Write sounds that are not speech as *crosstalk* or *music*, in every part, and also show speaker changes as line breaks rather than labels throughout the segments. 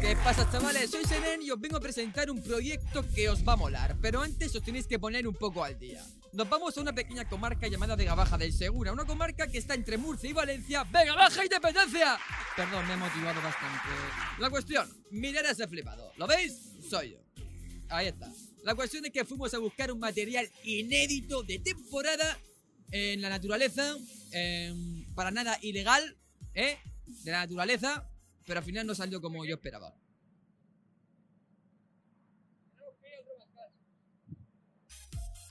¿Qué pasa chavales? Soy Seren y os vengo a presentar un proyecto que os va a molar Pero antes os tenéis que poner un poco al día Nos vamos a una pequeña comarca llamada Vega Baja del Segura Una comarca que está entre Murcia y Valencia ¡Vega Baja Independencia! Perdón, me he motivado bastante La cuestión, mirad a ese flipado ¿Lo veis? Soy yo Ahí está La cuestión es que fuimos a buscar un material inédito de temporada En la naturaleza em, Para nada ilegal ¿Eh? De la naturaleza pero al final no salió como yo esperaba.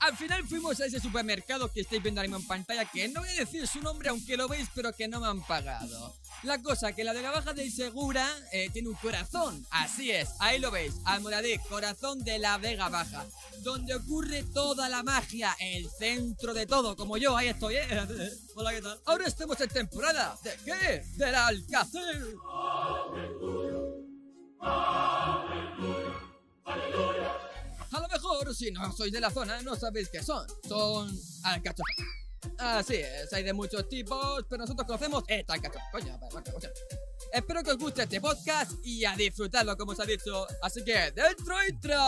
Al final fuimos a ese supermercado que estáis viendo ahora mismo en pantalla, que no voy a decir su nombre aunque lo veis, pero que no me han pagado. La cosa, que la de la baja del Segura eh, tiene un corazón. Así es, ahí lo veis, Almoradí, corazón de la Vega Baja, donde ocurre toda la magia, el centro de todo, como yo, ahí estoy, ¿eh? *laughs* Hola, ¿qué tal? Ahora estamos en temporada. ¿De qué? Del Alcácer. A lo mejor, si no sois de la zona, no sabéis qué son. Son alcachofas. Así es, hay de muchos tipos, pero nosotros conocemos esta alcachofa. Coño, vale, vale, vale. Espero que os guste este podcast y a disfrutarlo, como os ha dicho. Así que, dentro, intro.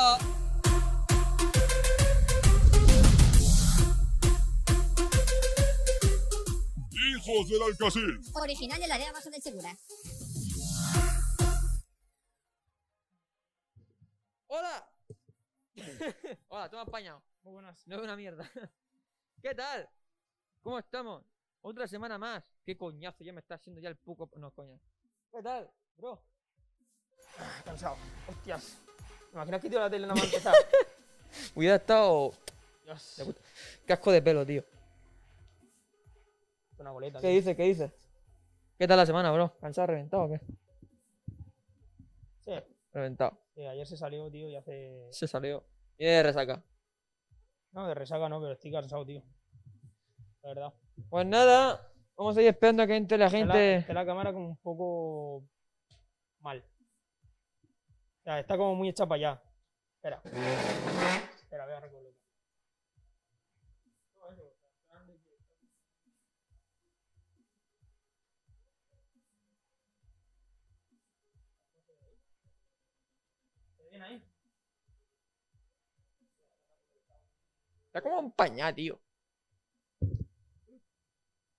¡Hijos del Alcacil!
Original de la área baja del Segura.
¡Hola! *laughs* Hola, toma apañado.
Muy buenas.
No veo una mierda. ¿Qué tal? ¿Cómo estamos? Otra semana más. Qué coñazo, ya me está haciendo ya el puco. No, coña. ¿Qué tal, bro?
Ah, Cansado. Hostias. ¿Me imaginas que tío la tele
*laughs*
no va a empezar?
Hubiera estado.
Dios.
Me gusta. Casco de pelo, tío.
Una boleta.
¿Qué
tío.
dices? ¿Qué dices? ¿Qué tal la semana, bro? ¿Cansado, reventado o qué?
Sí.
Reventado.
Sí, ayer se salió, tío, y hace.
Se salió. Y de resaca.
No, de resaca no, pero estoy cansado, tío. La verdad.
Pues nada, vamos a ir esperando a que entre la
Está la-
gente.
está la cámara como un poco. mal. O sea, está como muy hecha para allá. Espera. Espera, voy a recolocar. ¿Se ve bien ahí?
Está como un pañá, tío.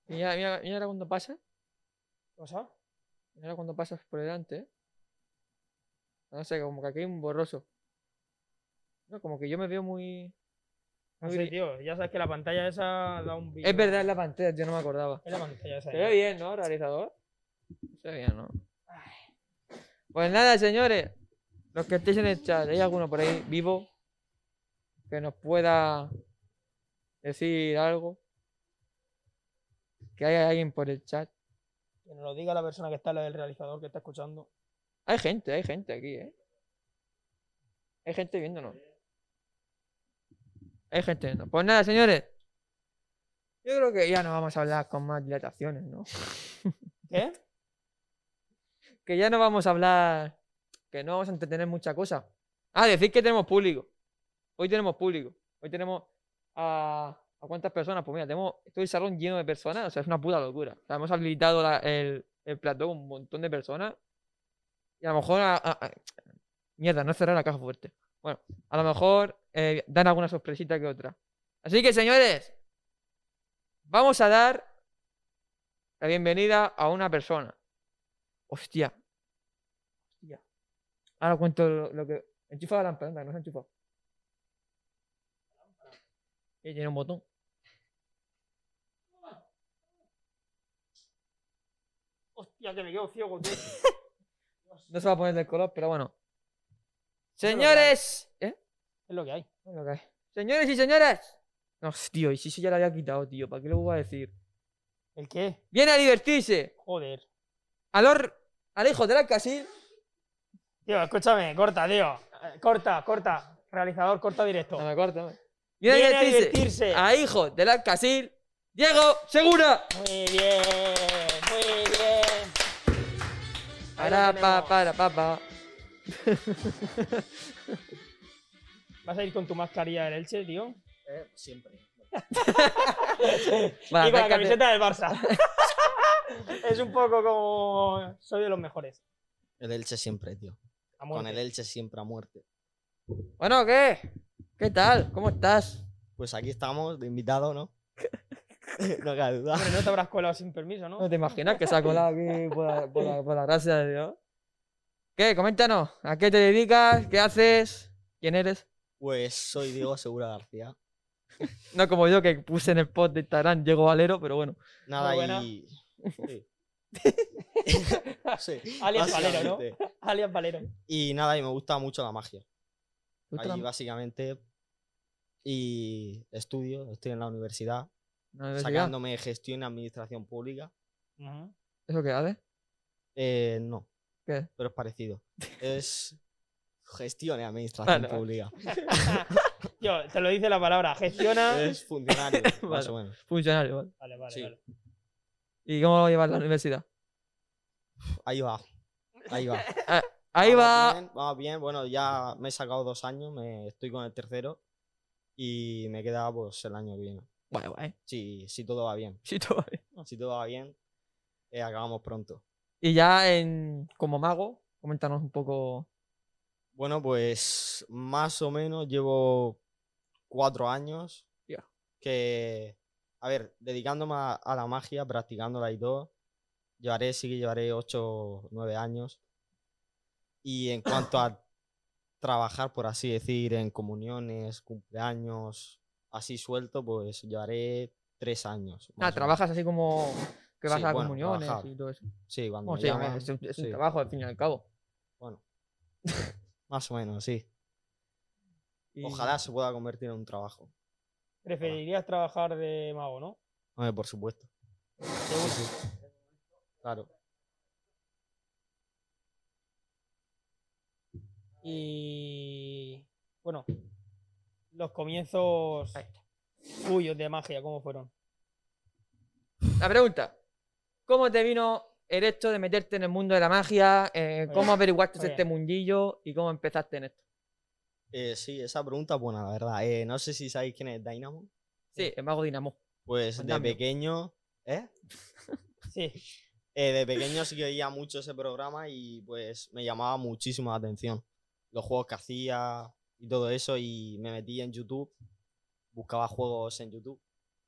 Mira, mira, mira ahora cuando pasa.
¿Qué pasa?
Mira ahora cuando pasas por delante, ¿eh? No sé, como que aquí hay un borroso. No, como que yo me veo muy.
No
muy
sé,
bri-
tío. Ya sabes que la pantalla esa da un brillo.
es verdad, es la pantalla, yo no me acordaba.
Es la pantalla esa.
Se
tío.
ve bien, ¿no, realizador? Se ve bien, ¿no? Pues nada, señores. Los que estéis en el chat, ¿hay alguno por ahí vivo que nos pueda decir algo? Que haya alguien por el chat.
Que nos lo diga la persona que está, la del realizador que está escuchando.
Hay gente, hay gente aquí, ¿eh? Hay gente viéndonos. Hay gente viéndonos. Pues nada, señores. Yo creo que ya no vamos a hablar con más dilataciones, ¿no?
¿Qué?
Que ya no vamos a hablar. Que no vamos a entretener mucha cosa. Ah, decir que tenemos público. Hoy tenemos público. Hoy tenemos a. ¿A cuántas personas? Pues mira, tenemos todo el salón lleno de personas. O sea, es una puta locura. O sea, hemos habilitado la- el, el plató con un montón de personas. Y a lo mejor. a- a- a- Mierda, no he cerrado la caja fuerte. Bueno, a lo mejor eh, dan alguna sorpresita que otra. Así que, señores, vamos a dar la bienvenida a una persona. Hostia. Hostia. Ahora cuento lo, lo que. Enchufa la lámpara, anda, que no se ha enchufado. Eh, tiene un botón.
Hostia, que me quedo ciego, tío.
No se va a poner del color, pero bueno.
lo que hay.
Señores. ¿Eh?
Es lo que hay.
Es lo que hay. Señores y señoras. No, *laughs* tío, y si eso ya lo había quitado, tío. ¿Para qué lo voy a decir?
¿El qué?
Viene a divertirse.
Joder.
Al, or- al hijo de la casil.
Tío, escúchame, corta, tío. Eh, Corta, corta. Realizador, corta directo.
No me corto, no me- Viene,
Viene
a
a
divertirse.
divertirse.
A hijo del Alcacil, Diego Segura.
Muy bien, muy bien. Ahí lo
Para, pa,
tenemos.
para, pa, pa.
¿Vas a ir con tu mascarilla del Elche, tío?
siempre.
Va,
y con la
acércate.
camiseta del Barça. *laughs* es un poco como... Soy de los mejores.
El Elche siempre, tío.
A
Con
muerte.
el Elche siempre a muerte.
Bueno, ¿qué? ¿Qué tal? ¿Cómo estás?
Pues aquí estamos, de invitado, ¿no? no cabe duda.
Hombre, no te habrás colado sin permiso, ¿no?
No te imaginas que se ha colado aquí por la, por la- por la gracia de Dios. ¿Qué? Coméntanos. ¿A qué te dedicas? ¿Qué haces? ¿Quién eres?
Pues soy Diego Segura García.
No como yo que puse en el post de Instagram Diego Valero, pero bueno.
Nada,
Muy buena.
y. Sí. Sí,
Alias Valero, ¿no?
básicamente.
Alias Valero.
Y nada, y me gusta mucho la magia.
¿Te gusta
Allí
la-
básicamente. Y estudio, estoy en la universidad,
la universidad?
sacándome gestión y administración pública.
Ujú.
¿Eso qué hace?
Eh, no,
¿Qué?
pero es parecido. Es gestión y administración
Vale, vale.
pública.
Yo, te lo dice la palabra.
*laughs*
Gestiona.
Es funcionario, más o menos.
Funcionario, ¿vale?
Vale, vale,
Sí.
vale.
¿Y cómo lo llevas a la universidad?
Ahí va. Ahí va.
Ahí
Vamos
va.
bien, vamos bien. Bueno, ya me he sacado dos años, me estoy con el tercero y me queda pues el año que viene.
Guay, guay. *laughs*
Si, si todo va bien.
Sí, todo bien.
Si todo va bien, eh, acabamos pronto.
Y ya en, como mago, coméntanos un poco.
Bueno, pues más o menos llevo cuatro años
Ya.
que, a ver, dedicándome a, a la magia, practicándola y todo, llevaré, sí que llevaré ocho, nueve años. Y en cuanto a *coughs* trabajar, por así decir, en comuniones, cumpleaños, así suelto, pues llevaré tres años.
Ah,
más o
trabajas así como que vas
Sí,
a
bueno,
comuniones
trabajar.
y todo eso.
menos. Sí, cuando
Bueno,
me
sí,
llaman,
es, un- es un
sí,
trabajo al fin y al cabo.
más o menos, sí.
Y-
Ojalá se pueda convertir en un trabajo.
Preferirías trabajar de mago, ¿no?
Hombre, por supuesto. Sí, sí. Claro.
Y bueno, los comienzos tuyos de magia, ¿cómo fueron?
La pregunta: ¿cómo te vino el hecho de meterte en el mundo de la magia? Eh,
Muy
¿Cómo
bien,
averiguaste
muy
este
bien.
mundillo y cómo empezaste en esto?
Eh, sí, esa pregunta es buena, la verdad. Eh, no sé si sabéis quién es Dynamo.
Sí, el mago Dinamo.
Pues de
Dynamo.
pequeño. ¿Eh?
Sí,
Eh, de pequeño sí que oía mucho ese programa y pues me llamaba muchísimo la atención. Los juegos que hacía y todo eso. Y me metí en YouTube. Buscaba juegos en YouTube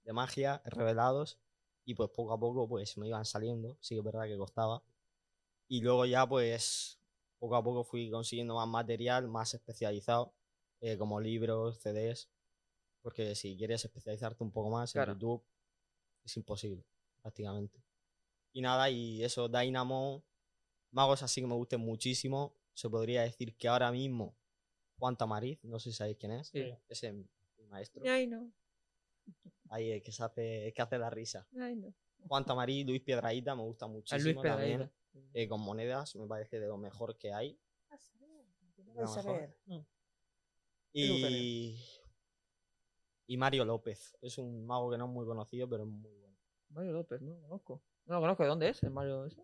de magia, revelados. Y pues poco a poco pues me iban saliendo. Sí que es verdad que costaba. Y luego ya pues poco a poco fui consiguiendo más material, más especializado. eh, como libros, CDs. Porque si quieres especializarte un poco más
Claro.
en YouTube es imposible prácticamente. Y nada, y eso, Dynamo, magos así que me gusten muchísimo. Se podría decir que ahora mismo Juan Tamariz, no sé si sabéis quién es,
Sí.
es el el maestro.
Ay, no,
Ahí el que, se hace, el que hace la risa.
ay, no.
Juan Tamariz, Luis Piedraíta, me gusta
A
muchísimo
Luis
también.
Pedraíta.
Eh, con monedas, me parece de lo mejor que hay.
Ah,
De lo mejor.
Mm.
Y... y Mario López, es un mago que no es muy conocido, pero es muy bueno.
Mario López, no lo conozco. No lo conozco, ¿de dónde es el Mario ese?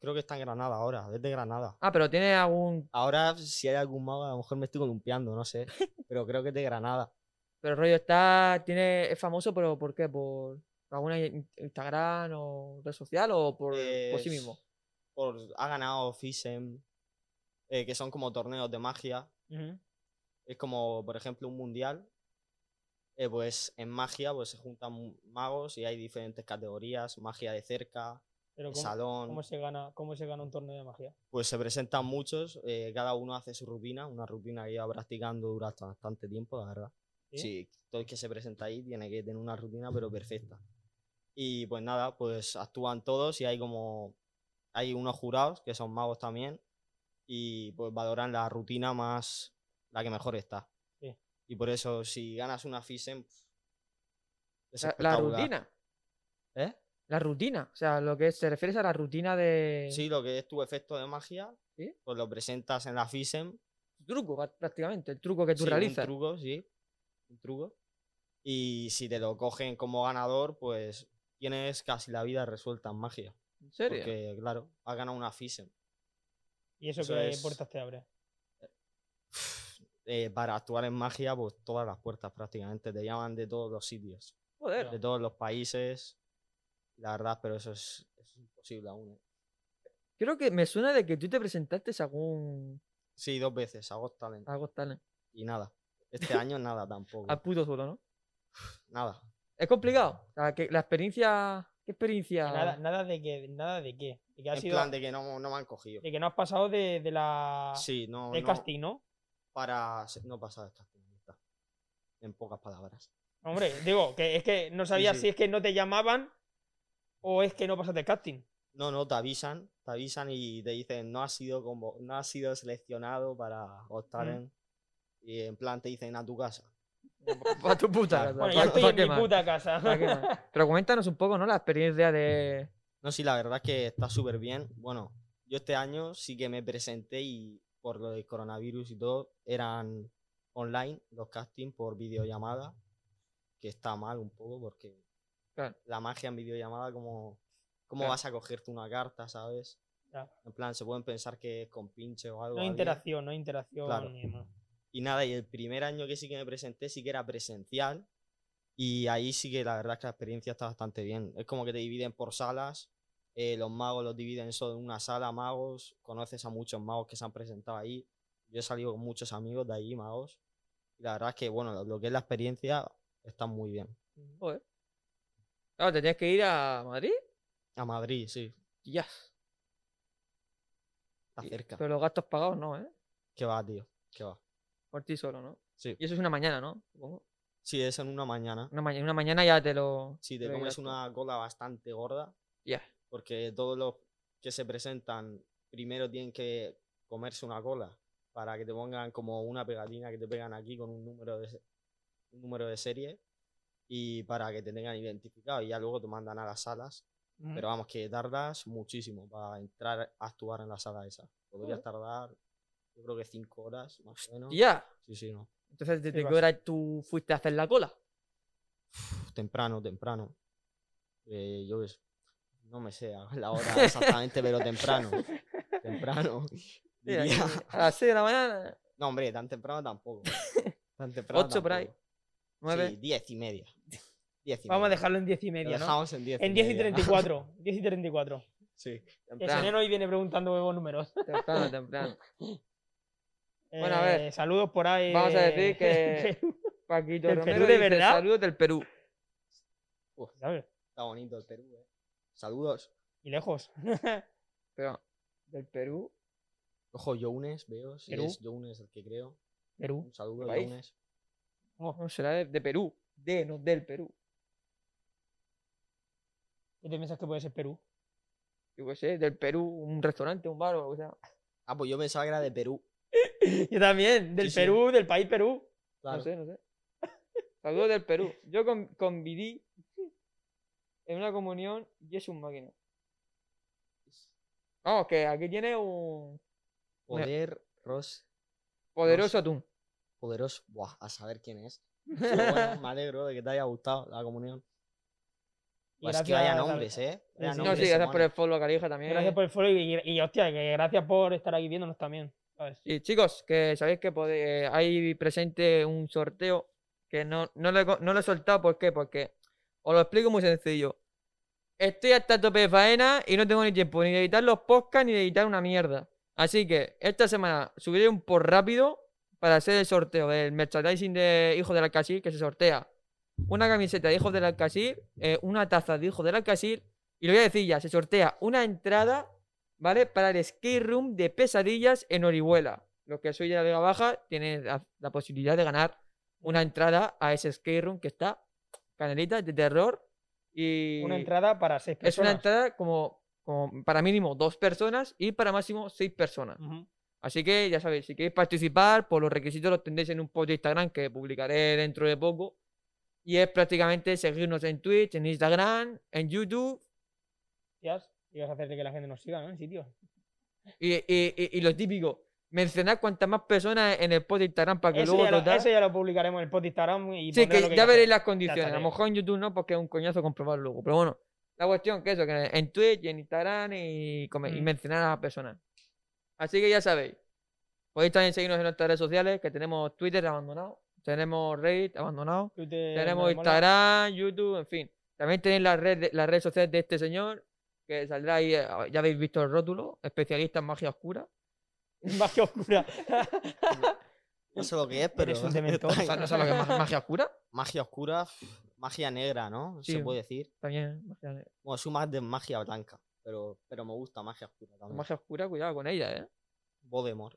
Creo que está en Granada ahora, desde Granada.
Ah, pero tiene algún.
Ahora, si hay algún mago, a lo mejor me estoy columpiando,
*laughs*
no sé. Pero creo que es de Granada.
Pero el rollo está. Tiene, es famoso, pero ¿por qué? ¿Por alguna in- Instagram o red social o por, por sí
Es-
mismo?
por- ha ganado FISEM, eh, que son como torneos de magia.
ujú,
Es como, por ejemplo, un mundial. Eh, pues en magia pues se juntan mu- magos y hay diferentes categorías. Magia de cerca,
Pero
de
¿cómo,
salón.
cómo se gana, ¿cómo se gana un torneo de magia?
Pues se presentan muchos. eh, cada uno hace su rutina. Una rutina que lleva practicando durante bastante tiempo, la verdad.
¿Sí?
Sí, todo el que se presenta ahí tiene que tener una rutina, pero perfecta. Y pues nada, pues actúan todos y hay como. Hay unos jurados que son magos también y pues valoran la rutina más la que mejor está.
Sí.
Y por eso, si ganas una FISEM. pf, es
La, la
espectacular.
rutina.
¿Eh?
La rutina. O sea, lo que se refiere es a la rutina de.
Sí, lo que es tu efecto de magia,
¿Sí?
pues lo presentas en la FISEM
Truco, pa- prácticamente. El truco que tú
Sí,
realizas.
Un truco, sí. Un truco. Y si te lo cogen como ganador, pues tienes casi la vida resuelta en magia.
¿En serio?
Porque, claro, ha ganado una FISEM.
¿Y eso,
eso
qué
es-
puertas te abre?
*sniffs* Eh, para actuar en magia, pues todas las puertas prácticamente te llaman de todos los sitios,
Joder.
de todos los países. La verdad, pero eso es, eso es imposible aún. ¿eh?
Creo que me suena de que tú te presentaste según
Sí, dos veces, a Got Talent.
a Got Talent. *laughs*
Y nada. Este año nada tampoco.
Al puto solo, ¿no?
Nada.
Es complicado. O sea, que la experiencia. ¿Qué experiencia?
Nada, nada de que, nada de qué. De que, has
En
sido,
plan de que no, no me han cogido.
de que no has pasado de, de
Ah.
la
Sí, no.
del
no,
casting, ¿no?
Para se- no pasar esta entrevista. En pocas palabras.
Hombre, digo, que es que no sabías
sí.
si es que no te llamaban o es que no pasaste el casting.
No, no, te avisan, te avisan y te dicen no has sido como, no has sido seleccionado para Got Talent. Y en plan te dicen a tu casa.
Para tu puta. casa,
Claro.
Bueno,
*laughs* pa-
ya estoy
pa'
en mi
quemar,
puta casa. *laughs*
pa' quemar. Pero coméntanos un poco, ¿no? La experiencia de.
No, sí, la verdad es que está súper bien. Bueno, yo este año sí que me presenté y por lo del coronavirus y todo, eran online los castings por videollamada, que está mal un poco porque
Claro.
la magia en videollamada, como, ¿cómo
Claro.
vas a cogerte una carta, sabes?
Ya.
En plan, se pueden pensar que es con pinche o algo.
No hay
alguien.
interacción, no hay interacción.
Claro.
ni demás.
Y nada, y el primer año que sí que me presenté sí que era presencial. Y ahí sí que la verdad es que la experiencia está bastante bien. Es como que te dividen por salas. eh, los magos los dividen solo en una sala, magos. Conoces a muchos magos que se han presentado ahí. Yo he salido con muchos amigos de ahí, magos. Y la verdad es que, bueno, lo, lo que es la experiencia está muy bien.
Joder. Claro, tenías que ir a Madrid.
A Madrid, sí,
Ya.
está cerca.
Pero los gastos pagados no, ¿eh?
¿Qué va, tío? ¿Qué va?
Por ti solo, ¿no?
Sí.
Y eso es una mañana, ¿no? Supongo.
Sí, es en una mañana.
Una, maña- una mañana ya te lo.
Si te
lo
comes
llevas todo.
una cola bastante gorda,
Ya.
porque todos los que se presentan primero tienen que comerse una cola para que te pongan como una pegatina que te pegan aquí con un número de, se- un número de serie y para que te tengan identificado y ya luego te mandan a las salas.
Ujú.
Pero vamos, que tardas muchísimo para entrar a actuar en la sala esa. Podrías
Joder.
tardar, yo creo que cinco horas más o menos.
Ya.
Sí, sí, no.
Entonces, ¿desde qué
vas.
hora tú fuiste a hacer la cola?
Uf, temprano, temprano. Eh, yo es- no me sé la hora exactamente, pero
*laughs*
temprano. Temprano.
Mira,
diría.
que a las 6 de la mañana,
*laughs* No, hombre, tan temprano tampoco. Tan temprano.
Ocho por ahí.
tampoco.
9.
Sí, diez y media. Diez y
Vamos a
media.
dejarlo en 10 y
Lo
media, ¿no?
dejamos en diez.
En 10 y
media.
34. 10 y 34.
*laughs* Sí. en
Que
plan,
Temprano.
Senén hoy viene preguntando nuevos
*laughs*
números. *laughs*
Temprano, temprano. Bueno, a ver.
Eh, Saludos por ahí. eh,
Vamos a
*laughs*
decir que- Paquito
¿Del
Romero
Perú de
dice,
verdad?
Saludos del Perú.
uf,
¿sabes?
está bonito el Perú, eh. Saludos.
Y lejos. *laughs*
Pero, del Perú.
Ojo, Younes, veo. Si
Perú.
es Younes el que creo.
Perú.
Un saludo,
país?
Younes.
No, será de, de Perú. De, no, del Perú.
¿Qué te piensas que puede ser Perú?
Yo qué sé, del Perú, un restaurante, un bar o algo sea.
Ah, pues yo pensaba que era de Perú.
*laughs* Yo también. Del
Sí, sí.
Perú, del país Perú.
Claro.
No sé, no sé. Saludos del Perú. Yo con, conviví en una comunión y es un máquina. Vamos, que aquí tiene un
Poder, Ros,
poderoso atún.
poderoso. Buah, a saber quién
*laughs*
es. Pero bueno, me alegro de que te haya gustado la comunión.
Y
Pues es que
gracias
vaya
a-
nombres, ¿eh? Vaya
sí.
No, sí,
nombres,
gracias por
hermano.
el follow, Carija, también.
Gracias por el follow y, y, hostia, que gracias por estar aquí viéndonos también. ¿sabes?
Y chicos, que sabéis que pode- eh, hay presente un sorteo que no, no, lo he, co- no lo he soltado, ¿por qué? Porque os lo explico muy sencillo. Estoy hasta el tope de faena y no tengo ni tiempo ni de editar los podcasts ni de editar una mierda. Así que esta semana subiré un post rápido para hacer el sorteo del merchandising de Hijos del Alcacil que se sortea. Una camiseta de Hijos del Alcacil, eh, una taza de Hijos del Alcacil y lo voy a decir ya, se sortea una entrada ¿vale? Para el skate room de pesadillas en Orihuela. Los que sois de la Vega Baja tienen la, la posibilidad de ganar una entrada a ese skate room que está canelita de terror. Y
Una entrada para seis personas.
es una entrada como, como para mínimo dos personas y para máximo seis personas.
Ujú.
Así que ya sabéis, si queréis participar, por los requisitos los tendréis en un post de Instagram que publicaré dentro de poco. Y es prácticamente seguirnos en Twitch, en Instagram, en YouTube
Hostias, y vas a hacer de que la gente nos siga, ¿no? En sitio.
Y, y, y, y lo típico, mencionar cuantas más personas en el post de Instagram para que
Eso
luego
ya, lo,
total-
eso ya lo publicaremos en el post de Instagram y
Sí,
pondré
que
lo
ya
que hay
veréis
hacer.
las condiciones. A lo
bien.
mejor en YouTube no, porque es un coñazo comprobar luego. Pero bueno, la cuestión que eso, que en Twitch, y en Instagram y, come- y
Mm.
mencionar a las personas. Así que ya sabéis. Podéis también seguirnos en nuestras redes sociales, que tenemos Twitter abandonado, tenemos Reddit abandonado,
Tú te-
tenemos
me mola.
Instagram, YouTube, en fin. También tenéis las redes, las redes sociales de este señor, que saldrá ahí, eh, ya habéis visto el rótulo, especialista en magia oscura.
*laughs* Magia oscura. *laughs*
No sé lo que es, pero.
Eres
*laughs*
un dementor.
O sea, ¿No sabes lo que es ma- magia oscura?
Magia oscura, pf, magia negra, ¿no?
Sí.
Se puede decir.
También, magia, ne-
Bueno, soy más de magia blanca, pero, pero me gusta magia oscura también.
magia oscura, cuidado con ella, ¿eh?
Voldemort.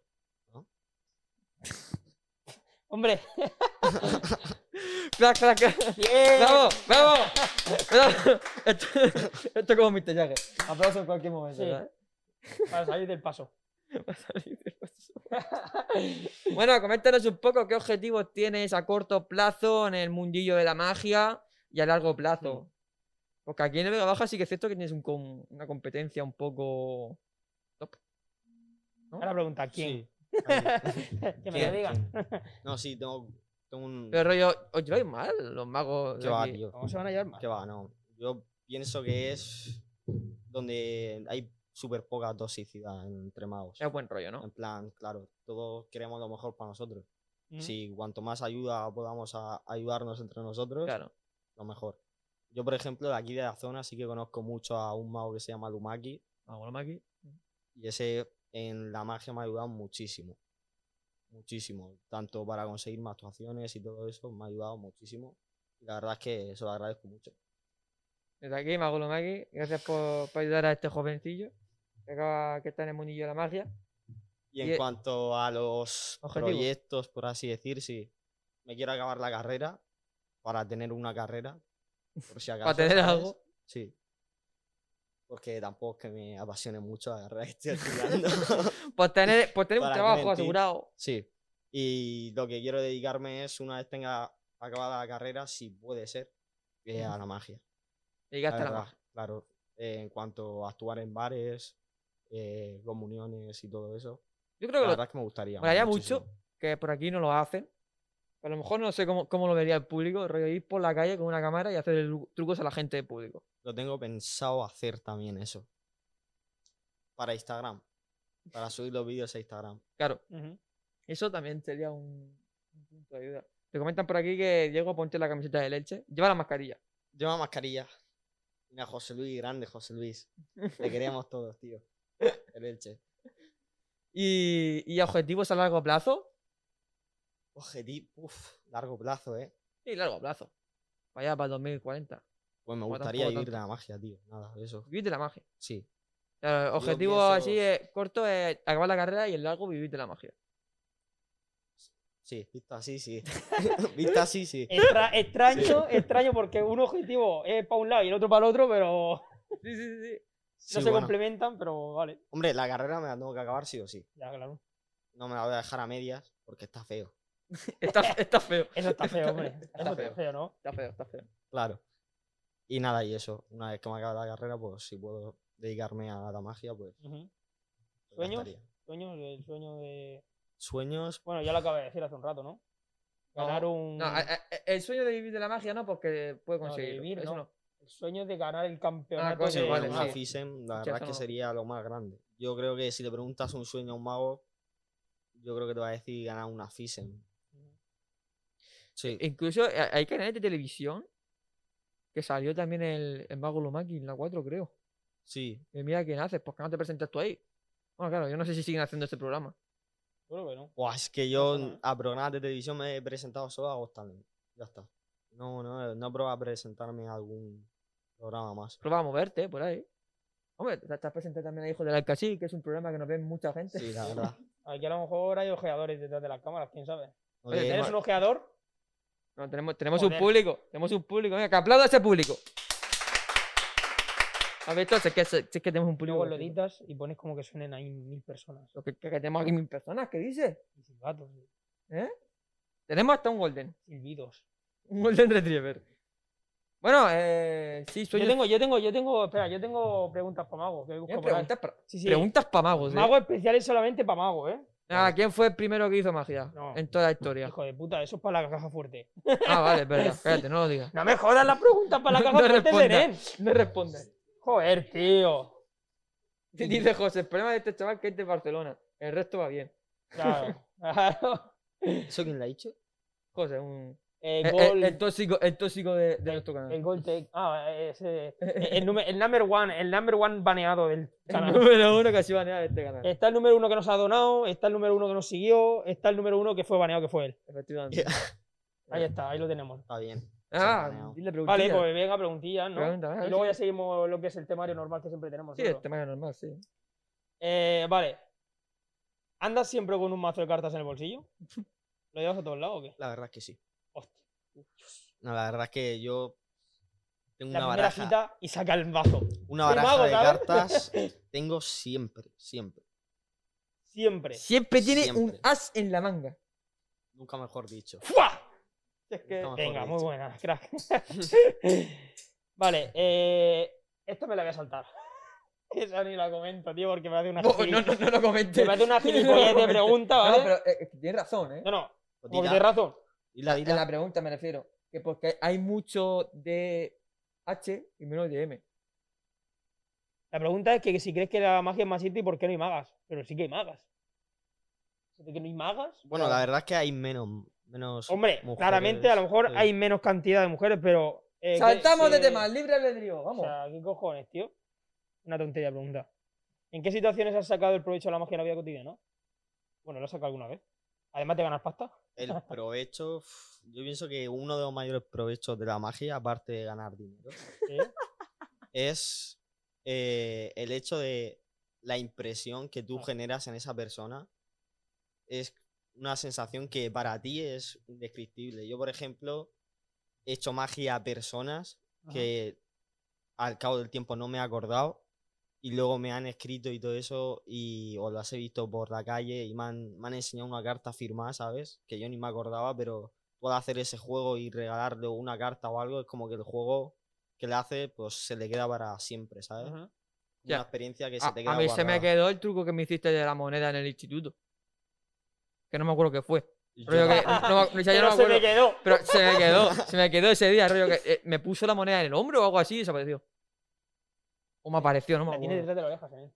*laughs* Hombre,
¡Clac, clac, clac! ¡Bravo, bravo! bravo. Esto, esto es como Mr. Jagger. Aplauso en cualquier momento,
Sí.
¿sabes?
para salir del paso.
Va a salir de los- bueno, coméntanos un poco qué objetivos tienes a corto plazo en el mundillo de la magia y a largo
Mm.
plazo. Porque aquí en el Vega Baja sí que es cierto que tienes un com- una competencia un poco.
Ahora pregunta, ¿quién?
Sí, ahí.
*laughs* Que me lo
*laughs*
¿Quién?
digan.
No, sí, tengo, tengo un.
Pero rollo, os lleváis mal los magos. de
¿Qué va,
aquí?
tío?
¿Cómo se van a llevar mal?
¿Qué va? No. Yo pienso que es donde hay súper poca toxicidad entre magos.
Es buen rollo, ¿no?
En plan, claro, todos queremos lo mejor para nosotros.
Mm.
Si cuanto más ayuda podamos a- ayudarnos entre nosotros,
Claro.
lo mejor. Yo, por ejemplo, de aquí de la zona sí que conozco mucho a un mago que se llama Lumaki
Vamos, Maki.
y ese en la magia me ha ayudado muchísimo. Muchísimo. Tanto para conseguir más actuaciones y todo eso, me ha ayudado muchísimo. Y la verdad es que se lo agradezco mucho.
Desde aquí, Magolo Maki, gracias por, por ayudar a este jovencillo que acaba que está en el mundillo de la magia.
Y en
Y- e
cuanto a los
Objetivos.
proyectos, por así decir, sí. Me quiero acabar la carrera para tener una carrera.
*laughs*
Por si acaso.
tener algo.
Sí. Porque tampoco es que me apasione mucho la carrera que
*laughs*
estoy estudiando.
Por tener, por tener un
¿Para qué
trabajo
mentir?
asegurado.
sí. Y lo que quiero dedicarme es, una vez tenga acabada la carrera, si puede ser, eh, a la magia. la
Llegaste a la
verdad,
magia.
Claro. Eh, en cuanto a actuar en bares, eh, comuniones y todo eso.
Yo creo que
La
lo-
verdad es que me gustaría.
molaría
muchísimo.
mucho que por aquí no lo hacen. A lo mejor no sé cómo, cómo lo vería el público, rollo ir por la calle con una cámara y hacer tru- trucos a la gente de público.
Lo tengo pensado hacer también eso. Para Instagram.
*laughs*
Para subir los vídeos a Instagram.
Claro,
Ujú.
eso también sería un, un punto de ayuda. Te comentan por aquí que Diego ponte la camiseta de leche, lleva la mascarilla.
Lleva mascarilla. Mira, José Luis, grande José Luis.
*laughs*
Te queremos todos, tío. El Elche.
Y, y objetivos a largo plazo.
Objetivo, uf, largo plazo, ¿eh?
Y largo plazo. Vaya para el 2040.
Pues
Bueno,
me gustaría
tampoco
vivir de
tanto.
la magia, tío. Nada, eso.
Vivir de la magia.
Sí.
Claro, el
Yo
objetivo
pienso-
así es, corto es acabar la carrera y el largo vivir de la magia.
Sí, visto
*laughs*
así, sí. *laughs* visto así, sí.
Eh,
Extra- extraño, extraño porque un objetivo es para un lado y el otro para el otro, pero
Sí, sí, sí. sí.
Sí,
no se
bueno.
complementan, pero vale.
Hombre, la carrera me la tengo que acabar sí o sí.
Ya, claro.
No me la voy a dejar a medias porque está feo.
Está, *laughs* está feo.
Eso está feo,
*laughs*
hombre. Eso
Está
está
feo.
feo, ¿no?
Está feo, está feo.
Claro. Y nada, y eso. Una vez que me acabe la carrera, pues si puedo dedicarme a la magia, pues.
Ujú.
me
¿Sueños?
encantaría.
Sueño, el sueño de.
Sueños.
Bueno, ya lo acabé de decir hace un rato, ¿no?
No,
Ganar un.
No, a- a- e- el sueño de vivir de la magia no, porque puede
No, de
conseguir.
vivir,
eso
no.
no.
El sueño de ganar el campeonato.
Ah, coño,
de-
sí,
vale,
eh, una
sí.
FISEM, la
Sí,
verdad es
eso
que
no.
sería lo más grande. Yo creo que si le preguntas un sueño a un mago, yo creo que te va a decir ganar una FISEM. Sí,
Incluso eh, hay canales de televisión que salió también el, el Mago Lumaki en la 4, creo.
sí.
Y mira quién haces, porque no te presentas tú ahí. Bueno, claro, yo no sé si siguen haciendo este programa.
Creo que no.
Buah, es que yo
suena, ¿eh?
a programas de televisión me he presentado solo a Ghost Talent. Ya está. No, no, no he probado a presentarme a algún programa más.
Prueba a moverte por ahí. Hombre, te estás presentando también a Hijo del Alcachil, que es un programa que nos ven mucha gente.
Sí, la
*laughs*
verdad.
Aquí a lo mejor hay ojeadores detrás de las cámaras, quién sabe.
Oye,
¿Eres
ma-
un ojeador?
No, tenemos, tenemos un
Joder.
público, tenemos un público. Venga, que aplauda a ese público. A ver, entonces, que, se- si es que tenemos un público.
Luego lo
activo.
editas y pones como que suenen ahí mil personas.
Lo que, que tenemos aquí mil personas, ¿qué dices?
Y silbatos, y
¿Eh? Tenemos hasta un Golden.
silbidos.
Un Golden Retriever. Bueno, eh, sí,
Yo
sueño.
tengo, yo tengo, yo tengo, espera, yo tengo preguntas para Mago. Que busco
Bien,
por ahí.
preguntas, pa-
Sí, sí.
preguntas pa' magos. eh.
Mago especiales solamente para Mago, ¿eh?
Ah, ¿Quién fue el primero que hizo magia
No.
en toda la historia?
Hijo de puta, eso es para la caja fuerte.
Ah, vale, es *laughs* verdad. Cállate, no lo digas.
No me jodas las preguntas para la
*laughs* No
caja fuerte
responda.
de Nen.
No respondes.
Joder, tío.
Dice José, el problema de este chaval que es de Barcelona. El resto va bien. *laughs*
Claro, claro.
¿Eso quién lo ha dicho?
José, un.
El
El,
gol.
Eh, el- el tóxico, el tóxico de, de nuestro canal.
el gol take. Ah, ese. El, nume- el number one. El number one baneado
*laughs*
del
*laughs* El
canal.
número uno que ha sido baneado de este canal.
Está el número uno que nos ha donado. Está el número uno que nos siguió. Está el número uno que fue baneado, que fue él.
Efectivamente.
Ahí está, ahí lo tenemos.
Está bien.
Ah, dile preguntilla.
Vale, pues venga, preguntillas, ¿no?
Pregunta, a ver
y luego
si-
ya seguimos lo que es el temario normal que siempre tenemos.
Sí, este.
nosotros.
el tema es normal, sí.
Eh, vale. ¿Andas siempre con un mazo de cartas en el
*laughs*
bolsillo? ¿Lo llevas a todos lados o qué?
La verdad es que sí.
Hostia.
No, la verdad es que yo tengo
La primera
una baraja,
cita y saca el mazo.
una
soy
baraja
mago,
de
¿sabes? *laughs*
cartas. Tengo siempre, siempre.
Siempre.
Siempre tiene un
Siempre.
as en la *laughs* manga.
Nunca mejor dicho.
¡Fua! Es que-
Nunca mejor
Venga, muy
dicho.
buena,
*laughs*
crack. vale, eh, esta me la voy a saltar. *laughs* Esa ni la comento, tío, porque me hace una,
No,
gili-
Oh, no, no, no lo comentes.
me hace una
No
gilipollez
lo
de
comentes.
pregunta, ¿vale?
No, pero eh, eh, tienes razón, ¿eh?
No, no,
Pues
como que
dila,
tienes razón.
dila,
En la
dila.
pregunta me refiero. Que porque hay mucho de H y menos de M.
La pregunta es que si crees que la magia es más y ¿por qué no hay magas? Pero sí que hay magas. ¿De que no hay magas?
Bueno, la
claro.
verdad es que hay menos, menos
Hombre, claramente a lo mejor
sí.
hay menos cantidad de mujeres, pero. eh, que-
Saltamos de
que-
temas, libre albedrío,
O
vamos.
sea, ¿qué cojones, tío? Una tontería de pregunta. ¿En qué situaciones has sacado el provecho de la magia en la vida cotidiana? Bueno, lo has sacado alguna vez. Además de ganar pasta.
El provecho, uf, yo pienso que uno de los mayores provechos de la magia, aparte de ganar dinero,
*laughs*
Sí.
es eh, el hecho de la impresión que tú
Ah.
generas en esa persona. Es una sensación que para ti es indescriptible. Yo, por ejemplo, he hecho magia a personas
Ajá.
que al cabo del tiempo no me he acordado y luego me han escrito y todo eso y o las he visto por la calle y me han, me han enseñado una carta firmada, ¿sabes? Que yo ni me acordaba, pero puedo hacer ese juego y regalarle una carta o algo, es como que el juego que le hace, pues se le queda para siempre, ¿sabes?
Ajá.
Ya.
Una experiencia que se te
A,
queda
a mí se me
guardada.
quedó el truco que me hiciste de la moneda en el instituto. Que no me acuerdo qué fue.
Yo
Rollo que,
*laughs* también.
no, me- o sea, yo
Pero
no me
se me
acuerdo.
quedó.
Pero se me quedó, se me quedó ese día, rollo que eh, me puso la moneda en el hombro o algo así y desapareció. O me apareció, no me
La tienes
acuerdo.
detrás de las orejas, ¿eh?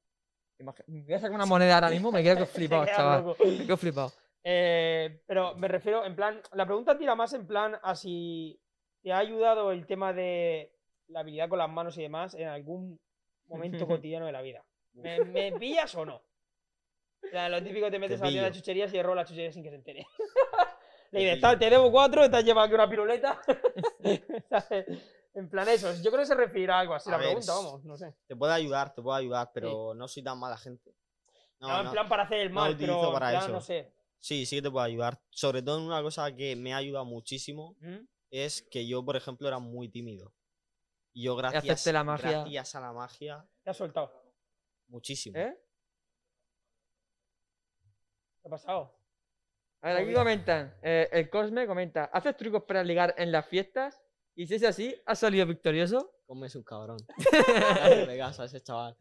Imagi- Voy a sacar una moneda ahora mismo, me quedo
Se
flipado,
queda
chaval.
loco.
Me quedo flipado.
Eh, pero me refiero, en plan, la pregunta tira más en plan a si te ha ayudado el tema de la habilidad con las manos y demás en algún
*laughs*
momento cotidiano de la vida. ¿Me, me pillas o no? O sea, lo típico te metes a la tienda de
pillo.
chucherías y robas las chucherías sin que se entere.
*laughs*
Le
Te
dices,
pillo.
"Tal, te debo cuatro, te has llevado aquí una
*laughs*
piruleta. ¿Sabes? en plan eso. Yo creo que se refiere a algo así
A
la
ver,
pregunta,
s-
vamos, no sé.
Te puedo ayudar, te puedo ayudar, pero no soy tan mala gente. No,
No, en
no.
plan para hacer el
no
mal,
utilizo
pero en
para
plan,
eso.
no sé.
Sí, sí que te puedo ayudar. Sobre todo en una cosa que me ha ayudado muchísimo,
¿Mm?
es que yo, por ejemplo, era muy tímido. Y yo gracias,
hacerte la magia.
gracias a la magia,
Te has soltado.
muchísimo.
¿Eh?
¿Qué ha pasado?
A ver, aquí
Obvio.
comentan. eh, el Cosme comenta: ¿Haces trucos para ligar en las fiestas? Y si es así, ¿has salido victorioso?
Come es
*laughs*
un cabrón. de casa ese chaval.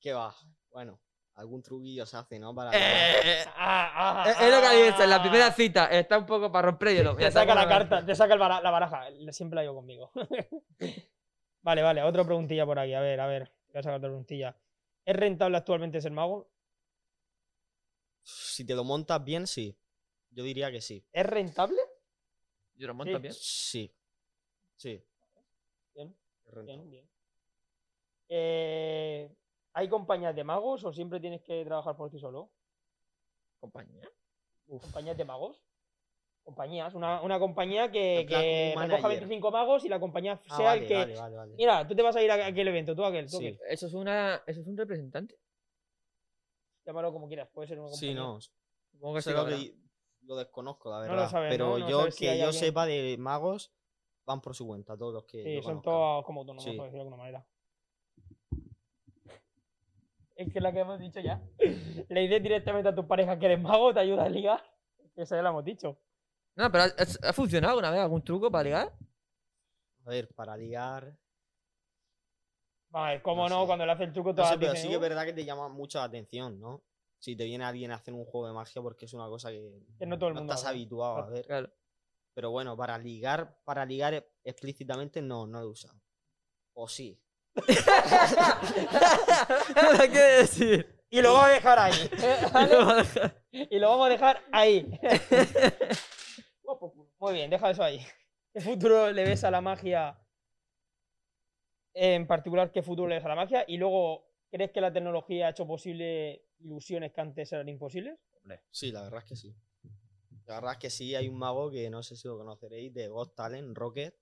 ¿Qué va? Bueno, algún truquillo se hace, ¿no? Para ligar.
Eh,
Ah, ah,
es lo que había dicho, en la
ah.
primera cita está un poco para romper
*laughs*
hielo.
Te saca la carta, te saca el bara- la baraja. Siempre la llevo conmigo. vale, vale, otra preguntilla por aquí. A ver, a ver. Voy a sacar otra preguntilla. ¿Es rentable actualmente ser mago?
Si te lo montas bien, sí. Yo diría que sí.
¿Es rentable?
Yo lo monto
Sí.
bien.
Sí. Sí.
Bien,
Es rentable.
Bien, bien. Eh, ¿Hay compañías de magos o siempre tienes que trabajar por ti solo?
Compañía.
¿Compañías de magos? Compañías, una, una compañía que,
En plan,
que
como un
recoja
manager.
25 magos y la compañía
Ah,
sea el
vale,
que.
vale, vale, vale.
Mira, tú te vas a ir a aquel evento, tú a aquel, tú a
Sí.
aquel.
Eso es, una, eso es un representante.
Llámalo como quieras, puede ser una compañía.
Sí, no.
Supongo que
Eso
sí
es
lo
lo, que
habrá.
di- lo desconozco, la
No
verdad.
lo sabes,
pero
¿no? No
yo
sabes si
que
hay
yo
alguien-
sepa de magos van por su cuenta, todos los que.
Sí,
yo
son
conozca.
todos como autónomos,
Sí.
por decirlo de alguna manera. Es que la que hemos dicho ya. *laughs* Le dices directamente a tu pareja que eres mago, te ayuda a ligar. Esa ya la hemos dicho.
No, pero ¿ha, ha funcionado alguna vez algún truco
*laughs*
para ligar? *laughs*
A ver, para ligar.
Vamos a ver, cómo
No
no,
sé.
cuando le hace el truco
No
todas
sé, pero
dicen,
sí que es
"Uh,
verdad que te llama mucho la atención, ¿no? Si te viene alguien a hacer un juego de magia porque es una cosa que
que no todo el
no
mundo.
estás
hace".
habituado a ver.
Claro.
Pero bueno, para ligar, para ligar e- explícitamente no, no lo he usado. O sí.
no lo quiere decir.
Y lo vamos a dejar ahí.
*laughs*
*laughs*
¿eh? ¿Vale? y lo vamos a dejar ahí. Guapo, culo. Muy bien, deja eso ahí. ¿Qué futuro le ves a la magia? En particular, ¿qué futuro le ves a la magia? Y luego, ¿crees que la tecnología ha hecho posible ilusiones que antes eran imposibles?
Sí, la verdad es que sí. La verdad es que sí, hay un mago que no sé si lo conoceréis, de God Talent, Rocket,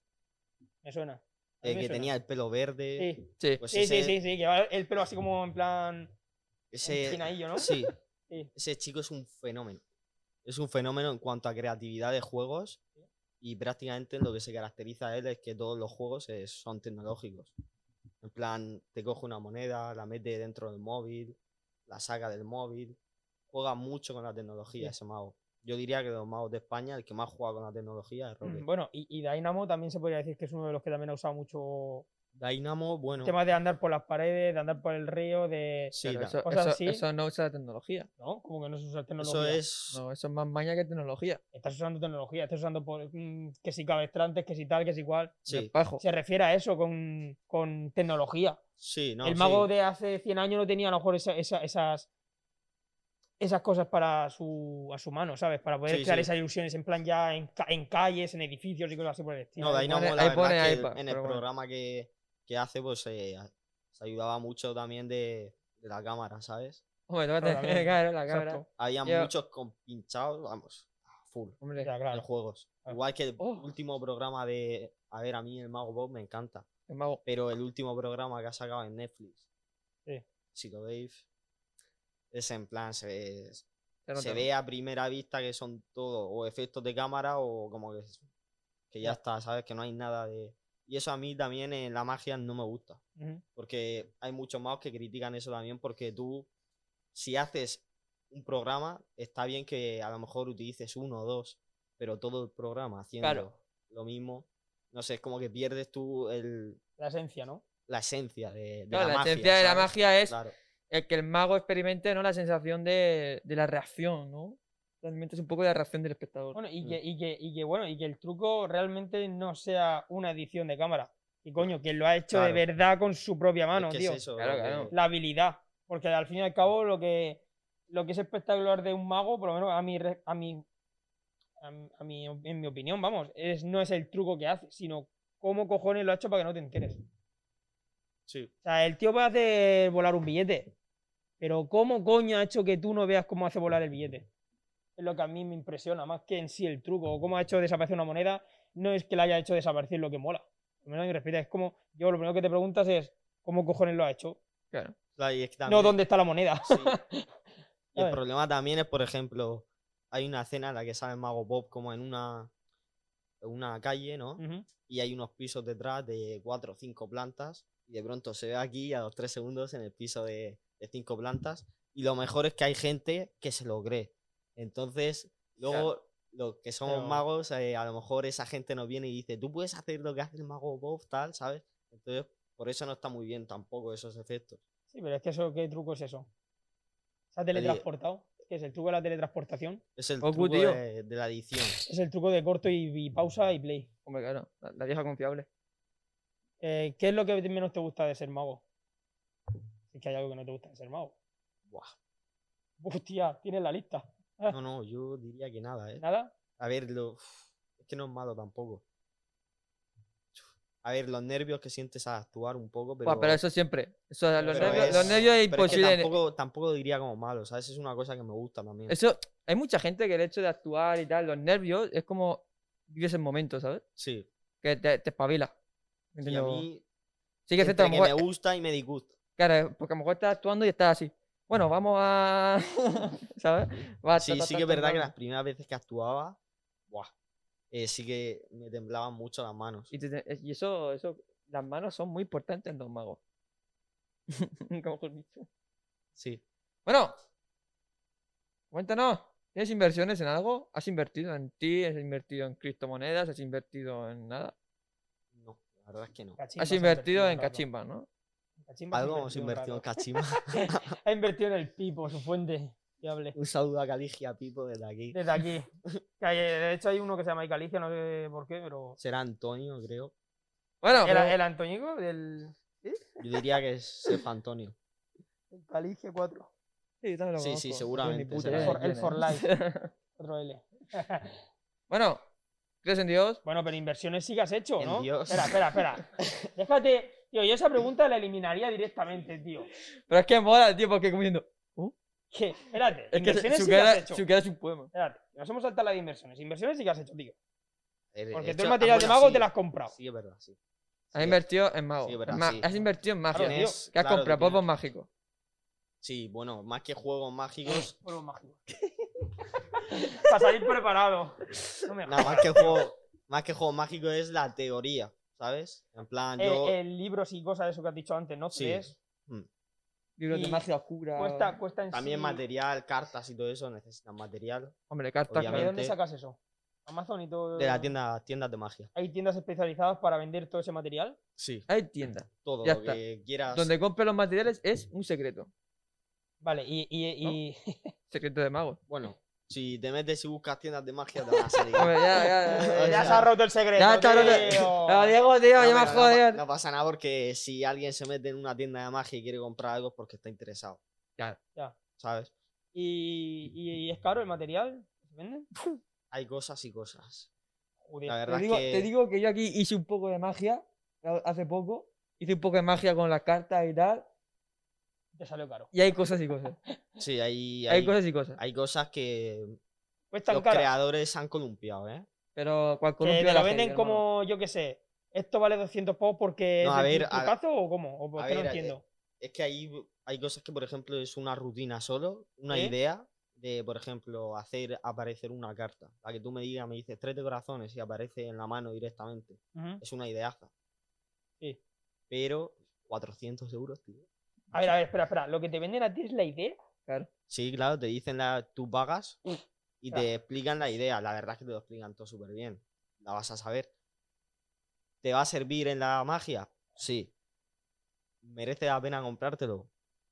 Me suena. A
eh,
mí me
que
suena.
tenía el pelo verde.
Sí,
Sí.
Pues
sí, sí,
ese-
sí, sí, que va el pelo así como en plan.
ese-
Enchinaillo, ¿no?
Sí.
*laughs* Sí.
Ese chico es un fenómeno. Es un fenómeno en cuanto a creatividad de juegos y prácticamente lo que se caracteriza a él es que todos los juegos eh, son tecnológicos. En plan, te coge una moneda, la mete dentro del móvil, la saca del móvil. Juega mucho con la tecnología ese mago. Yo diría que de los magos de España, el que más juega con la tecnología es Roque.
mm, Bueno, y, y Dynamo también se podría decir que es uno de los que también ha usado mucho
Dynamo, bueno.
temas de andar por las paredes, de andar por el río, de.
Sí,
Pero
la-
eso,
cosas
eso-
así.
eso no usa tecnología.
¿No? Como que no se usa
eso
tecnología.
es.
No, eso es más maña que tecnología.
Estás usando tecnología, estás usando por- mm, que si cabestrantes, que si tal, que si cual.
Sí.
Sí,
Pajo.
Se refiere a eso con, con tecnología.
sí, no.
el
sí.
mago de hace 100 años no tenía a lo mejor esa- esa- esas, esas cosas para su, a su mano, ¿sabes? Para poder
Sí,
crear
sí.
esas ilusiones en plan ya en, ca- en calles, en edificios y cosas así por el estilo.
No,
ahí
Dynamo,
pone-
la
ahí
verdad
pone
es que
iPad,
en el
pero bueno.
programa que, que hace, pues eh, a- se ayudaba mucho también de, de la cámara, ¿sabes?
Hombre, toca
Claro,
tener-
también.
claro, la
Exacto.
cámara.
Había
Ya.
muchos compinchados, vamos, a full,
Hombre,
Ya,
en
claro.
juegos.
Claro.
Igual que el
Oh.
último programa de, a ver, a mí el Mago Bob me encanta,
el mago.
pero el último programa que ha sacado en Netflix,
Sí.
si lo veis, es en plan, se ve,
se nota.
se ve a primera vista que son todo o efectos de cámara o como que, que ya está, ¿sabes? Que no hay nada de... Y eso a mí también en la magia no me gusta.
Ujú.
Porque hay muchos magos que critican eso también porque tú, si haces un programa, está bien que a lo mejor utilices uno o dos, pero todo el programa haciendo
Claro.
lo mismo, no sé, es como que pierdes tú el-
La esencia, ¿no?
la esencia de, de
Claro, la,
la, magia,
esencia de la
¿sabes?
magia es
Claro.
el que el mago experimente ¿no? la sensación de, de la reacción, ¿no? Realmente es un poco de la reacción del espectador.
Bueno, y
Mm.
que, y, que, y que, bueno, y que el truco realmente no sea una edición de cámara. Y coño, que lo ha hecho de
Claro.
verdad con su propia mano,
Es que es
tío.
eso,
Claro,
lo que-
claro.
la habilidad. Porque al fin y al cabo, lo que, lo que es espectacular de un mago, por lo menos a mi, re- a mi, a mi- a mi- en mi opinión, vamos, es, no es el truco que hace, sino cómo cojones lo ha hecho para que no te enteres.
Sí,
O sea, el tío puede hacer volar un billete, pero ¿cómo coño ha hecho que tú no veas cómo hace volar el billete? Es lo que a mí me impresiona, más que en sí el truco, o cómo ha hecho desaparecer una moneda, no es que la haya hecho desaparecer lo que mola. Por lo menos me respeta, es como, yo lo primero que te preguntas es, ¿cómo cojones lo ha hecho?
Claro.
claro, y es que
No,
también-
¿dónde está la moneda? *laughs*
Sí. Y el
¿Sabes?
problema también es, por ejemplo, hay una escena en la que sale el Mago Bob como en una, en una calle, ¿no?
Ujú.
Y hay unos pisos detrás de cuatro o cinco plantas. Y de pronto se ve aquí a los tres segundos en el piso de, de cinco plantas. Y lo mejor es que hay gente que se lo cree. Entonces, luego los que somos
Pero-
magos, eh, a lo mejor esa gente nos viene y dice, tú puedes hacer lo que hace el mago Bob, tal, ¿sabes? Entonces, por eso no está muy bien tampoco esos efectos.
Sí, pero es que eso, ¿qué truco es eso? ¿Se ha
día.
teletransportado? ¿Qué es el truco de la teletransportación?
Es el
Ocu,
truco
tío.
de, de la edición.
Es el truco de corto y, y pausa y play.
Hombre, claro, la, la vieja confiable.
Eh, ¿Qué es lo que menos te gusta de ser mago? Si Es que hay algo que no te gusta de ser mago.
Buah.
*laughs* Hostia, tienes la lista.
No, no, yo diría que nada, ¿eh?
¿Nada?
A ver, lo... uf, es que no es malo tampoco. A ver, los nervios que sientes al actuar un poco, pero...
Buah, Pero, eso siempre. Eso, los,
pero
nervios,
es-
los nervios es
pero que
imposible.
tampoco, tampoco diría como malo, ¿sabes? Es una cosa que me gusta también.
Eso, hay mucha gente que el hecho de actuar y tal, los nervios, es como vives el momento, ¿sabes?
Sí.
Que te, te espabila.
Y a
Entiendo.
mí,
sí que es cierto, a
entre
lo
que
mejor-
me gusta y me disgusta.
Claro, porque a lo mejor estás actuando y estás así. Bueno, vamos a. *laughs* ¿Sabes? Va, ta,
Sí,
ta,
sí
ta,
que es
ta,
verdad que
ta.
las primeras veces que actuaba, buah, eh, sí que me temblaban mucho las manos.
Y, te- te- y eso, eso, las manos son muy importantes en los magos. *laughs* Nunca mejor dicho.
Sí.
Bueno, cuéntanos, ¿tienes inversiones en algo? ¿Has invertido en ti? ¿Has invertido en criptomonedas? ¿Has invertido en nada?
No, la verdad es que no.
Cachimba,
Has
se ha
invertido en
rato.
cachimbas, ¿no?
Cachimba se ha
Algo hemos
invertido
invertido
un
en
rato. *laughs*
cachimba.
Ha invertido en el pipo, su fuente. Fiable.
Un saludo a Caligia Pipo desde aquí.
Desde
*laughs*
aquí. Que hay- de hecho, hay uno que se llama Icalicia, no sé por qué, pero.
Será Antonio, creo.
Bueno,
¿El,
pero-
el Antoñico del.
Yo diría que es Sef Antonio.
El Calicia 4.
sí, también lo
Sí, sí,
conozco.
seguramente
No tengo ni puta
será
idea
*laughs* él.
de
El for- el
quién es.
Otro L.
*laughs* Bueno, ¿Crees en Dios?
Bueno, pero inversiones sí que has hecho,
En
¿no?
Dios.
Espera, espera,
*laughs*
espera. Déjate. Tío, yo esa pregunta la eliminaría directamente, tío.
Pero es que mola, tío, porque como diciendo.
¿Qué? Espérate.
Es que
inversiones
su
sí que has
cara,
hecho.
su cara es un poema.
Espérate. Nos hemos saltado la de inversiones. Inversiones sí que has hecho, tío.
He- he
Porque tú
hecho-
el
ah,
material de
bueno,
mago
sí,
te lo has comprado.
Sí, es verdad, sí.
Has
Sí,
invertido en mago.
sí,
en
verdad,
ma-
sí.
has invertido en magia.
Claro,
tío.
tienes-
que has
claro, tú
comprado
tienes-
polvos mágicos.
Sí, bueno, más que juegos mágicos,
Polvo mágico. *laughs* Para salir preparado. No me
*laughs* nada, más que juego, más que juegos mágicos es la teoría, ¿sabes? En plan,
Eh,
yo
eh, libros y cosas de eso que has dicho antes, ¿no?
Sí.
Tres.
Libros de
Y
magia oscura.
Cuesta, cuesta en
también
sí-
material, cartas y todo eso necesitan material
Hombre, cartas.
¿De
claro.
obviamente.
dónde sacas eso? ¿Amazon y todo?
de las tiendas, tiendas de magia.
¿Hay tiendas especializadas para vender todo ese material?
Sí,
Hay tiendas.
todo
Ya
lo
está.
que quieras.
Donde compre los materiales es un secreto.
Vale, y, y, y-
Secreto de mago.
Bueno, si te metes y buscas tiendas de magia te van a
*laughs*
salir.
Hombre, ya, ya, ya,
O
ya
sea,
se ha roto el secreto.
Ya está roto.
tío.
Ah, Diego, tío,
No,
ya me
pero no pa-
joder.
no pasa nada porque si alguien se mete en una tienda de magia y quiere comprar algo es porque está interesado.
Claro.
Ya.
¿Sabes?
¿Y, y, y es caro el material? ¿Se vende?
Hay cosas y cosas.
Joder.
La
Te
verdad
digo,
es que
te digo que yo aquí hice un poco de magia la- hace poco. Hice un poco de magia con las cartas y tal.
Te salió caro.
Y hay cosas y cosas.
sí, hay,
Hay
hay-
cosas y cosas.
hay cosas que
Cuestan
los
caro.
creadores se han columpiado, ¿eh?
Pero
Pues
cual
Que
columpio
te
de
lo
la
venden
feria, hermano.
como, yo qué sé, esto vale 200 pavos porque
No,
es
a
de
ver,
tu- tu
a-
cazo o cómo? O porque
ver,
no
eh,
entiendo.
Es que ahí hay cosas que, por ejemplo, es una rutina solo, una
¿Eh?
idea de, por ejemplo, hacer aparecer una carta. La que tú me digas, me dices tres de corazones y aparece en la mano directamente.
Ujú.
Es una ideaza.
Sí.
Pero 400 euros, tío.
A ver, a ver, espera, espera. ¿Lo que te venden a ti es la idea?
Sí, claro, te dicen la. Tú pagas
Mm.
y
claro.
te explican la idea. La verdad es que te lo explican todo súper bien. La vas a saber. ¿Te va a servir en la magia? Sí. ¿Merece la pena comprártelo?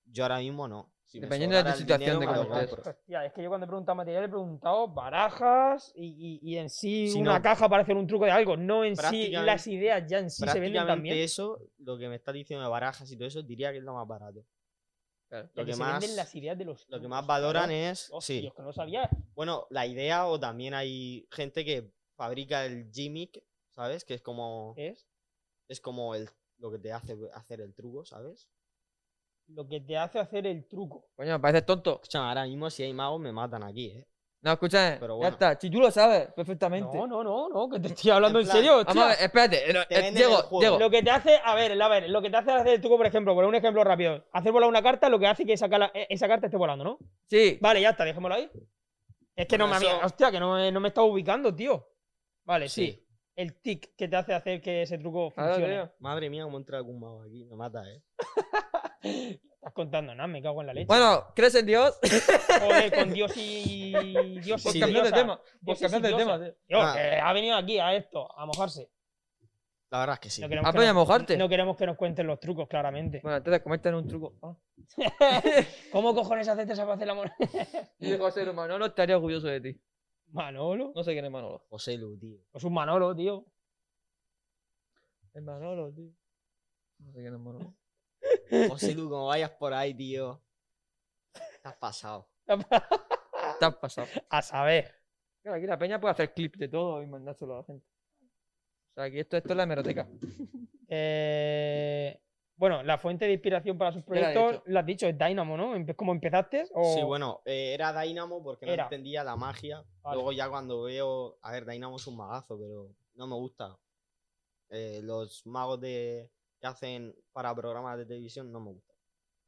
Yo ahora mismo no. Si me
Dependiendo de
sobrara
tu
el
situación de
dinero, me lo
cómo estés.
compro.
Hostia, es que yo cuando he preguntado material he preguntado barajas y, y- y en sí
Si
una
no-
caja para hacer un truco de algo, no en sí
Prácticamente-
las ideas ya en sí se venden
Prácticamente
también.
eso, lo que me está diciendo de barajas y todo eso, diría que es lo más barato.
Claro.
Lo
que
que
se
más,
venden las ideas de los
lo que
Mm,
trucos,
más
pues
claro.
valoran es.
Hostia,
Sí.
que no sabía.
Bueno, la idea, o también hay gente que fabrica el gimmick, ¿sabes? Que es como.
¿qué es?
es como el, lo que te hace hacer el truco, ¿sabes?
Lo que te hace hacer el truco.
Coño, me pareces tonto.
Escucha, ahora mismo si hay magos me matan aquí, ¿eh?
No, escucha,
Pero
ya
bueno.
está. Si tú lo sabes perfectamente.
No, no, no, no, que te estoy hablando en,
En plan,
serio.
Vamos a
hostia.
ver, espérate. eh, no,
Te
eh,
venden
Diego,
el juego.
Diego.
Lo que te hace, a ver, a ver, lo que te hace hacer el truco, por ejemplo, por un ejemplo rápido, hacer volar una carta, lo que hace que esa, cala- eh, esa carta esté volando, ¿no?
Sí.
Vale, ya está, dejémoslo ahí. Es que no
Bueno,
me había-
eso-
hostia, que no, me- no me estaba ubicando, tío. Vale, sí.
Sí.
El tic que te hace hacer que ese truco
Claro,
funcione.
tío.
Madre mía, cómo entra algún mago aquí, me mata, ¿eh?
Estás contando, nada, me cago en la leche.
Bueno, ¿crees en Dios?
Joder, con Dios y Dios
Pues
y
cambiando de
diosa.
tema. Pues
Dios y
cambiando de tema.
diosa.
tío.
Dios,
Ah.
que ha venido aquí a esto, a mojarse.
La verdad es que sí.
No queremos
Ah,
que
pero ya
nos-
mojarte.
no queremos que nos cuenten los trucos, claramente.
Bueno, entonces comenten un truco. Ah.
¿Cómo cojones haces esa para hacer la moneda?
Diego ser Manolo estaría orgulloso de ti.
*laughs* Manolo.
No sé quién es Manolo.
José
*laughs*
Lu, tío.
Pues un Manolo, *laughs* tío.
Es Manolo, tío. No sé quién es Manolo.
José Lu, como vayas por ahí, tío. Te has pasado.
Te has pasado.
A saber.
Ah. Claro, aquí la peña puede hacer clips de todo y mandárselo a la gente. O sea, aquí esto, esto es la hemeroteca.
Eh, bueno, la fuente de inspiración para sus
Ya la he
proyectos,
dicho.
lo has dicho, es Dynamo, ¿no? Empe- ¿Cómo empezaste? O...
Sí, bueno, eh, era Dynamo porque no
Oh. Era.
entendía la magia.
Vale.
Luego ya cuando veo... A ver, Dynamo es un magazo, pero no me gusta. Eh, los magos de... que hacen para programas de televisión no me gustan.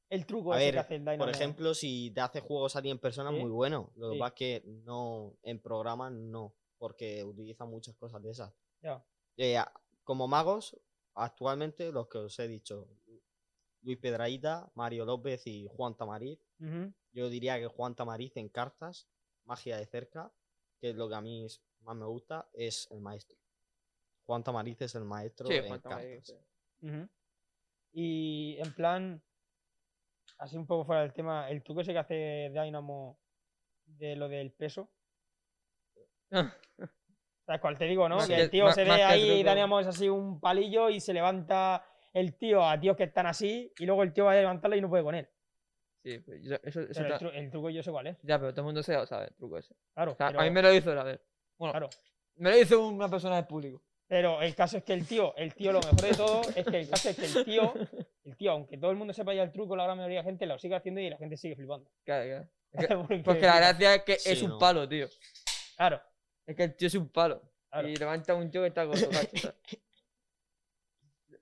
El truco
A
ese
ver,
que hace el Dynamo.
Por ejemplo, si te hace juegos a ti en persona,
Sí.
muy bueno. Lo que
Sí.
pasa es que no, en programa no, porque utiliza muchas cosas de esas.
Ya.
Eh, a- como magos, actualmente los que os he dicho, Luis Pedraíta, Mario López y Juan Tamariz.
Ujú.
Yo diría que Juan Tamariz en cartas, magia de cerca, que es lo que a mí es- más me gusta, es el maestro. Juan Tamariz es el maestro
Sí,
en
Juan Tamariz,
cartas.
sí.
Ujú. Y en plan, así un poco fuera del tema, el truco ese que hace Dynamo de lo del
*laughs*
peso. ¿Sabes cuál te digo, no?
Más
que
que-
el tío
más-
se ve
más que el
ahí,
truco.
Dynamo es así un palillo y se levanta el tío a tíos que están así y luego el tío va a levantarla y no puede con él.
Sí, pues yo- eso, eso
Pero el,
ta-
tru- el truco yo sé cuál es,
Ya, pero todo el mundo se lo sabe, el truco ese.
claro.
O sea,
pero-
A mí me lo hizo la vez. Bueno,
Claro.
Me lo dice una persona del público.
Pero el caso es que el tío, el tío, lo mejor de todo es que el caso es que el
*laughs*
tío, el tío, aunque todo el mundo sepa ya el truco, la gran mayoría de gente lo sigue haciendo y la gente sigue flipando.
Claro, claro. Es que-
*laughs* Porque,
Porque la gracia es que
Sí,
es un
¿no?
palo, tío.
Claro,
Es que el tío es un palo.
Claro.
Y levanta un tío que está con
*laughs*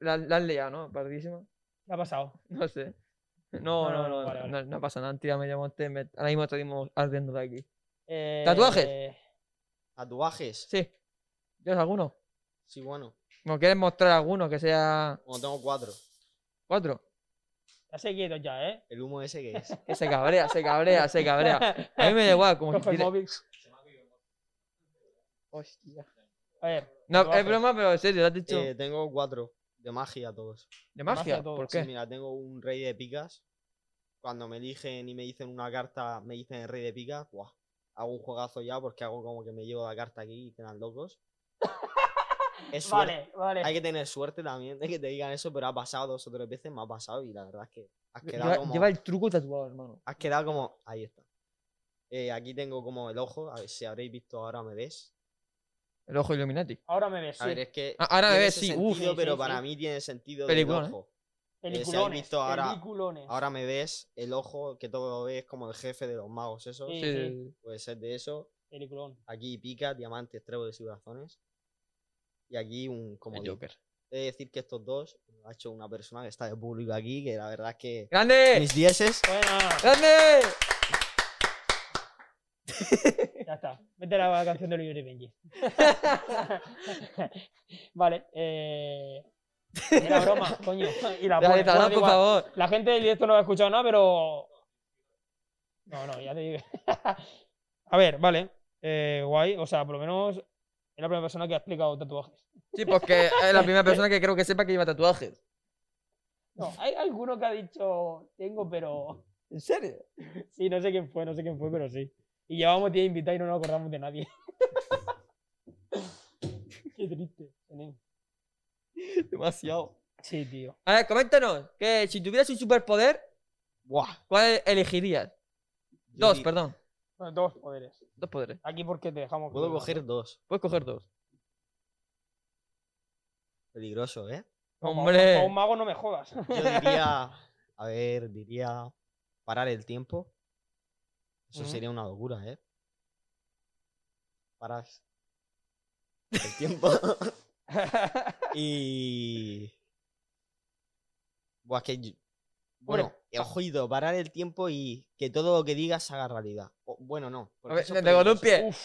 la, la han liado, ¿no? Pardísima.
¿qué ha pasado?
No sé. No, no, no.
no,
No,
vale, vale.
no- no pasa nada. Tira media monte. me- Ahora mismo estaríamos ardiendo de aquí.
Eh,
¿Tatuajes?
¿Tatuajes?
Sí. ¿Tienes alguno?
Sí, bueno.
¿Me quieres mostrar alguno que sea
Bueno, tengo cuatro.
cuatro?
Ya sé quietos ya, ¿eh?
El humo ese que es.
Que se cabrea, se cabrea, se cabrea. A mí me da
*laughs*
igual. Como
Cojo
si
el
tire-
móvil.
Hostia.
A ver.
No, es
tatuajes.
broma, pero en serio, lo has dicho.
Eh, tengo cuatro. De magia todos.
¿De
magia
magia?
todo,
¿Por
Sí,
qué?
mira, tengo un rey de picas. Cuando me eligen y me dicen una carta, me dicen el rey de picas, ¡buah! Hago un juegazo ya porque hago como que me llevo la carta aquí y quedan
*laughs*
locos. Es suerte.
Vale, vale.
Hay que tener suerte también de que te digan eso, pero ha pasado dos o tres veces, me ha pasado y la verdad es que has quedado
Lleva,
como.
lleva el truco tatuado, hermano.
Has quedado como. Ahí está. Eh, aquí tengo como el ojo, a ver si habréis visto ahora me ves.
El ojo Illuminati.
Ahora me ves,
A
sí.
ver, es que.
Ah, ahora me
tiene
ves,
ese
sí, uf.
sentido,
Sí,
pero
sí,
para
sí.
mí tiene sentido
Peliculón, ¿eh?
del ojo.
Peliculones.
visto ahora-
Peliculones.
Ahora me ves el ojo que todo lo ve es como el jefe de los magos, eso.
Sí,
Sí,
sí.
sí, sí.
Puede ser de eso.
Peliculón.
Aquí pica, diamantes, tréboles y corazones. Y aquí un como
El Joker.
He de decir que estos dos lo ha hecho una persona que está de público aquí, que la verdad es que
¡Grande!
mis dieces.
Bueno,
¡Grande!
ya está. Vete a la canción de Luis y
*laughs*
Benji. *laughs* vale. Eh... Era broma, coño. Y la pones, Ah,
Dale,
pues, bueno,
Tablán,
da
por
igual.
favor.
La gente del directo no ha escuchado nada, pero. No, no, ya te digo. *laughs* A ver, vale. Eh, guay. O sea, por lo menos es la primera persona que ha explicado tatuajes.
Sí, porque es la primera persona que creo que sepa que lleva tatuajes.
No, hay alguno que ha dicho tengo, pero.
¿En serio?
Sí, no sé quién fue, no sé quién fue, pero sí. Y llevamos 10 invitados y no nos acordamos de nadie. *laughs* Qué triste. nen.
Demasiado.
Sí, tío.
A ver, coméntanos, que si tuvieras un superpoder,
¡Buah!
¿cuál elegirías?
Yo
Dos,
di-
perdón.
Bueno, dos poderes.
Dos poderes.
Aquí porque te dejamos.
Puedo
colgado,
coger
¿no?
dos.
Puedes coger dos.
Peligroso, ¿eh?
Pa' un-
Hombre.
pa' un mago no me
*laughs*
jodas.
Yo diría. a ver, diría. Parar el tiempo. Eso
Ujú.
sería una locura, ¿eh? Parar. El
*laughs*
tiempo. Y. Buah, es que yo- Bueno, oído, parar el tiempo y que todo lo que digas se haga realidad. O- bueno, no.
A
porque
ver,
eso Uh,
te
es
pegó un
peligroso.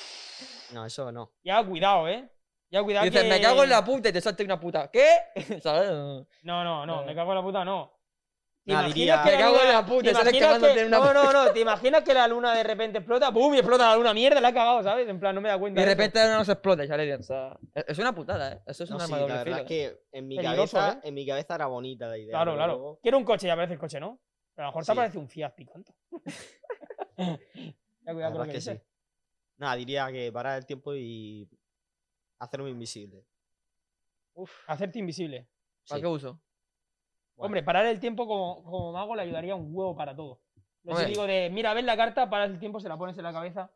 pie.
No, eso no.
ya, cuidado, eh. Ya, cuidado.
Dices,
que...
me cago en la puta y te salta una puta. ¿Qué? *laughs* ¿Sabes?
No, no, no,
Eh.
me cago en la puta, no. ¿Te
Nah,
imaginas
diría-
que
Me cago en
luna-
la puta,
te
sales
imaginas
cagándote
que-
en una-
No, no,
*laughs*
no, te imaginas que la luna de repente explota, ¡pum! y explota la luna, mierda, la he cagado, ¿sabes? En plan, no me da
Y
cuenta.
de
eso.
repente ahora nos explota, ya le digo, o sea, es- es una putada, ¿eh? Eso es
No,
una
sí,
arma de
la
doble filo.
verdad
¿eh?
es que en mi,
Peligroso,
cabeza, en mi cabeza era bonita la idea.
Claro,
pero
claro.
luego-
Quiero un coche, ya aparece el coche, ¿no? Pero a lo mejor
Sí.
te aparece un Fiat
*laughs*
Picanto. ya
La
cuidado con lo
verdad
que,
es que sí.
dices.
Nada, diría que parar el tiempo y hacerme invisible.
Uf, hacerte invisible.
¿Para
Sí.
qué uso?
Bueno.
Hombre, parar el tiempo como, como mago le ayudaría un huevo para todo. Lo
Hombre.
típico de, mira, ves la carta, paras el tiempo, se la pones en la cabeza.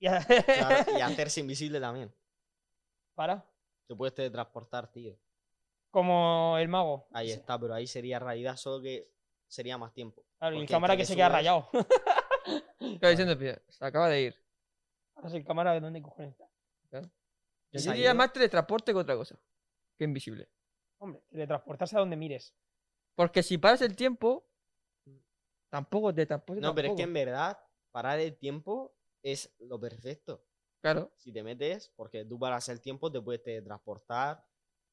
Y *laughs* a-
*laughs*
Claro, y hacerse invisible también.
para.
Te puedes teletransportar, tío.
Como el mago.
Ahí
Sí.
está, pero ahí sería realidad, solo que sería más tiempo.
Claro, y el
Porque
cámara
entre
que
que
se queda
subes-
rayado. *laughs*
¿Qué está diciendo, pie? Se acaba de ir.
Ahora sí, el cámara de dónde cojones está.
Yo
Se ha
diría
ido.
más teletransporte que otra cosa. Que invisible.
Hombre, teletransportarse a donde mires.
Porque si paras el tiempo, tampoco te transportes.
No, pero es que en
tampoco.
verdad, parar el tiempo es lo perfecto.
Claro.
Si te metes, porque tú paras el tiempo, te puedes teletransportar.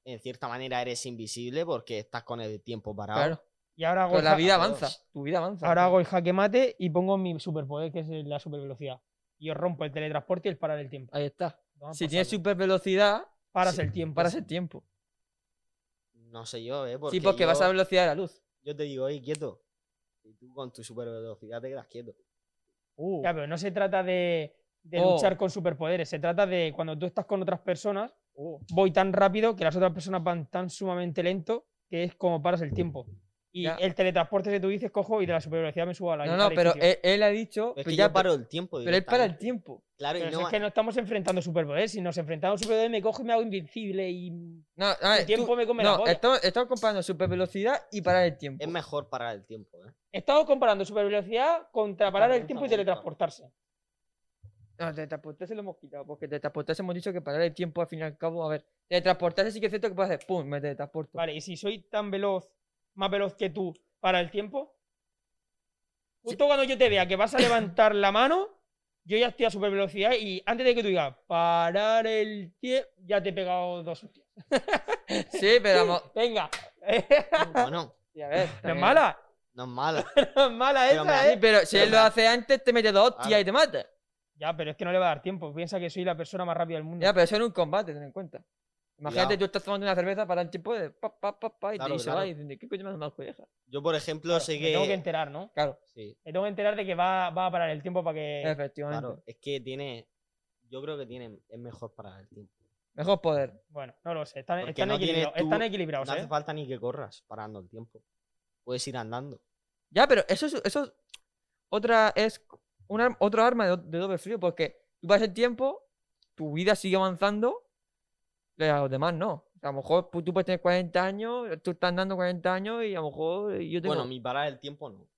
En cierta manera eres invisible porque estás con el tiempo parado.
Claro.
Y ahora hago,
Pero
el
la
ja-
vida
a
avanza.
todos.
Tu vida avanza.
ahora hago el jaque mate y pongo mi superpoder, que es el- la supervelocidad. Y os rompo el teletransporte y el parar el tiempo.
Ahí está.
Toma
Si
por
tienes
saco.
super velocidad,
Paras
si-
el tiempo.
paras el tiempo.
No sé yo, ¿eh? Porque
sí, porque vas a
yo-
la velocidad de la luz.
Yo te digo, hey, quieto. Y tú con tu super velocidad te quedas quieto.
Uh,
Ya, pero no se trata de, de
Oh.
luchar con superpoderes. Se trata de cuando tú estás con otras personas,
Oh.
voy tan rápido que las otras personas van tan sumamente lento que es como paras el tiempo. Y
Ya.
el teletransporte que tú dices, cojo y de la supervelocidad me subo a la
No, no, pero él, él ha dicho. pero
Es que
Pues ya,
yo paro el tiempo.
pero él para el
directamente.
tiempo.
Claro,
Pero
y
si
no.
es que no estamos enfrentando superpoderes. Si nos enfrentamos a superpoderes, me cojo y me hago invencible y.
No, a ver, tú-
tiempo me come la
no,
polla.
estamos, estamos comparando super velocidad y parar el tiempo.
Es mejor parar el tiempo, ¿eh?
Estamos comparando supervelocidad contra parar el
bien,
tiempo y
está bien, está bien.
teletransportarse.
No, teletransportarse lo hemos
pues.
quitado, porque teletransportarse hemos dicho que parar el tiempo al fin y al cabo. A ver, teletransportarse sí que es cierto que puedes hacer pum, me teletransporto.
Vale, y si soy tan veloz, más veloz que tú, para el tiempo. Justo cuando yo te vea que vas a levantar la mano, yo ya estoy a supervelocidad y antes de que tú digas parar el tiempo, ya te he pegado dos hostias.
Sí, pero
*laughs*
vamos.
*laughs*
Venga.
Bueno,
Y a ver.
No es
también-
mala.
no es malo.
No es mala
Pero me
esa,
Sí,
¿eh?
pero si
Pero
él lo
me-
hace antes, te mete dos hostias
Claro.
y te mata.
Ya, pero es que no le va a dar tiempo. Piensa que soy la persona más rápida del mundo.
Ya, pero eso en un combate, ten en cuenta. Imagínate,
Cuidado.
tú estás tomando una cerveza para el tiempo de pa, pa, pa, pa, y
Claro,
te se
claro.
va y dicen, ¿qué coño me has dado colleja?
Yo, por ejemplo, sé
Me tengo que
que.
enterar, ¿no?
Claro,
Sí,
Me tengo que enterar de que va, va a parar el tiempo para
Eh,
que.
efectivamente.
Eh, claro. Es que tiene. Yo creo que tiene. Es mejor parar el tiempo.
Mejor poder.
Bueno, no lo sé. Están,
Porque
están
no tienes
equilibrados,
tú-
están equilibrados,
No
¿eh?
hace falta ni que corras parando el tiempo. Puedes ir andando.
Ya, pero eso es, eso es- otra es un ar- otro arma de, do- de doble frío, porque tú vas el tiempo, tu vida sigue avanzando, y a los demás no. A lo mejor pu- tú puedes tener 40 años, tú estás andando 40 años y a lo mejor eh, yo tengo...
Bueno, mi parar el tiempo no.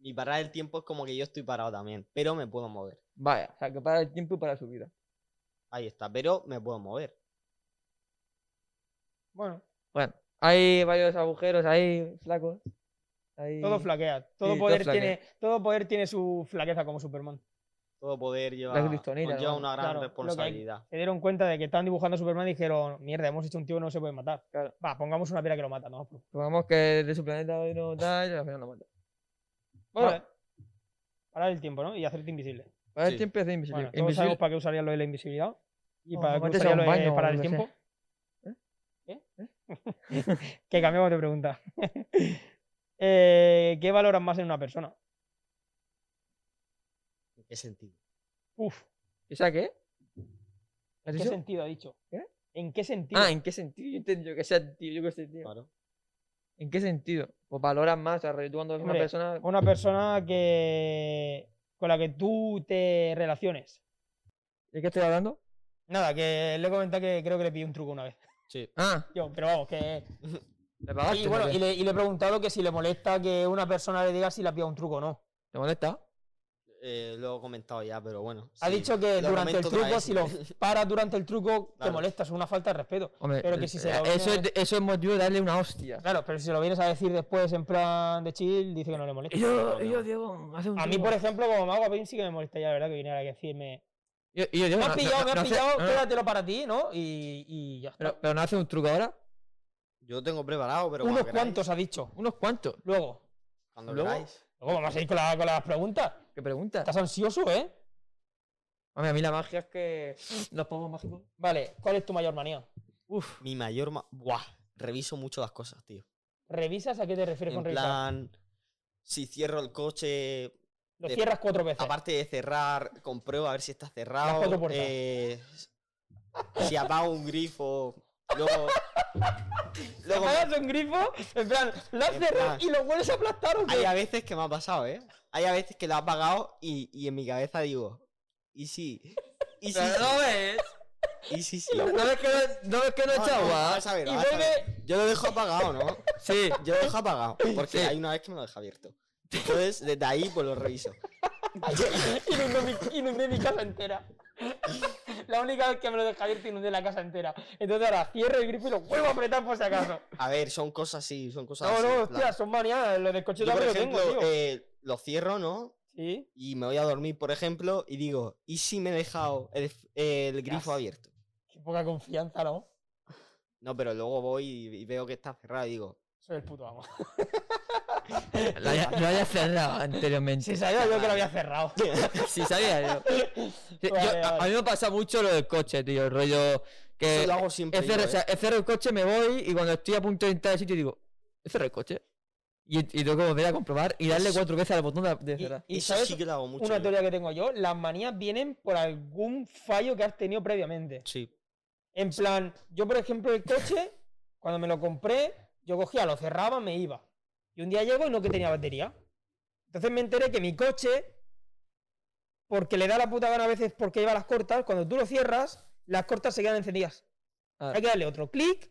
Mi parar el tiempo es como que yo estoy parado también, pero me puedo mover.
Vaya, o sea, que para el tiempo y para su vida.
Ahí está, pero me puedo mover.
Bueno,
Bueno, hay varios agujeros ahí, flacos. Ahí...
todo flaquea. Todo,
todo
poder
flaquea.
tiene, todo poder tiene su flaqueza como Superman.
Todo poder lleva,
kriptonita,
conlleva
¿no?
una gran
Claro, lo que hay-
responsabilidad.
Se dieron cuenta de que estaban dibujando a Superman y dijeron, mierda, hemos hecho un tío que no se puede matar.
Claro.
Va, pongamos una piedra que lo mata, ¿no?
Supongamos que de su planeta hoy no tal, y al final lo mata.
Bueno,
Vale.
eh, parar el tiempo, ¿no? Y hacerte invisible.
Para el
Sí.
tiempo es de invisible.
Bueno, todos
Invisible-
sabemos para qué usarían lo de la invisibilidad. Y
O
para qué
meterse a
usarían
un
lo de
baño o
parar el
lo que sea.
tiempo. ¿Qué? *laughs* que cambiamos de pregunta. *laughs* Eh, ¿Qué valoran más en una persona?
¿En qué sentido?
Uf,
¿Y sea qué? ¿Has
¿en qué
dicho?
sentido ha dicho?
¿Qué?
¿En qué sentido?
¿Eh? Ah, ¿en qué sentido? Yo entendí yo que sea tío, yo que sé, tío.
Claro.
¿En qué sentido? Pues valoras más, o sea, tú cuando ves una
Hombre,
persona.
una persona que con la que tú te relaciones.
¿De qué estoy hablando?
Nada, que le he comentado que creo que le pillé un truco una vez.
Sí.
Ah,
Yo, pero vamos, que.
me pagaste.
Y bueno,
¿no?
y le, y le he preguntado que si le molesta que una persona le diga si le ha pillado un truco o no.
¿Te molesta?
Eh, lo he comentado ya, pero bueno.
Ha
sí.
dicho que
Lo
durante el
comento otra
truco,
vez.
si lo paras durante el truco, te
Claro.
molesta, es una falta de respeto.
Hombre,
Pero que si se
eh,
lo
eso, es,
viene-
de- eso es motivo de darle una hostia.
Claro, pero si se lo vienes a decir después en plan de chill, dice que no le molesta.
Y yo,
no.
y yo, Diego, hace un.
A mí,
truco.
por ejemplo, como me hago a Pepín, sí que me molesta ya, la verdad, que viniera a decirme.
Yo- y yo, Diego,
Me has
no- no-
pillado,
no-
me has
no hace-
pillado,
no, no,
quédatelo para ti, ¿no? Y, y ya está.
Pero, pero no hace un truco ahora.
*laughs* Yo tengo preparado, pero.
Unos
cuando queráis,
cuantos ha dicho.
Unos cuantos.
Luego.
Cuando
Luego-
queráis.
Luego vamos a ir con, la- con las preguntas.
¿Qué pregunta?
Estás ansioso, ¿eh?
Hombre, a mí la magia es que. Los pomos mágicos.
Vale, ¿cuál es tu mayor manía?
Uf.
Mi mayor. ma- Buah. Reviso mucho las cosas, tío.
¿Revisas a qué te refieres
En
con revisar?
plan. Si cierro el coche,
Lo
de-
cierras cuatro veces.
Aparte de cerrar, compruebo a ver si está cerrado.
cuatro puertas.
eh, si apago un grifo.
*laughs*
Luego. luego
Apagas un grifo, en plan, lo has
En
cerrado
plan.
y lo vuelves a aplastar o qué?
hay a veces que me ha pasado, ¿eh? Hay a veces que lo he apagado y, y en mi cabeza digo. ¿Y si? ¿Y si?
Pero no ves.
¿Y si? sí?
No ves que no, no, ves que no echa
No, no,
agua.
vamos a ver,
Y
vamos a ver.
vuelve-
Yo lo dejo
*laughs*
apagado, ¿no?
Sí.
Yo lo dejo apagado. Porque
Sí.
hay una vez que me lo deja abierto. Entonces, desde ahí, pues lo reviso.
inundé, mi, inundé mi casa entera. La única vez que me lo dejé abierto inundé la casa entera. Entonces ahora cierro el grifo y lo vuelvo a apretar por si acaso.
A ver, son cosas así, son cosas
No,
así.
no,
en plan-
hostia, son manías. Lo del coche
Yo, por
también lo
ejemplo,
tengo, tío.
eh, lo cierro, ¿no?
Sí.
y me voy a dormir, por ejemplo, y digo, ¿y si me he dejado el, f- el grifo
Ya.
abierto?
Qué poca confianza, ¿no?
No, pero luego voy y, y veo que está cerrado y digo,
Soy el puto
*laughs*
amo.
Lo haya, lo haya cerrado anteriormente.
*laughs* Si sabía yo que lo había
*laughs*
cerrado.
Sí, sabía yo. Sí, yo-
Vale,
a, a
vale.
mí me pasa mucho lo del coche, tío. El rollo que.
eso lo hago
he
siempre. yo,
cerrado-
¿eh?
o sea, he cerrado el coche, me voy y cuando estoy a punto de entrar al sitio digo, he cerrado el coche. Y, y tengo que volver a comprobar y darle
Eso-
cuatro veces al botón de, de cerrar.
y
eso
sabes
sí que lo hago mucho.
Una
yo.
teoría que tengo yo, las manías vienen por algún fallo que has tenido previamente.
Sí,
En plan, yo por ejemplo el coche, cuando me lo compré, yo cogía, lo cerraba, me iba. Y un día llego y no que tenía batería. Entonces me enteré que mi coche, porque le da la puta gana a veces porque lleva las cortas, cuando tú lo cierras, las cortas se quedan encendidas.
Ah.
Hay que darle otro clic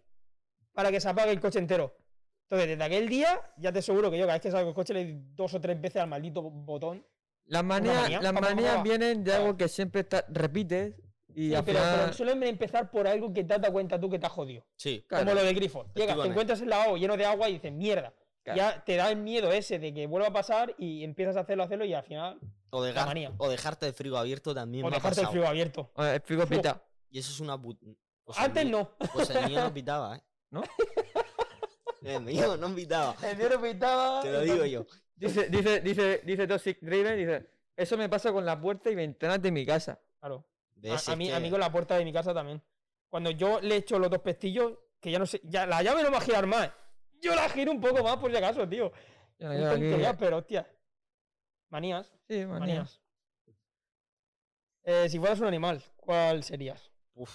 para que se apague el coche entero. Entonces, desde aquel día, ya te aseguro que yo cada vez que salgo el coche le doy dos o tres veces al maldito botón.
Las manías,
manía,
las
pa, pa, pa,
manías
pa.
vienen de
Ah.
algo que siempre está- repites y
Sí,
al
pero,
final-
pero suelen empezar por algo que te has dado cuenta tú que te has jodido.
Sí.
Claro.
Como lo de Grifo. Llegas, te
Efectivamente.
encuentras el lavabo lleno de agua y dices, mierda.
Claro.
Ya te da el miedo ese de que vuelva a pasar y empiezas a hacerlo, hacerlo y al final.
O,
La
dejar-
manía.
o dejarte el frigo abierto también.
O
me ha
dejarte el
pasado.
frío abierto.
A ver,
*laughs*
explico, pita.
Y eso es una put... pues el
Antes
mío-
no. *laughs*
Pues el mío no pitaba, ¿eh?
¿No?
*laughs* El mío no pitaba.
El dinero pintaba.
Te lo digo yo.
Dice, dice, dice, dice Toxic Driven, dice, eso me pasa con la puerta y ventanas de mi casa.
Claro.
¿Ves?
A, a
Es
mí,
que-
a mí con la puerta de mi casa también. Cuando yo le echo los dos pestillos, que ya no sé. Ya, la llave no va a girar más. Yo la giro un poco más por si acaso, tío.
Yo
Son
yo aquí-
tonterías, pero hostia. Manías.
Sí, manías.
Manías. Eh, si fueras un animal, ¿cuál serías?
Uf.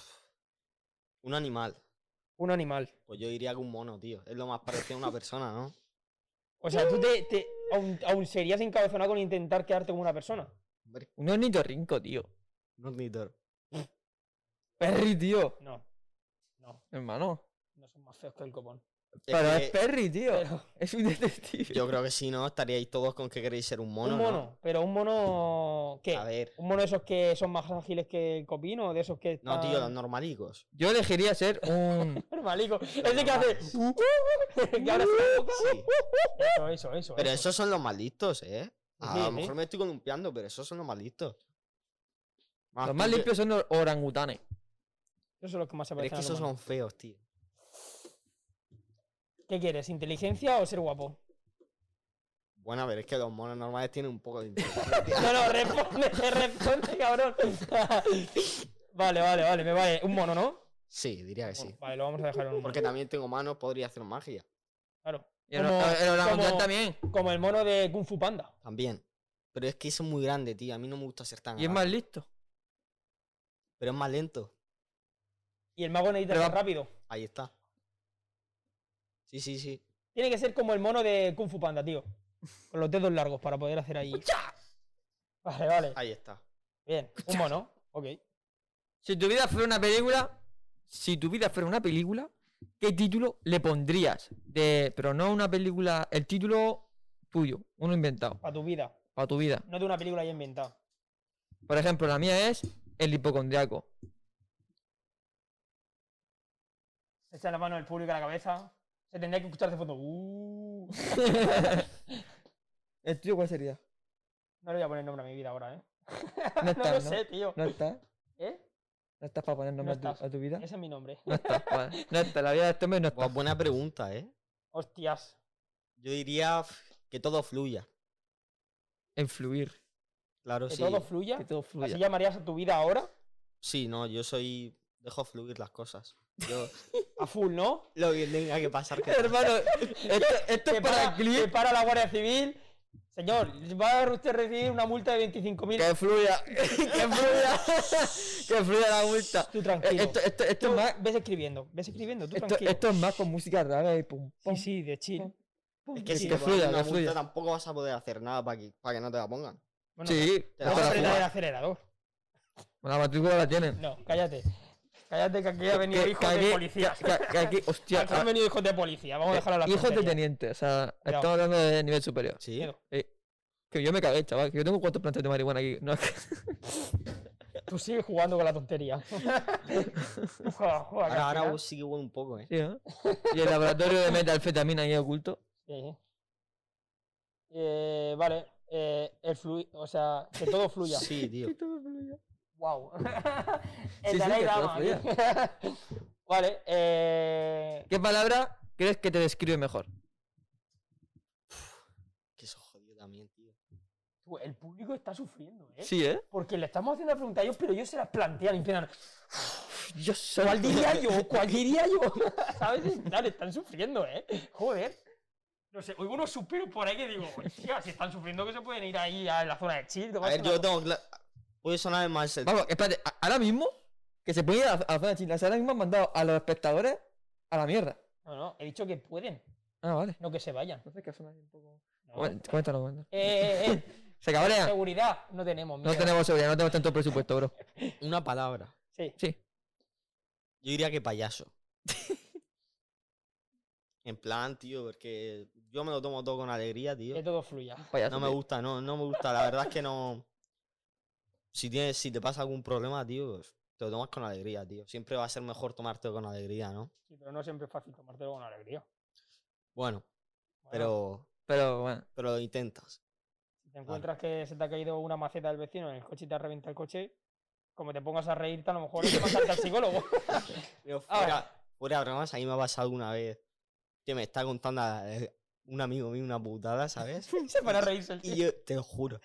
Un animal.
Un animal.
Pues yo diría que un mono, tío. Es lo más parecido a una persona, ¿no?
O sea, tú te, te- aún, aún serías encabezonado con intentar quedarte como una persona.
Hombre,
Un ornitorrinco, tío.
un ornitor.
Perry, tío.
No. No.
Hermano.
No son más feos que el copón.
Es
Pero es
que
Perry, tío.
Pero-
Es un detective.
yo creo que si no, estaríais todos con que queréis ser un mono.
un
¿no?
mono, pero un mono. ¿Qué?
A ver.
¿Un mono de esos que son más ágiles que el copín o de esos que.
No, tío, los
están- *laughs*
normalicos.
Yo elegiría ser un...
Normalico. Ese que hace. ¡Uh! *laughs* que abre así la boca.
Sí.
Eso, eso, eso.
Pero esos son los más listos, ¿eh? A
Pues Sí,
lo
sí.
mejor me estoy columpiando, pero esos son los más listos. Más
Los más
Ah, tú que-
limpios son los orangutanes.
Esos son los que más se
Pero es
parecen.
que
al
esos
humano.
son feos, tío.
¿Qué quieres? ¿Inteligencia o ser guapo?
Bueno, a ver, es que los monos normales tienen
*laughs*
un poco de
No, no, responde, *laughs* responde, cabrón. *laughs* vale, vale, vale, me vale. Un mono, ¿no?
Sí, diría que sí.
Bueno, vale, lo vamos a dejar en un
Porque
mono.
también tengo manos, podría hacer magia.
Claro.
Y el,
Como-
el orangután
como-
también.
Como el mono de Kung Fu Panda.
También. Pero es que eso es muy grande, tío. A mí no me gusta ser tan
Y es
grande.
más listo.
Pero es más lento.
Y el mago necesita
Pero
ser
va-
rápido.
Ahí está. Sí, sí, sí.
Tiene que ser como el mono de Kung Fu Panda, tío. Con los dedos largos para poder hacer ahí. *laughs* Vale, vale.
Ahí está.
Bien. Un mono. Ok.
Si tu vida fuera una película, si tu vida fuera una película, ¿qué título le pondrías? De, pero no una película, el título tuyo, uno inventado,
Para tu vida.
para tu vida.
No de una película ya inventada.
Por ejemplo, la mía es El hipocondriaco.
Se echa la mano del público a la cabeza. Se tendría que escuchar de fondo. *laughs* "Uh".
¿El tuyo cuál sería?
No le voy a poner nombre a mi vida ahora, ¿eh? *laughs*
No
No lo
estás, ¿no?
sé, tío.
No estás.
¿Eh?
No estás para poner nombre a tu-
estás.
a,
*laughs*
tu, vida.
Ese es mi nombre.
No estás, vale. No estás, la vida de este hombre no está.
Buah, buena pregunta, ¿eh?
Hostias.
Yo diría f- que todo fluya.
En fluir.
Claro,
Que
sí.
todo fluya.
Que todo
Así
fluya.
llamarías a tu vida ahora.
Sí, no, yo soy. Dejo fluir las cosas. Yo.
A full, ¿no?
Lo que tenga que pasar.
*laughs*
Que
Hermano, esto, esto es
Que
para el
para, que
clip.
para la Guardia Civil. Señor, va a usted recibir una multa de 25.000. *laughs*
Que fluya. que fluya. que fluya la vuelta.
Tú tranquilo.
Esto, esto, esto
Tú
es más.
Ves escribiendo, ves escribiendo, tú
Esto,
tranquilo.
esto es más con música rara y pum, pum.
Sí, sí, de chill.
pum,
Es que
Sí,
si
que
te ponen
fluya,
una
que
multa
fluya.
tampoco vas a poder hacer nada para que, para que no te la pongan.
Bueno,
Sí,
te
no
Vamos
te
a
la
apretar el
juegas.
acelerador.
la matrícula la tienen.
No, cállate. Cállate que aquí ha venido
Que-
hijos
que
de
aquí-
policía.
que- que aquí- hostia, eh,
Aquí han venido hijos de policía. Vamos a dejar a la
ah. Hijos de teniente, o sea,
Cuidado.
estamos hablando de nivel superior. Eh,
Sí.
Que yo me cagué, chaval, que yo tengo cuatro plantas de marihuana aquí. No, *laughs*
Tú sigues jugando con la
*laughs*
tontería. Juega, juega, que
Ahora,
al
ahora
final-
sí que huele un poco, ¿eh?
Sí, ¿no? Y el laboratorio de metalfetamina
*laughs*
ahí oculto.
Sí. Eh, vale. eh, el flu... O sea, que todo fluya.
Sí, tío.
Wow.
Sí, sí,
*laughs* el Dalai
que todo
Lama, tío. *laughs* vale, eh...
¿Qué palabra crees que te describe mejor?
Que eso jodido también, tío.
tú, el público está sufriendo, ¿eh?
Sí, ¿eh?
Porque le estamos haciendo la pregunta a ellos, pero ellos se las plantean y empiezan.
Yo
¿Cuál diría yo? ¿Cuál diría yo? *laughs* ¿Sabes? Claro, están sufriendo, ¿eh? Joder. No sé, oigo unos suspiros por ahí que digo, hostia, si están sufriendo que se pueden ir ahí a la zona de chill.
A ver, yo tengo cla- Puede sonar más el.
Vamos, espérate, a- ahora mismo, que se puede ir a la a la zona china, o sea, ahora mismo han mandado a los espectadores a la mierda.
No, no, he dicho que pueden.
Ah, vale.
No que se vayan.
Entonces, que suena ahí un poco.
No.
Bueno, Cuéntalo, cuéntalo.
Eh, eh, eh,
Se cabrea.
seguridad no tenemos.
No
mierda.
tenemos seguridad, no tenemos tanto presupuesto, bro.
Una palabra.
Sí.
Sí.
Yo diría
*laughs*
que payaso. en plan, tío, porque yo me lo tomo todo con alegría, tío.
Que todo fluya.
Payaso,
No me
tío.
gusta, no, no me gusta. La verdad es que no. Si tienes, si te pasa algún problema, tío, pues, te lo tomas con alegría, tío. Siempre va a ser mejor tomártelo con alegría, ¿no?
Sí, pero no siempre es fácil tomártelo con alegría.
Bueno,
Bueno,
pero,
Pero bueno.
pero lo intentas.
Si te encuentras que se te ha caído una maceta del vecino en el coche y te ha reventado el coche, como te pongas a reírte, a lo mejor hay que mandarte al psicólogo.
Pero
Ahora.
fuera, fuera de bromas, a mí me ha pasado una vez que me está contando a- eh, un amigo mío una
*laughs*
putada, ¿sabes?
*laughs* se para a reírse el tío.
Y yo, te lo juro.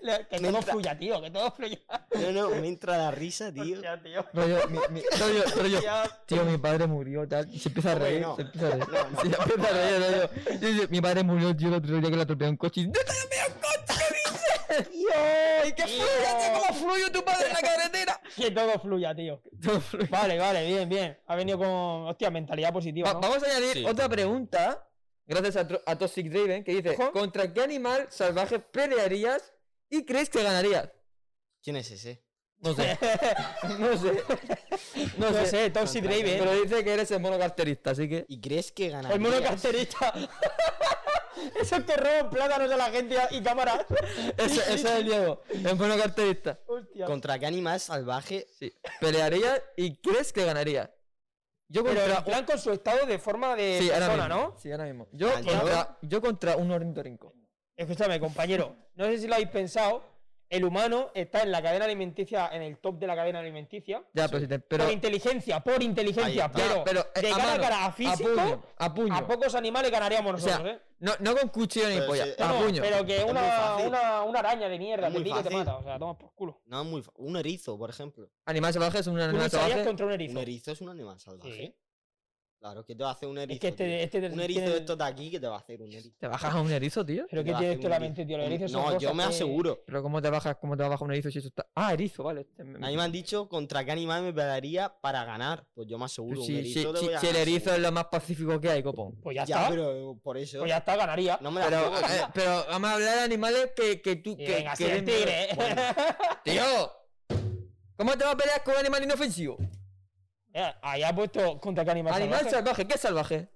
Le- Que
me
todo
entra-
fluya, tío, que todo fluya.
No, no, me entra la risa, tío.
Hostia, tío.
Rollo, mi, mi, rollo,
*laughs*
rollo,
Ya,
tío, mi padre murió, tal. y Se empieza a
Hombre,
reír,
no.
se empieza a reír.
No, no.
Se empieza a reír, rollo. Yo- yo- mi padre murió, yo el otro día que le atropelló un coche. y, ¡No te atropelló un coche! ¿Qué dices? ¡Yo! ¿Y qué fluye? ¿Cómo fluyó tu padre en la carretera?
Que todo fluya, tío.
Todo fluye.
Vale, vale, bien, bien. Ha venido con, hostia, mentalidad positiva,
Va-
¿no?
Vamos a añadir
Sí.
otra pregunta, gracias a, Tro- a Toxic Draven, que dice:
Ojo.
¿Contra qué animal salvaje pelearías y crees que ganarías?
¿Quién es ese?
No sé. *laughs* No sé.
No sé, Toxic
Toxic
Draven.
Draven.
Pero dice que eres el mono carterista, así que.
¿Y crees que ganaría?
El mono carterista. *laughs* Esos que roban plátanos a la gente y cámaras.
Ese, ese es el Diego, el mono carterista.
Hostia.
¿Contra qué animal salvaje?
Sí. Pelearías y crees que ganarías. Yo
Pero
contra.
en plan con su estado de forma de
sí, ahora
persona,
mismo.
¿no?
Sí, ahora mismo. Yo,
Al
contra, yo contra un ornitorrinco.
Escúchame, compañero. No sé si lo habéis pensado. El humano está en la cadena alimenticia, en el top de la cadena alimenticia.
Ya, pero, si te- pero,
por inteligencia, por inteligencia.
Ahí está.
Pero,
ya, pero, eh,
de
a
cara a
mano,
cara a físico, a,
puño, a puño.
pocos animales ganaríamos
sea,
nosotros, ¿eh?
No, no con cuchillo ni
Pero
polla,
sí,
a
No, no,
puño.
pero que
muy
una,
fácil.
una, una araña de mierda
Es
te
muy
pica y te
fácil.
mata. O sea, toma por culo.
No, es muy. fa- Un erizo, por ejemplo.
Animal salvaje es un
Tú
animal
lucharías
salvaje.
contra un
Un
erizo.
erizo es un animal salvaje.
Sí.
Claro, que te va a hacer un erizo.
Es que
tío.
este, este
Un erizo de estos de aquí que te va a hacer un erizo.
¿Te bajas a un erizo, tío?
Pero
te
que
va a
tiene
hacer
esto
un
la
erizo.
mente, tío. Los
Un-
erizos son
No, yo
cosas
me
que- *laughs*
aseguro.
Pero ¿cómo te bajas, cómo te bajas un erizo si eso está. Ah, erizo, vale. este me-
A mí me han dicho contra qué animal me pelearía para ganar. Pues yo me aseguro.
Pero
un
si, si-
erizo te
si-
voy a
si el
ganar
erizo es
seguro.
lo más pacífico que hay,
*laughs*
copón.
Pues ya,
Ya,
está.
pero eh, por eso.
Pues ya está, ganaría.
No me la
Pero,
juego,
eh,
tío.
pero vamos a hablar de animales que, que tú.
Y
que-
venga,
que
sí, el
den miedo.
tigre. ¿eh? *laughs*
¡Tío! ¿Cómo te vas a pelear con un animal inofensivo?
Ya, Eh, Ahí ha puesto contra qué animal.
Animal
salvaje.
salvaje, ¿qué es salvaje?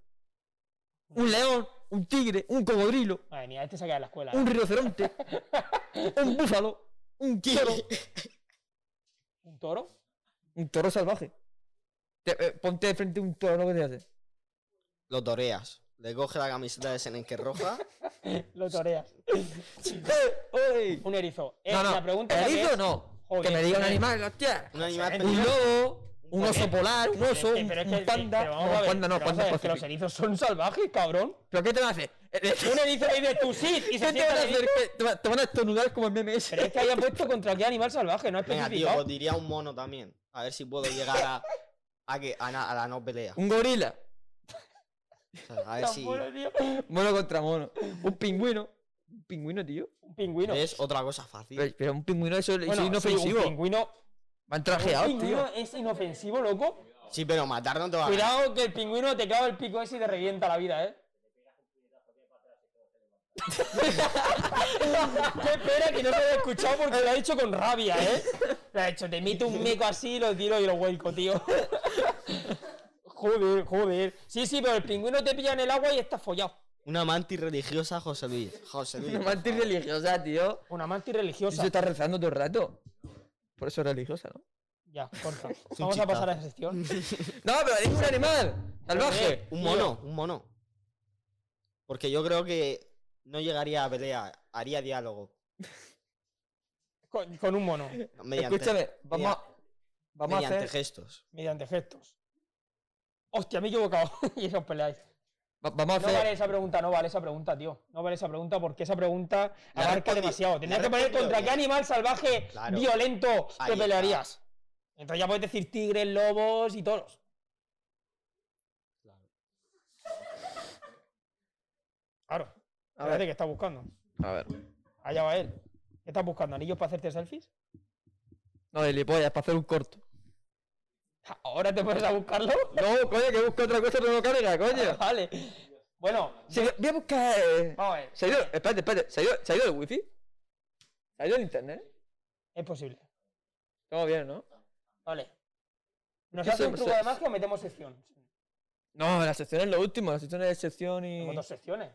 Un león, un tigre, un cocodrilo,
Madre mía, este se queda en la escuela. ¿eh? *laughs*
un rinoceronte, un búfalo, un toro. *laughs*
¿Un toro?
Un toro salvaje. Te- eh, ponte de frente a un toro, lo que te
*laughs*
hace.
Lo toreas. Le coge la camiseta de Senenque roja.
Lo toreas.
¡Eh, ¡Ey!
Un erizo. Eh,
No, no.
La pregunta es la que
¿Erizo
es-
no?
Joder,
que me diga un
eh.
animal, hostia.
Un animal
Un
peligroso.
lobo, un oso polar, un oso,
Eh,
un,
pero es
un
que-
panda.
pero vamos a
No,
ver,
panda no,
pero vamos a ver,
panda
que los
pacífico.
erizos son salvajes, cabrón.
¿Pero qué te van a hacer? Eh, eh,
Un erizo le dices tú sí y
*laughs* ¿Qué
se
te van
sienta
a
el erizo.
hacer? ¿Qué? Te va- Te van a estornudar como el meme ese.
Pero es que haya puesto contra qué animal salvaje, no ha
Venga, tío,
especificado.
os pues, diría un mono también. A ver si puedo llegar a, a, que, a, na- a la no pelea.
Un gorila.
O sea, A ver
Tan
si.
bueno, tío.
Mono contra mono. Un pingüino. Un pingüino, tío.
Un pingüino.
Es otra cosa fácil.
Pero, pero un pingüino eso eso es
Bueno, sí,
inofensivo.
un pingüino,
Van
un
trajeados,
pingüino
tío.
es inofensivo, loco.
Sí, pero matar no te va a ganar.
Cuidado que el pingüino te clava el pico ese y te revienta la vida, ¿eh? Qué pena que no se haya escuchado porque lo ha dicho con rabia, ¿eh? Lo ha hecho, te mete un meco así, lo tiro y lo vuelco, tío. joder, joder. Sí, sí, pero el pingüino te pilla en el agua y está follado.
Una mantis religiosa, José Luis. José Luis.
Una
por
mantis
favor.
religiosa, tío.
Una mantis
Y
religiosa.
se está rezando todo el rato. Por eso es religiosa, ¿no?
Ya, corta. Vamos a pasar a la sección.
No, pero es un animal. Salvaje.
Eh, Un mono, un mono. Porque yo creo que no llegaría a pelea, haría diálogo.
Con, con un mono,
Mediante,
Escúchame, vamos a, vamos a
mediante
hacer.
gestos.
mediante gestos. Hostia, me he equivocado. *laughs* y eso os peleáis.
va- Vamos a
No vale
hacer.
esa pregunta, no vale esa pregunta, tío. No vale esa pregunta porque esa pregunta
La
abarca
respondió,
demasiado.
la
Tendrías que poner
respondió
contra qué
bien.
animal salvaje
Claro.
violento
Ahí
te
está.
pelearías. Entonces ya puedes decir tigres, lobos y toros. Claro.
A
Espérate
ver.
que estás buscando.
A ver.
Allá va él. ¿Qué estás buscando? ¿Anillos para hacerte selfies?
No, gilipollas, para hacer un corto.
¿Ahora te pones a buscarlo?
*laughs*
No, coño, que busca otra cosa, no lo carga, coño.
*laughs* Vale. Bueno,
Se- voy a buscar. eh,
vamos a ver.
¿Se ha ido? Espérate, espérate. ¿Se ha ido, se ha ido el wifi? ¿Se ha ido el internet?
Es posible.
Estamos bien, ¿no?
Vale. ¿Nos
que
hace
se-
pues
un truco
se-
de magia o metemos sección?
No, la sección es lo último. La sección es de sección y.
Tenemos dos secciones.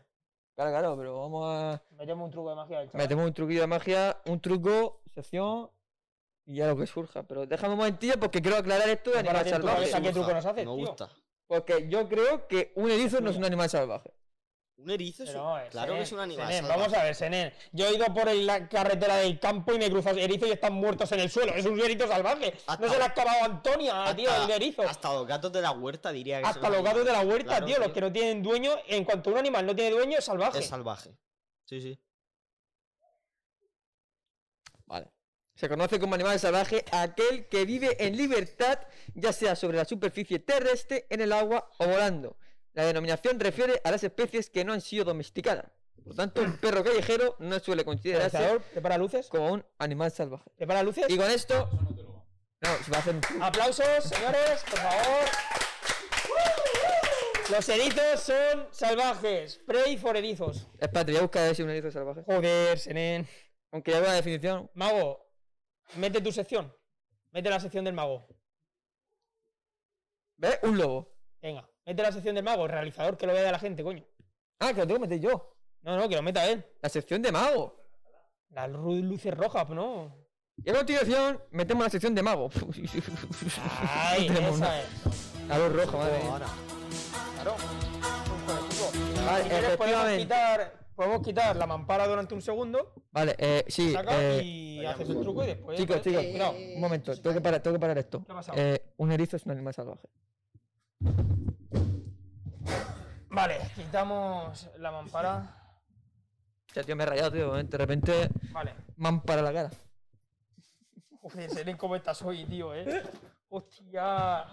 Claro, claro, pero vamos a.
Metemos un truco de magia al chaval.
Metemos un truquillo de magia, un truco, sección y ya lo que surja. Pero déjame un momentillo porque quiero aclarar esto de
Prepárate
animal
el truco,
salvaje.
Alexa, ¿qué truco
Gusta,
nos haces,
Me
tío?
gusta.
Porque yo creo que un erizo no es un animal salvaje.
¿Un erizo? es
Pero
un-
vamos a ver,
claro que
Senen,
es un animal.
Senen,
salvaje.
vamos a ver, Senen. Yo he ido por el- la carretera del campo y me he cruzado erizos y están muertos en el suelo. Es un erizo salvaje.
Hasta-
no se la ha acabado Antonia, tío, el erizo. Hasta,
Hasta los gatos de la huerta diría que son
los gatos de la huerta,
Claro,
tío, Los
tío.
que no tienen dueño, en cuanto un animal no tiene dueño, es salvaje.
Es salvaje. Sí, sí.
Vale. Se conoce como animal salvaje a aquel que vive en libertad, ya sea sobre la superficie terrestre, en el agua o volando. La denominación refiere a las especies que no han sido domesticadas. Por tanto, el perro callejero no suele considerarse
Realizador, ¿Prepara luces?
como un animal salvaje.
¿Prepara luces?
Y con esto. No, se va a hacer un truco.
Aplausos, señores, por favor. Los erizos son salvajes. Pray for erizos.
Espérate, voy a buscar a ver si es un erizo salvaje.
Joder, Senen.
Aunque ya veo la definición.
Mago, mete tu sección. Mete la sección del mago.
¿Ves? Un lobo.
Venga, mete la sección del mago, realizador, que lo vea la gente, coño.
Ah, que lo tengo que meter yo.
No, no, que lo meta él.
La sección de mago.
Las ru- luces rojas, ¿no?
Y a continuación, metemos la sección de mago. *laughs*
Ay,
No tenemos
esa
nada.
es.
A luz roja, madre mía.
Ahora.
Claro.
Vale,
Si quieres, podemos
efectivamente.
quitar, podemos quitar la mampara durante un segundo,
Vale, eh, sí.
saca
eh,
y haces el truco y después.
Chicos, chicos,
eh,
cuidado,
eh,
un momento,
no se
tengo que,
calla.
parar, tengo que parar esto.
¿Qué ha pasado?
Eh, un erizo es un animal salvaje.
Vale, quitamos la mampara.
O sea, tío, me he rayado, tío. De repente,
Vale.
man para la cara.
Joder, Seren, cómo estás hoy, tío, eh. Hostia.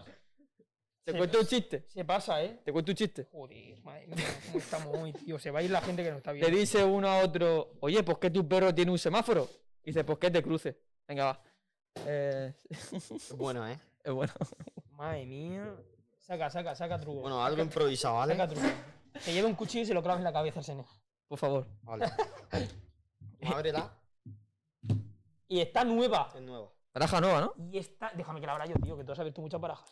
Te
Se-
cuento un chiste.
Se pasa, eh.
Te cuento un chiste.
Joder, madre mía, cómo estamos hoy, tío. Se va a ir la gente que nos está
Le
viendo.
dice uno a otro, oye, ¿por qué tu perro tiene un semáforo? Y dice, pues que te cruce. Venga, va. Eh, *laughs*
Es bueno, ¿eh?
es bueno.
Madre mía. Saca, saca, saca truco.
Bueno, ¿eh? algo improvisado,
saca
¿vale?
truco. Te lleve un cuchillo y se lo clavas en la cabeza, Sene.
Por favor.
*laughs*
Vale. Ábrela.
Y está nueva.
Es nueva.
Baraja nueva, ¿no?
Y está. Déjame que la abra yo, tío, que tú has abierto muchas barajas.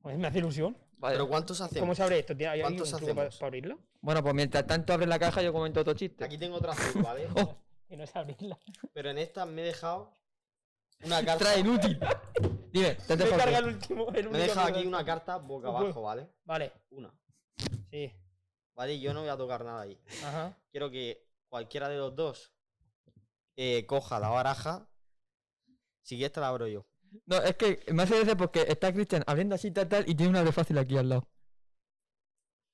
Joder, me hace ilusión.
Vale.
¿Pero cuántos
¿Cómo
hacemos?
se abre esto? ¿Tiene, ¿Hay ahí
¿Cuántos
un truco para,
hacemos?
abrirlo?
Bueno, pues mientras tanto abres la caja, yo comento otro chiste.
Aquí tengo otra azul, ¿vale?
Oh,
Que no sé abrirla.
Pero en esta me he dejado una carta.
trae inútil. Dime, te has
*laughs* Me
dejado
carga
qué.
el último. El
Me he
único que-
dejado aquí una carta boca
Ojo.
abajo, ¿vale?
Vale,
Una.
sí.
¿Vale? Yo no voy a tocar nada ahí.
Ajá.
Quiero que cualquiera de los dos eh, coja la baraja. Si quieres te la abro yo.
No, es que me hace gracia porque está Cristian abriendo así tal, tal y tiene una abre fácil aquí al lado.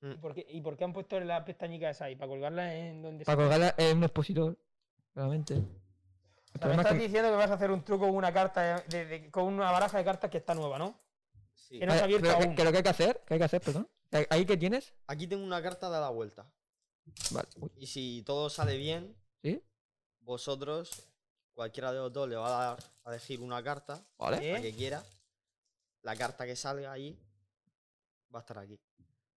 ¿Y por, qué, ¿Y por qué han puesto la pestañica esa ahí? ¿Para colgarla en donde
Para colgarla en un expositor, claramente. El
O sea, me
problema es
estás
que-
diciendo que vas a hacer un truco con una carta eh, de- de- de- con una baraja de cartas que está nueva, ¿no?
Sí.
Que no se ha
Vale,
abierto
pero que-
aún.
que lo que hay que hacer, que hay que hacer, perdón. Eh, ¿Ahí qué tienes?
Aquí tengo una carta dada vuelta.
Vale. uy,
Y si todo sale bien,
¿Sí?
vosotros, cualquiera de los dos, le va a dar a elegir una carta,
Vale.
la
¿Eh?
que quiera. La carta que salga ahí va a estar aquí.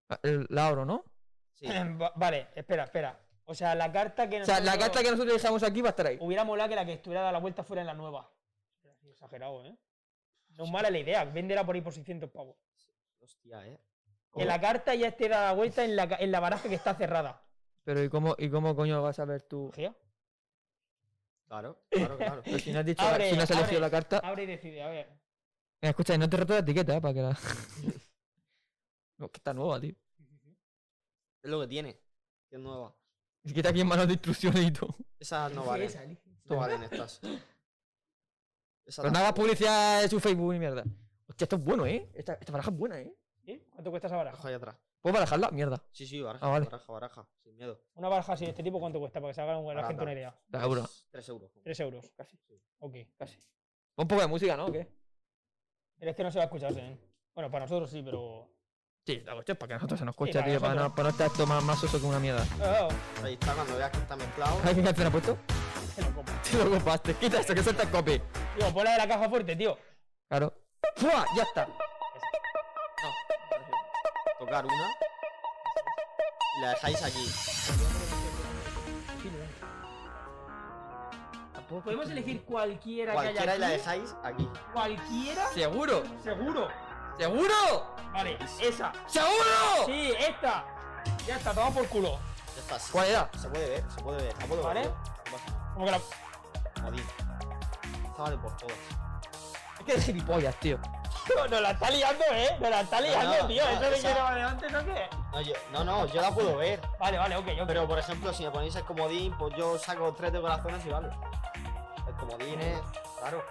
Ah, el- La oro, ¿no?
*laughs*
Sí.
Va- vale, espera, espera. O sea, la carta que
O sea, la
nosotros-
carta que nosotros dejamos aquí va a estar ahí.
Hubiera molado que la que estuviera dada la vuelta fuera en la nueva. Exagerado, ¿eh? No es mala la idea, véndela por ahí por 600 pavos.
Hostia, eh.
Que la carta ya esté dada vuelta en la, ca- en la baraja que está cerrada.
Pero ¿y cómo, y cómo coño vas a ver tú?
Ojea.
Claro, claro,
*laughs*
claro.
Pero si no has dicho, la-
Abre,
si no has elegido
abre.
la carta.
Abre y decide, a ver.
Mira, escucha, y no te reto la etiqueta, ¿eh? Para que
*laughs*
la. no, que está nueva, tío.
Es lo que tiene. Que es nueva.
Es que está aquí en manos de instrucciones y todo.
Esas no
Elige
valen.
esa, elige.
No valen estas. Esa
Pero no hagas publicidad en su Facebook y mierda. Hostia, esto es bueno, ¿eh? Esta, esta baraja es buena, ¿eh?
¿Sí? ¿Cuánto cuesta esa baraja?
Baraja ahí atrás.
¿Puedo barajarla? Mierda.
Sí, sí, baraja,
Ah, vale.
baraja, baraja. Sin miedo.
Una baraja así de este tipo, ¿cuánto cuesta? Para que se haga la
Barata.
gente una idea.
La euro.
Tres- Tres euros.
3 euros.
Casi.
Ok.
Casi. Pon Un poco de música, ¿no? ¿O qué?
Pero es que no se va a escuchar, ¿eh? Bueno, para nosotros sí, pero.
Sí, la cuestión es para que a nosotros se nos escuche,
para
tío. Para no,
nosotros.
para no estar esto más, más soso que
*laughs*
una mierda.
Ah, ah,
Ahí está, cuando veas que está mezclado.
¿Sabes qué canción ha puesto?
se lo como.
*laughs* Te lo compraste. Quita eso, que suelta el copy.
Tío, ponla de la caja fuerte, tío.
Claro. ¡Fua! Ya está.
*laughs*
Tocar una. y la dejáis aquí.
Podemos elegir cualquiera,
Cualquiera y
que haya
la
aquí.
dejáis aquí.
Cualquiera,
¿Seguro?
seguro.
¿Seguro?
Vale, esa.
¡Seguro!
Sí, esta. Ya está, toma por culo.
Ya está, sí.
¿Cuál era?
Se puede ver, se puede ver. Se puede
¿Vale?
ver. No pasa nada.
Como que *laughs* la...
Jodín. Esta vale por todas.
Es que eres gilipollas, tío.
Nos la está liando, ¿eh? Nos la está
No,
liando,
no,
tío.
no,
Eso de que
esa-
no va adelante, ¿no qué?
No, yo, no, no, yo la puedo ver.
Vale, vale, ok, ok.
Pero por ejemplo, si me ponéis el comodín, pues yo saco tres de corazones y vale. El comodín es. Claro.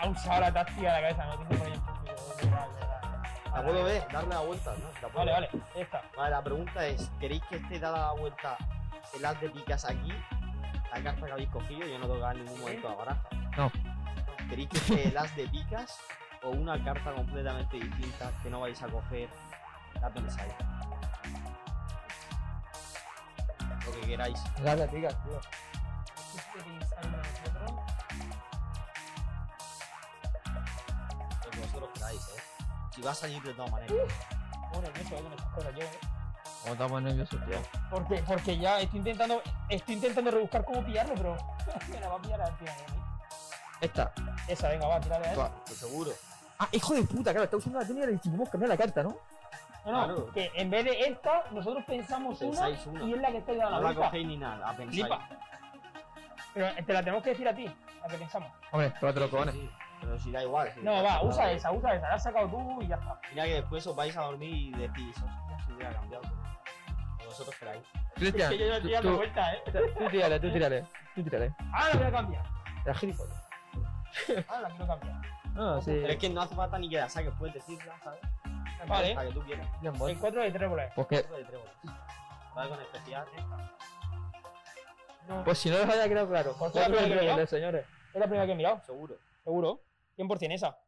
Ha usado la táctica de la cabeza, no tiene por el público. Vale,
La puedo ver, darle la vuelta, ¿no? La puedo
Vale,
ver.
vale, esta.
Vale, la pregunta es, ¿queréis que esté dada la vuelta el as de picas aquí? La carta que habéis cogido, yo no toca en ningún momento la baraja.
No.
¿Queréis que esté el as de picas o una carta completamente distinta que no vais a coger? La pensáis. Lo que queráis.
Gracias, tío.
Lo que vosotros queráis, ¿eh? Si va a salir de todas maneras.
Bueno, eso, con estas cosas yo, ¿eh?
¿Cómo estamos nerviosos, tío?
Porque, porque ya estoy intentando, estoy intentando rebuscar cómo pillarlo, pero *laughs* me la va a pillar al final. ¿eh?
Esta.
Esa, venga, va, tírale a él.
Pues seguro.
Ah, hijo de puta, claro, está usando la técnica de que podemos cambiar la carta, ¿no?
No, no,
claro.
que en vez de esta, nosotros pensamos una,
Pensáis una.
y es la que estáis dando
No
la
la
vuelta.
cogéis ni nada, la pensáis.
Flipa. Pero te la tenemos que decir a ti, la que pensamos.
Hombre, espérate los cojones.
Sí, Pero si da igual. si
No,
está
va,
sacado
usa
de-
esa, usa esa, la has sacado tú y ya está.
Mira que después os vais a dormir y decís, hostia, si hubiera cambiado. Como vosotros queráis.
Cristian,
Es que yo ya
tú,
estoy dando
tú-
vuelta, ¿eh?
tú tírale, tú tírale, tú tírale.
Ahora la quiero cambiar,
Era gilipollas.
ahora la quiero cambiar.
No, sí.
Pero es que no hace falta ni que la saques, puedes decirla, ¿sabes?
Vale,
La que tú quieras.
Bien, Pues
el
bueno.
4 de tréboles.
Porque,
Otro de tréboles. Vale, con especial. ¿eh?
No,
pues si no les haya quedado claro,
Pues
cuatro
claro,
tréboles, señores.
es la primera que he mirado,
Seguro.
seguro. 100% esa.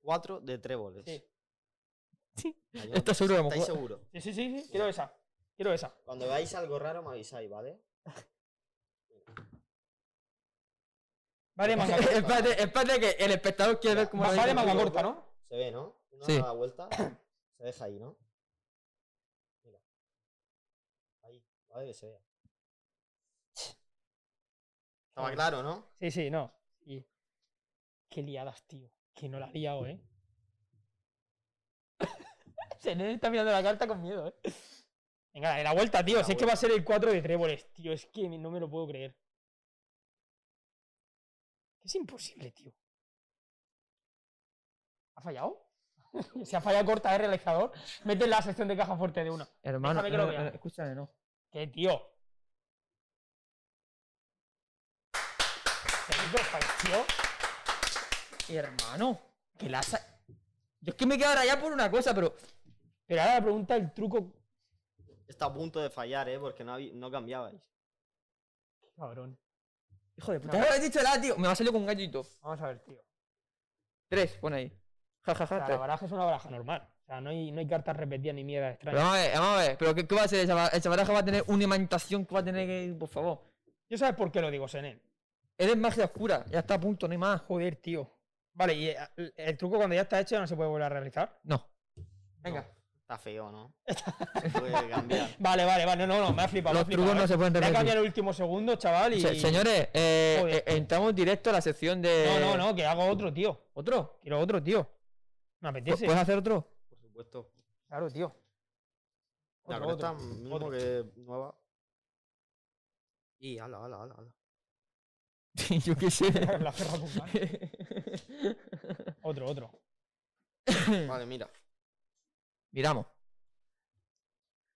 Cuatro de tréboles.
Sí.
Ayúdame.
Esto seguro que hemos
¿Estáis
jugado.
seguros?
Sí, sí, sí, sí, quiero esa. Quiero esa.
Cuando veáis algo raro me avisáis, ¿vale?
Vale,
*laughs*
manga.
*laughs*
Espérate, espérate que el espectador quiere ver cómo
Va-
lo
Vale,
veis.
manga
manga
corta,
corta, ¿no?
Se ve, ¿no? Uno
Sí.
da la vuelta, se deja ahí, ¿no? Mira. Ahí, vale que se vea. Estaba claro, ¿no?
Sí, sí, no. Sí. Qué liadas, tío. Que no la has liado, ¿eh? Se nene está mirando la carta con miedo, ¿eh? Venga, dale la vuelta, tío.
La
si es que va a ser el 4 de tréboles, tío. Es que no me lo puedo creer. Es imposible, tío. ¿Ha fallado? *laughs* si ha fallado corta el realizador, mete la sección de caja fuerte de una.
Hermano,
Déjame que lo
no,
vea.
no, escúchame, no.
¿Qué, tío? ¿Qué dices, tío?
Hermano, que la sa- Yo es que me quedo ya por una cosa, pero.
Pero ahora la pregunta el truco.
Está a punto de fallar, ¿eh? Porque no, habí- no cambiabais.
Cabrón.
Hijo de puta. No, habéis dicho la, tío. Me va a salir con un gallito.
Vamos a ver, tío.
Tres, pone ahí. Ja, ja,
O
ja.
sea, la
tres.
baraja es una baraja normal. O sea, no hay, no hay cartas repetidas ni mierda
Pero
extraña.
vamos a ver, vamos a ver. Pero ¿qué, qué va a ser esa baraja? Esa baraja va a tener una imantación que va a tener que ir, por favor.
Yo sabes por qué lo digo, Senen.
Eres magia oscura. Ya está, punto, no hay más.
Joder, tío. Vale, y eh, el, el truco cuando ya está hecho ya no se puede volver a realizar.
No.
Venga.
No, está feo,
*laughs*
¿no? Se puede cambiar.
Vale, vale, vale. No, no, no, me ha flipado.
Los trucos no se pueden
Me ha
repetir.
cambiado el último segundo, chaval. ¿eh? Y...
Se- señores, eh,
Joder.
eh, entramos directo a la sección de.
No, no, no, que hago otro, tío.
¿Otro?
Quiero otro, tío. Me
¿Pu-
apetece.
¿Puedes hacer otro?
Por supuesto.
pues,
Claro, tío.
La
Otro,
cresta
otro,
mínimo
otro.
que nueva. Y ala, ala, ala, ala.
Yo qué sé.
*laughs* La perra con ganas. Otro, otro.
Vale, mira.
*laughs* Miramos.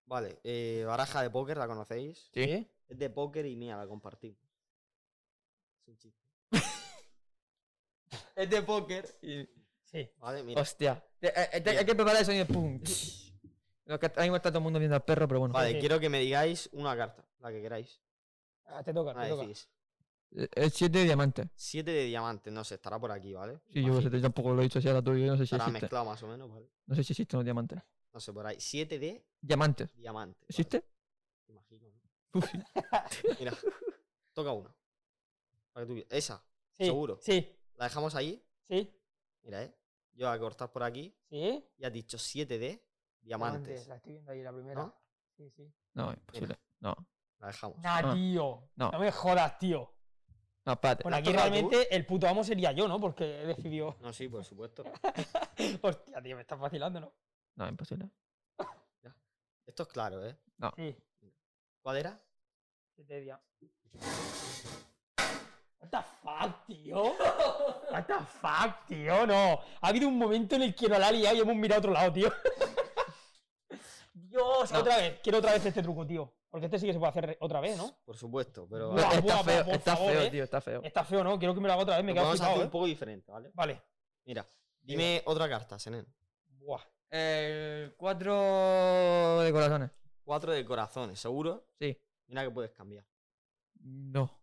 Vale, eh, baraja de póker, ¿la conocéis?
¿Sí?
Es de póker y mía, la compartimos. Es un chiste.
*laughs* Es de póker. y-
Sí.
Vale, mira.
Hostia. Eh, eh, eh,
Bien.
hay que preparar el sonido. Pum. Lo que ahora mismo está todo el mundo viendo al perro, pero bueno.
Vale,
sí.
quiero que me digáis una carta, la que queráis.
Ah, te toca,
Me
te
la
toca.
decís.
Eh, El 7 de diamante.
Siete de diamantes, no sé, estará por aquí, ¿vale?
Sí, yo,
Imagino.
yo tampoco lo he dicho así a la tuya. Yo no sé si
Estará
existe.
mezclado más o menos, ¿vale?
No sé si existen los diamantes.
No sé, por ahí. Siete de
¿Diamantes?
diamantes. ¿vale?
¿Existe?
Imagino, ¿no?
Uf, sí.
*laughs* Mira, toca una. Para que tú... vi- Esa,
Sí,
Seguro.
Sí,
la dejamos ahí.
sí,
Mira, ¿eh? Yo voy a cortar por aquí
sí.
y has dicho 7 de diamantes.
La estoy viendo ahí, la primera.
¿no?
Sí, sí.
No, imposible. No,
La dejamos.
Nah,
Ah,
tío.
no.
No. me jodas, tío.
no, espérate.
Bueno,
has
aquí
tocado tú?
realmente el puto amo sería yo, ¿no? Porque he decidido. *laughs*
No, sí, por supuesto.
Hostia, tío, me estás vacilando, ¿no?
No, imposible.
Esto es claro, ¿eh?
Sí.
¿Cuál era?
¿Qué te diría? What the fuck, tío. *laughs* What the fuck, tío. No. Ha habido un momento en el que no la ha liado y hemos mirado a otro lado, tío. *laughs* Dios,
No.
otra vez. Quiero otra vez este truco, tío. Porque este sí que se puede hacer re- otra vez, ¿no?
Por supuesto, pero.
Buah,
está
buah,
feo,
por
está
favor,
feo,
eh.
tío, está feo.
Está feo, ¿no? Quiero que me lo haga otra vez. Me
lo
quedo
vamos a hacer
flipado,
un
¿eh?
poco diferente, ¿vale?
Vale.
Mira, dime otra carta, Senen.
Buah.
El cuatro de corazones.
Cuatro de corazones, ¿seguro?
Sí.
Mira que puedes cambiar.
No.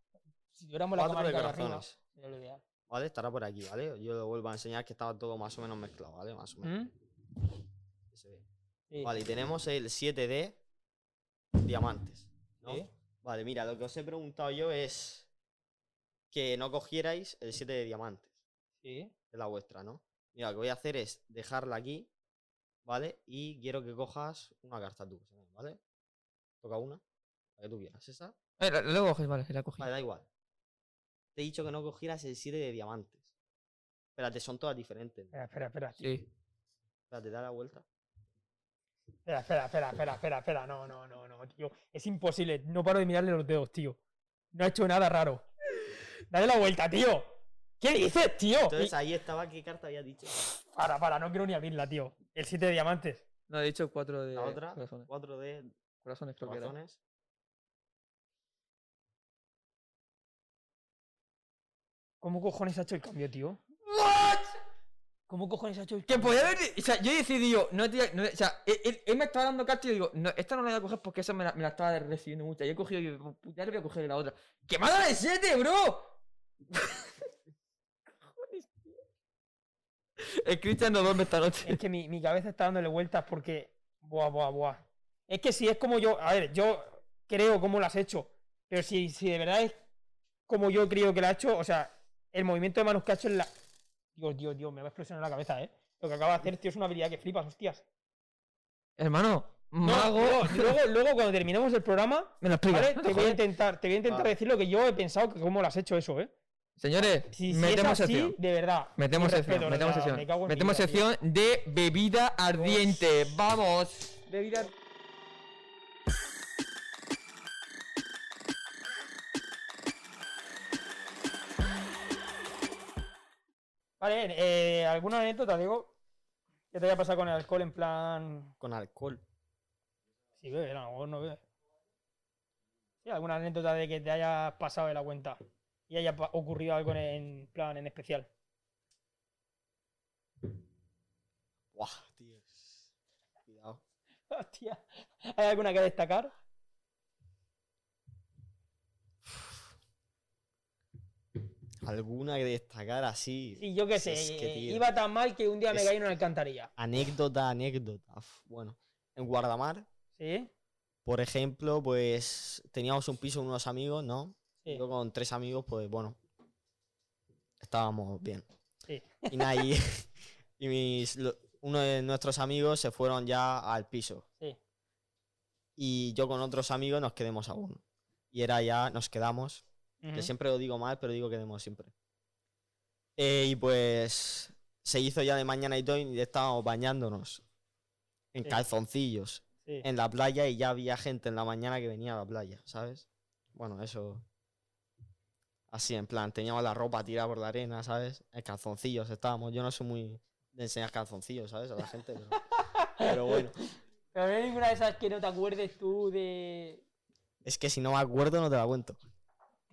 Si tuviéramos la
Cuatro
cámara
de
de arriba,
corazones.
sería lo ideal.
¿Vale? Estará por aquí, ¿vale? Yo lo vuelvo a enseñar que estaba todo más o menos mezclado, ¿vale? Más o menos.
¿Mm?
que se ve.
Sí.
Vale, y tenemos el 7 de diamantes. ¿no?
Sí.
Vale, mira, lo que os he preguntado yo es que no cogierais el 7 de diamantes.
Sí.
Es la vuestra, ¿no? Mira, lo que voy a hacer es dejarla aquí, ¿vale? Y quiero que cojas una carta tú, ¿vale? Toca una, la que tú quieras, esa.
Eh, la- luego coges, vale, la cogí.
Vale, da igual. Te he dicho que no cogieras el 7 de diamantes. Espérate, son todas diferentes. ¿no?
Espera, espera, espera.
Sí.
Espérate, da la vuelta.
Espera, espera, espera, espera, espera, espera. No, no, no, no, tío. Es imposible. No paro de mirarle los dedos, tío. No ha hecho nada raro. Dale la vuelta, tío. ¿Qué dices, tío?
Entonces
Oh, Y-
ahí estaba qué carta había dicho.
Para, para, no quiero ni abrirla, tío. El 7 de diamantes.
No, he dicho cuatro de
La otra,
corazones.
4 de
Corazones creo que era.
corazones.
¿Cómo cojones ha hecho el cambio, tío? ¿Cómo cojones ha hecho el
Que
cambio?
podía haber. O sea, yo decidí yo, no te- no- o sea, él, él- él me estaba dando cartas y yo digo, no, esta no la voy a coger porque esa me la, me la estaba recibiendo mucha. Yo he cogido y digo, "Pues, ya le voy a coger la otra. ¡Que me ha dado el 7, bro! *laughs* Cojones, tío. El Cristian no duerme esta noche.
Es que mi, mi cabeza está dándole vueltas porque. Buah, buah, buah. Es que si es como yo. A ver, yo creo cómo lo has hecho. Pero si, si de verdad es como yo creo que lo ha hecho, o sea, el movimiento de manos que ha hecho en la. Dios, Dios, Dios, me va a explosionar la cabeza, ¿eh? Lo que acaba de hacer, tío, es una habilidad que flipas, hostias.
Hermano,
No,
mago.
luego- luego, luego, cuando terminemos el programa,
Me lo explica.
¿vale?
no te
te, voy a
jodas.
intentar, te voy a intentar
Vale.
decir lo que yo he pensado que cómo lo has hecho eso, ¿eh?
Señores,
Si, si
metemos
es así,
sección.
de verdad. mi
Metemos
respeto,
sección,
no,
metemos
no,
sección.
me cago en mi
metemos
vida, tío.
sección de bebida ardiente. Vamos.
Bebida- Vale, eh, ¿alguna anécdota, Diego? ¿Qué te haya pasado con el alcohol en plan...
Con alcohol.
Si bebe, no, o no bebe. Sí, ¿Alguna anécdota de que te hayas pasado de la cuenta y haya pa- ocurrido algo en, en plan en especial? *laughs*
Buah, tío. Cuidado.
Hostia, ¿hay alguna que destacar?
Alguna que destacar así.
Sí, yo qué sé,
Pues Es que,
eh,
tío.
iba tan mal que un día me
Es
caí en una alcantarilla.
Anécdota, anécdota. Uf, Bueno, en Guardamar,
¿Sí?
por ejemplo, pues teníamos un piso con unos amigos, ¿no?
Sí.
Yo con tres amigos, pues bueno, estábamos bien.
Sí.
Y nada, y, *laughs* y mis, lo- uno de nuestros amigos se fueron ya al piso.
Sí.
Y yo con otros amigos nos quedamos aún. Y era ya, nos quedamos.
Ujú.
que siempre lo digo mal, pero digo que demos siempre. Eh, y pues se hizo ya de mañana y todo y estábamos bañándonos en
Sí.
calzoncillos
Sí.
en la playa y ya había gente en la mañana que venía a la playa, ¿sabes? Bueno, eso. Así, en plan, teníamos la ropa tirada por la arena, ¿sabes? En calzoncillos estábamos. Yo no soy muy de enseñar calzoncillos, ¿sabes? A la gente, pero, pero bueno.
Pero no hay ninguna de esas que no te acuerdes tú de.
Es que si no me acuerdo, no te la cuento.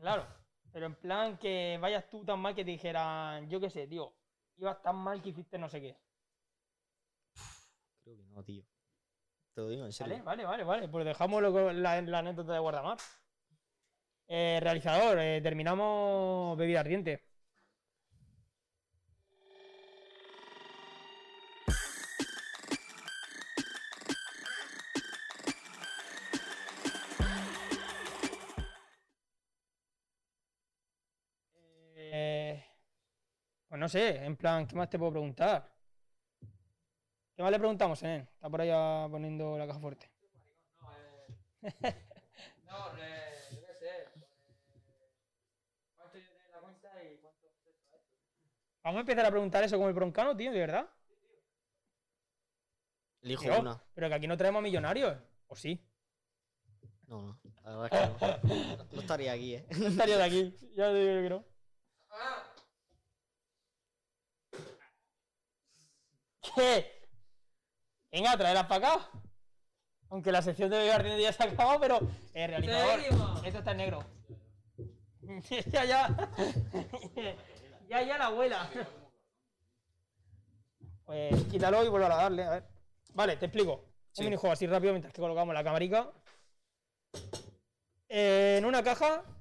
Claro. Pero en plan que vayas tú tan mal que te dijeran, yo qué sé, tío, ibas tan mal que hiciste no sé qué.
Creo que no, tío. Te lo digo en serio.
Vale, vale, vale, vale. Pues dejamos lo que- la, la anécdota de Guardamar. Eh, realizador, eh, terminamos bebida ardiente. Eh, pues no sé, en plan, ¿qué más te puedo preguntar? ¿Qué más le preguntamos, Nen? Está por allá poniendo la caja fuerte.
*laughs* No, eh, yo qué sé. ¿Cuánto yo tengo en la cuenta y cuánto
Vamos a empezar a preguntar eso como el broncano, tío, de verdad.
Elijo
Tío,
una.
Pero que aquí no traemos millonarios. ¿O sí?
No, no. La verdad es que no. No estaría aquí, ¿eh?
*laughs* No estaría de aquí. Ya te digo yo que no. ¿Qué? Venga, traerlas para acá. Aunque la sección de jardines ya se ha acabado, pero el realizador.
Seguimos.
Esto está en negro. *laughs* ya, ya. ya, ya la abuela. Pues quítalo y vuelvo a darle, a ver. Vale, te explico.
Sí.
Un minijuego así rápido mientras que colocamos la camarica. Eh, en una caja.
*laughs*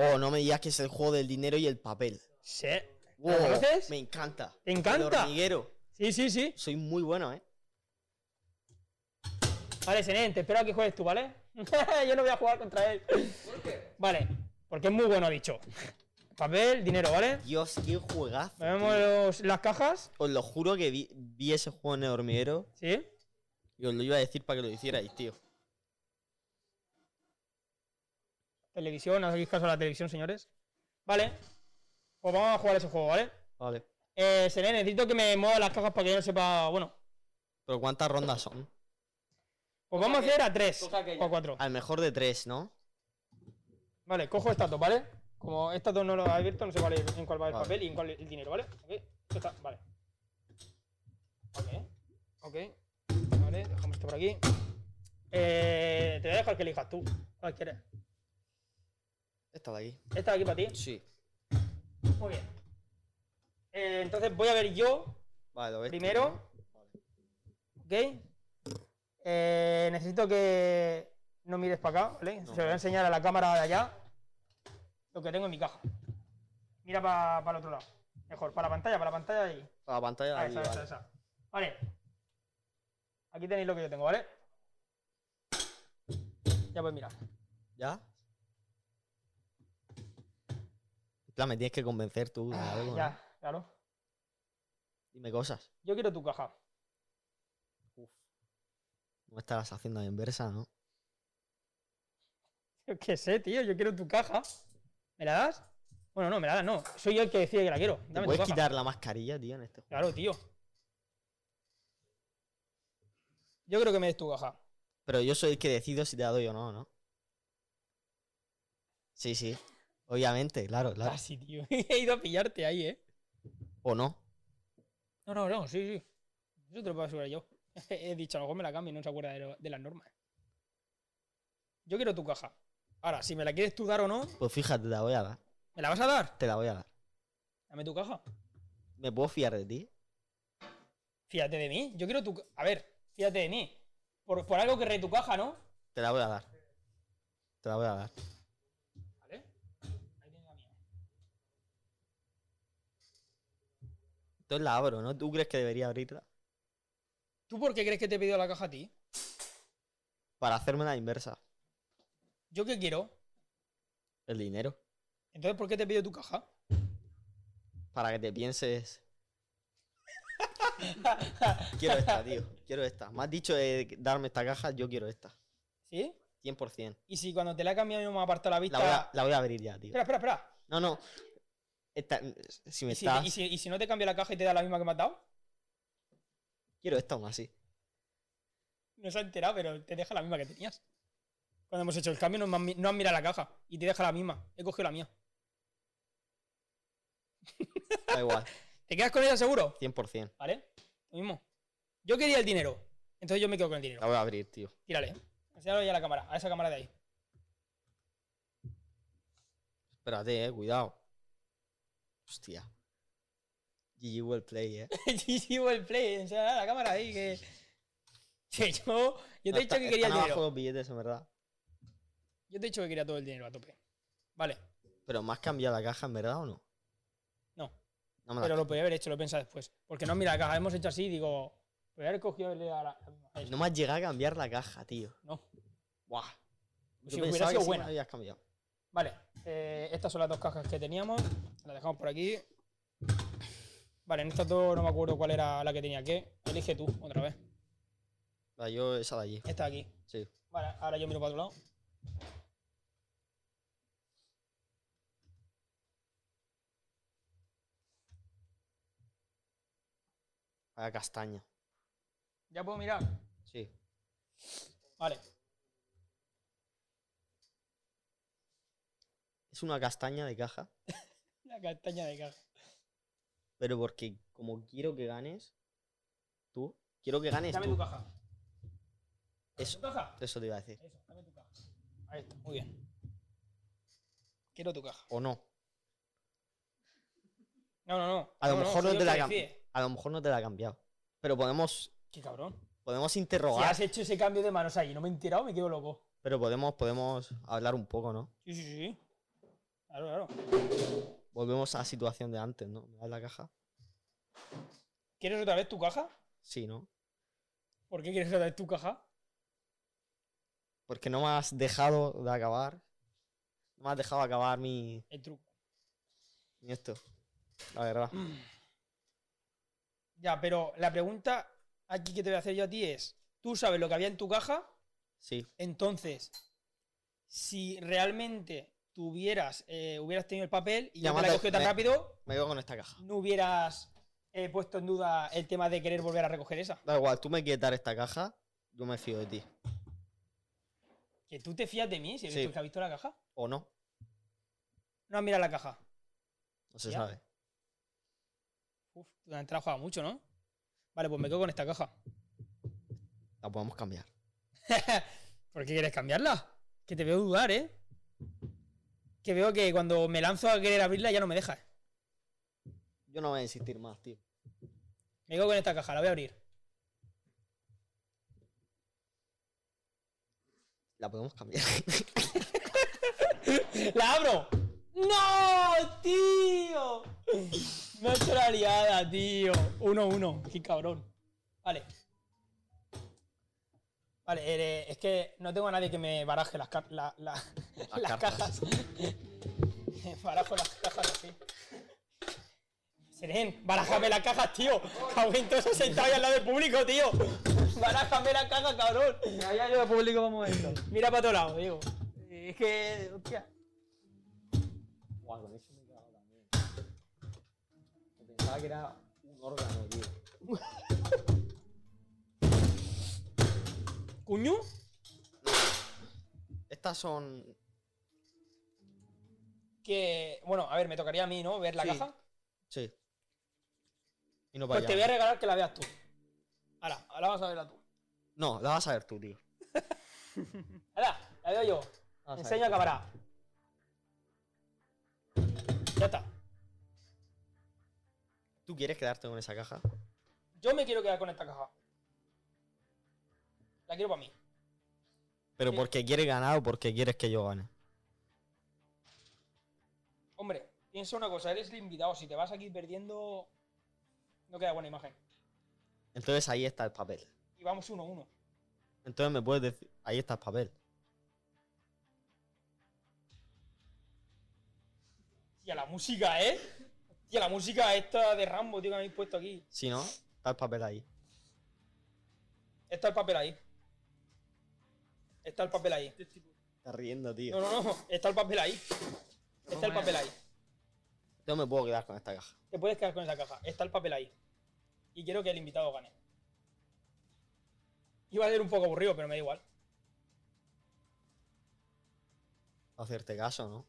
Oh, no me digas que es el juego del dinero y el papel.
Sí.
Wow,
¿Lo conoces?
Me encanta.
¿Te encanta?
El hormiguero.
Sí, sí, sí.
Soy muy bueno, ¿eh?
Vale, Senén, te espero a que juegues tú, ¿vale? *laughs* Yo no voy a jugar contra él.
¿Por qué?
Vale, porque es muy bueno, ha dicho. Papel, dinero, ¿vale?
Dios, qué juegazo.
Vemos
tío.
los- las cajas.
Os lo juro que vi, vi ese juego en el hormiguero
Sí.
y os lo iba a decir para que lo hicierais, tío.
Televisión, no hagáis caso a la televisión, señores. Vale. Pues vamos a jugar ese juego, ¿vale?
Vale.
Eh, Senén, necesito que me mueva las cajas para que yo no sepa. Bueno,
Pero ¿cuántas rondas son?
pues vamos a hacer a tres
Coja aquella.
o a cuatro.
Al mejor de tres, ¿no?
Vale, cojo estas dos, ¿vale? Como estas dos no las he abierto, no sé cuál es- en cuál va el
Vale.
papel y en cuál el dinero, ¿vale? Ok, esto está, vale. Ok, ok. Vale, dejamos esto por aquí. Eh, te voy a dejar que elijas tú. ¿Cuál quieres?
Esta de aquí.
Esta de aquí para ti.
Sí.
Muy bien. Eh, entonces voy a ver yo
Vale, lo ves. tú,
primero.
¿no?
Ok. Eh, necesito que no mires para acá, ¿vale? Se lo voy a enseñar a la cámara de allá lo que tengo en mi caja. Mira para el otro lado. Mejor, para la pantalla, para la pantalla de ahí.
A la pantalla de
Ah,
aquí,
esa, esa,
vale.
esa. Vale. Aquí tenéis lo que yo tengo, ¿vale? Ya pues mira.
¿Ya? En plan, me tienes que convencer tú de algo. ¿no?
Ah, Ya, claro.
Dime cosas.
Yo quiero tu caja. *laughs*
No estarás haciendo la inversa, ¿no?
Yo qué sé, tío, yo quiero tu caja. ¿Me la das? Bueno, no, me la das, no. Soy yo el que decide que la quiero.
¿Te
Dame tu
puedes
caja.
quitar la mascarilla, tío, en este juego?
Claro, tío. Yo creo que me des tu caja.
Pero yo soy el que decido si te la doy o no, ¿no? Sí, sí. Obviamente, claro, claro.
Casi, Ah, tío. *laughs* He ido a pillarte ahí, ¿eh?
¿O no?
No, no, no, sí, sí. Eso te lo puedo asegurar yo. *laughs* He dicho, a lo mejor me la cambio y no se acuerda de, lo- de las normas. Yo quiero tu caja. Ahora, si me la quieres tú dar o no,
Pues fíjate, te la voy a dar.
¿me la vas a dar?
Te la voy a dar.
Dame tu caja.
¿Me puedo fiar de ti?
Fíjate de mí. Yo quiero tu... ca- A ver, fíjate de mí. Por, por algo que re tu caja, ¿no?
Te la voy a dar. Te la voy a dar.
Vale. Ahí tienes la mía.
Entonces la abro, ¿no? ¿Tú crees que debería abrirla?
¿Tú por qué crees que te he pedido la caja a ti?
Para hacerme la inversa.
¿Yo qué quiero?
El dinero.
Entonces, ¿por qué te he pedido tu caja?
Para que te pienses. Quiero esta, tío. Quiero esta. Me has dicho de darme esta caja, yo quiero esta.
¿Sí?
100%.
Y si cuando te la he cambiado yo me aparto la
La
vista.
voy a, la voy a abrir ya, tío.
Espera, espera, espera.
No, no. Esta- si me
¿Y si, te-
estás.
y si- y si no te cambio la caja y te da la misma que me has dado?
Quiero esta aún así.
No se ha enterado, pero te deja la misma que tenías. Cuando hemos hecho el cambio no, me han mi- no han mirado la caja y te deja la misma. He cogido la mía.
Da igual.
¿Te quedas con ella seguro?
100%.
¿Vale? Lo mismo. Yo quería el dinero. Entonces yo me quedo con el
La
dinero.
voy a abrir, tío.
Tírale. Enséñalo ya a la cámara, a esa cámara de ahí. *laughs*
Espérate, eh. Cuidado. Hostia. GG well play, eh.
GG Well Play, enséñala a la cámara ahí que. Que yo. Yo te
No,
he dicho
está-
que quería el
están
dinero.
abajo los billetes, en verdad.
Yo te he dicho que quería todo el dinero a tope. Vale.
Pero más cambiado la caja, en verdad, o no?
No.
No me la
Pero lo podía haber hecho, lo he pensado después. Porque no, mira, acá hemos hecho así y digo, podría haber cogido el de la, la misma.
No me has llegado a cambiar la caja, tío.
No.
Buah.
Si hubiera sido
sí me
buena.
la habías cambiado.
Vale, eh, estas son las dos cajas que teníamos. Las dejamos por aquí. Vale, en estas dos no me acuerdo cuál era la que tenía que. Elige tú, otra vez.
La yo esa de allí.
Está aquí.
Sí.
Vale, ahora yo miro para otro lado.
La castaña.
Ya puedo mirar.
Sí.
Vale.
Es una castaña de caja.
La castaña de caja.
Pero porque como quiero que ganes. Tú. Quiero que ganes
Dame
tú.
tu caja.
Eso,
¿Tu caja?
eso te iba a decir.
Eso, dame tu caja. Ahí está, muy bien. Quiero tu caja.
O no.
No, no, no.
A lo mejor no
soy yo
te la
el que
cambio.
decide.
A lo mejor no te la ha cambiado. Pero podemos.
Qué cabrón.
Podemos
Si
interrogar.
has hecho ese cambio de manos ahí, no me he enterado, me quedo loco.
Pero podemos, podemos hablar un poco, ¿no?
Sí, sí, sí. Claro, claro.
Volvemos a la situación de antes, ¿no? ¿Me das la caja?
¿Quieres otra vez tu caja?
Sí, ¿no?
¿Por qué quieres otra vez tu caja?
Porque no me has dejado de acabar. No me has dejado acabar mi,
El truco.
mi esto. La verdad.
Ya, pero la pregunta aquí que te voy a hacer yo a ti es, tú sabes lo que había en tu caja,
Sí.
entonces, si realmente tuvieras, eh, hubieras tenido el papel y
Ya
ya te la
mata-
cogió tan
me-
rápido,
Me quedo con esta caja.
no hubieras eh, puesto en duda el tema de querer volver a recoger esa.
Da igual, tú me quieres dar esta caja, yo me fío de ti.
Que tú te fías de mí, si eres
Sí.
tú el que ha visto la caja.
¿O no?
No, mira la caja.
No se
Ya.
sabe.
Uf, tú te has jugado mucho, ¿no? Vale, pues me quedo con esta caja.
La podemos cambiar.
¿Por qué quieres cambiarla? Que te veo dudar, ¿eh? Que veo que cuando me lanzo a querer abrirla ya no me ¿eh? dejas.
Yo no voy a insistir más, tío.
Me quedo con esta caja, la voy a abrir.
La podemos cambiar. *laughs*
¡La abro! ¡No, tío! Me ha hecho la liada, tío. Uno, uno. Qué cabrón. Vale. Vale, eh, es que no tengo a nadie que me baraje las, car- la- la-
Las
*laughs* las
cartas.
cajas. Barajo las cajas así. Seren, barájame las cajas, tío. Cabrón, entonces sentado ahí al lado del público, tío. Barájame las cajas, cabrón.
Allá yo de público vamos a esto.
Mira para todos lados, digo. Es que, hostia.
Guau, con eso me he cagado también. Me Pensaba que era un órgano, tío.
¿Cuñu?
Estas son.
que, bueno, a ver, me tocaría a mí, ¿no? Ver la
Sí,
caja.
Sí. Y no para
Pues te voy a regalar que la veas tú. Ahora, ahora vas a verla tú.
No, la vas a ver tú, tío.
Ahora, la veo yo.
La vas a
Enseño a
ver tú.
cámara. Ya está.
¿Tú quieres quedarte con esa caja?
Yo me quiero quedar con esta caja. La quiero para mí.
¿Pero
Sí.
porque quieres ganar o porque quieres que yo gane?
Hombre, piensa una cosa, eres el invitado. Si te vas aquí perdiendo, no queda buena imagen.
Entonces ahí está el papel.
Y vamos uno a uno.
Entonces me puedes decir, ahí está el papel.
Y a la música, ¿eh? Y a la música esta de Rambo, tío, que me habéis puesto aquí.
Si no, está el papel ahí.
Está el papel ahí. Está el papel ahí.
Está riendo,
No,
tío.
no, no. Está el papel ahí. Está el papel ahí.
Yo me puedo quedar con esta caja.
Te puedes quedar con esa caja. Está el papel ahí. Y quiero que el invitado gane. Iba a ser un poco aburrido, pero me da igual.
A hacerte caso, ¿no?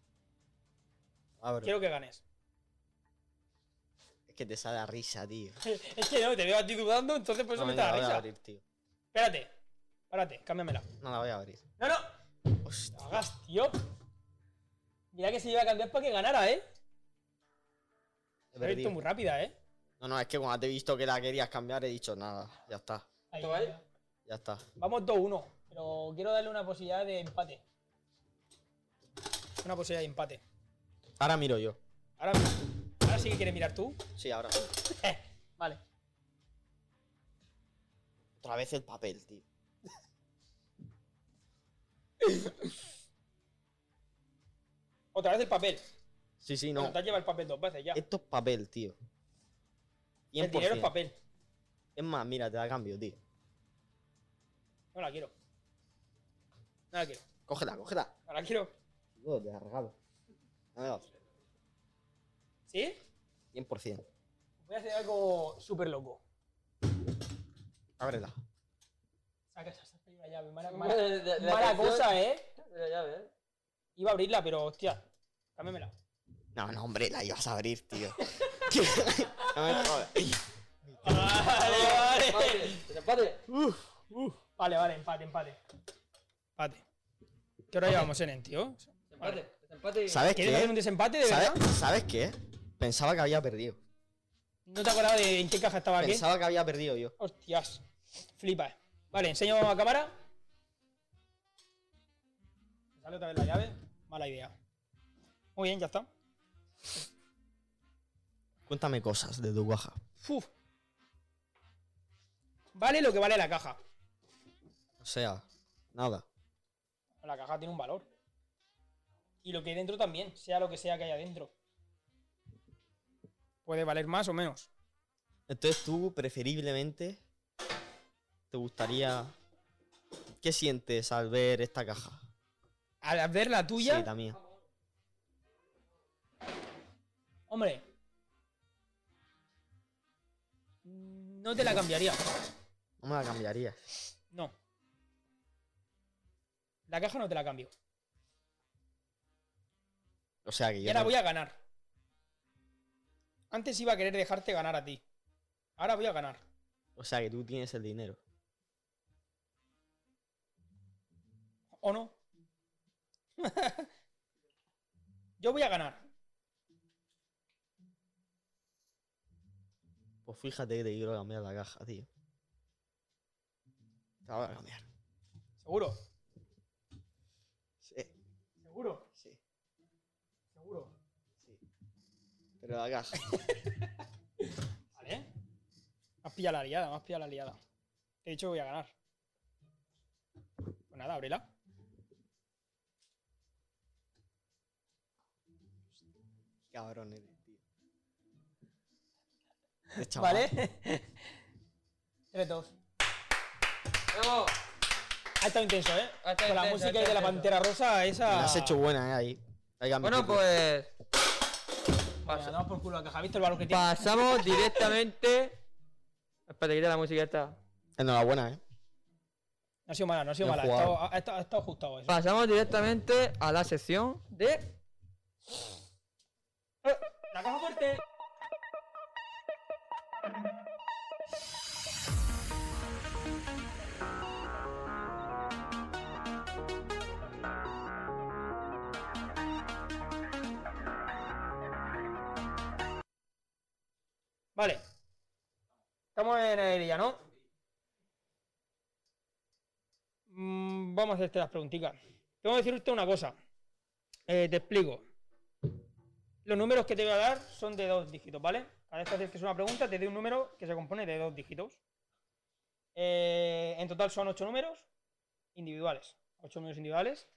A ver,
Quiero que ganes.
es que te sale la risa, tío.
Es que no, te veo a ti dudando, entonces por eso
no,
me
venga,
está
la
la
voy a
risa.
abrir, tío.
Espérate. Espérate, cámbiamela.
No la voy a abrir.
¡No, no!
Hostia,
¡No hagas, tío! Mira que se iba a cambiar para que ganara, ¿eh?
he
Lo he visto
perdido.
muy rápida, ¿eh?
No, no, es que cuando te he visto que la querías cambiar, he dicho nada. Ya está,
Ahí,
¿Esto vale?
mira.
ya está.
¿eh? Vamos 2-1, pero quiero darle una posibilidad de empate. Una posibilidad de empate.
Ahora miro yo.
Ahora, ahora sí que quieres mirar tú.
Sí, ahora.
Vale.
Otra vez el papel, tío.
Otra vez el papel.
Sí, sí,
No.
no.
Te has llevado el papel dos veces ya.
Esto es papel, tío.
El dinero es
100%.
papel.
Es más, mira, te la cambio, tío.
No la quiero. No la quiero.
Cógela, cógela.
No la quiero.
Yo Oh, te la regalo. Dame dos.
¿Sí?
100%.
Voy a hacer algo súper loco.
Ábrela.
Saca esa saca una llave. Mala,
Mala-
mala-
de- de- de-
mala
de-
cosa, ¿eh?
La llave, ¿eh?
Iba a abrirla, pero hostia.
*laughs*
Cámbiamela.
No, no, hombre, la ibas a abrir, tío. no me jodas.
Empate, empate.
Vale, Vale, vale, empate, empate. Empate. ¿Qué hora llevamos en el tío?
Empate, empate.
*laughs* ¿Sabes
¿Quieres hacer un
qué?
desempate de verdad?
¿Sabes, ¿Sabes qué? Pensaba que había perdido.
¿No te acordabas de en qué caja estaba aquí?
Pensaba que había perdido yo.
Hostias. Flipa. eh. Vale, enseño a cámara. Me Sale otra vez la llave. Mala idea. Muy bien, ya está.
Cuéntame cosas de tu guaja.
Uf. Vale lo que vale la caja.
O sea, nada.
La caja tiene un valor. Y lo que hay dentro también, sea lo que sea que haya dentro. Puede valer más o menos.
Entonces tú, preferiblemente, te gustaría... ¿Qué sientes al ver esta caja?
Al ver la tuya,
Sí, la mía.
hombre. No te la cambiaría.
No me la cambiaría.
No. La caja no te la cambio.
O sea que yo...
Ya la
no-
voy a ganar. Antes iba a querer dejarte ganar a ti. Ahora voy a ganar.
O sea que tú tienes el dinero.
¿O no? *laughs* Yo voy a ganar.
Pues fíjate que te quiero cambiar la caja, tío. Te la voy a cambiar.
Seguro.
Sí,
Seguro.
sí,
Seguro.
sí. Pero
*laughs*
la caja.
Vale. Más pilla la liada, más pilla la liada. Te he dicho que voy a ganar. Pues nada, ábrela.
Cabrón eres, tío. Este chaval.
¿Vale? *laughs* 3-2.
Vamos.
Ha estado intenso, ¿eh?
Ha estado
Con
intenso,
la
ha
música
estado
de la
intenso.
Pantera Rosa,
Me
esa.
la has hecho buena, eh, ahí. Ahí cambio
Bueno,
tú.
pues
Bueno, damos por culo a caja. ¿Has visto el valor que tiene?
pasamos directamente. Espérate, quita la música esta.
Enhorabuena, eh.
No ha sido mala, no ha sido
Bien
mala. Ha
jugado.
estado, ha, estado- ha estado ajustado eso.
Pasamos directamente a la sección de.
La caja fuerte. Vale. Estamos en el ya, ¿no? Mm, Vamos a hacerte las preguntitas. Tengo que decirte una cosa. Eh, te explico. Los números que te voy a dar son de dos dígitos, ¿vale? Cada vez que haces una pregunta, te doy un número que se compone de dos dígitos. Eh, en total son ocho números individuales. Ocho números individuales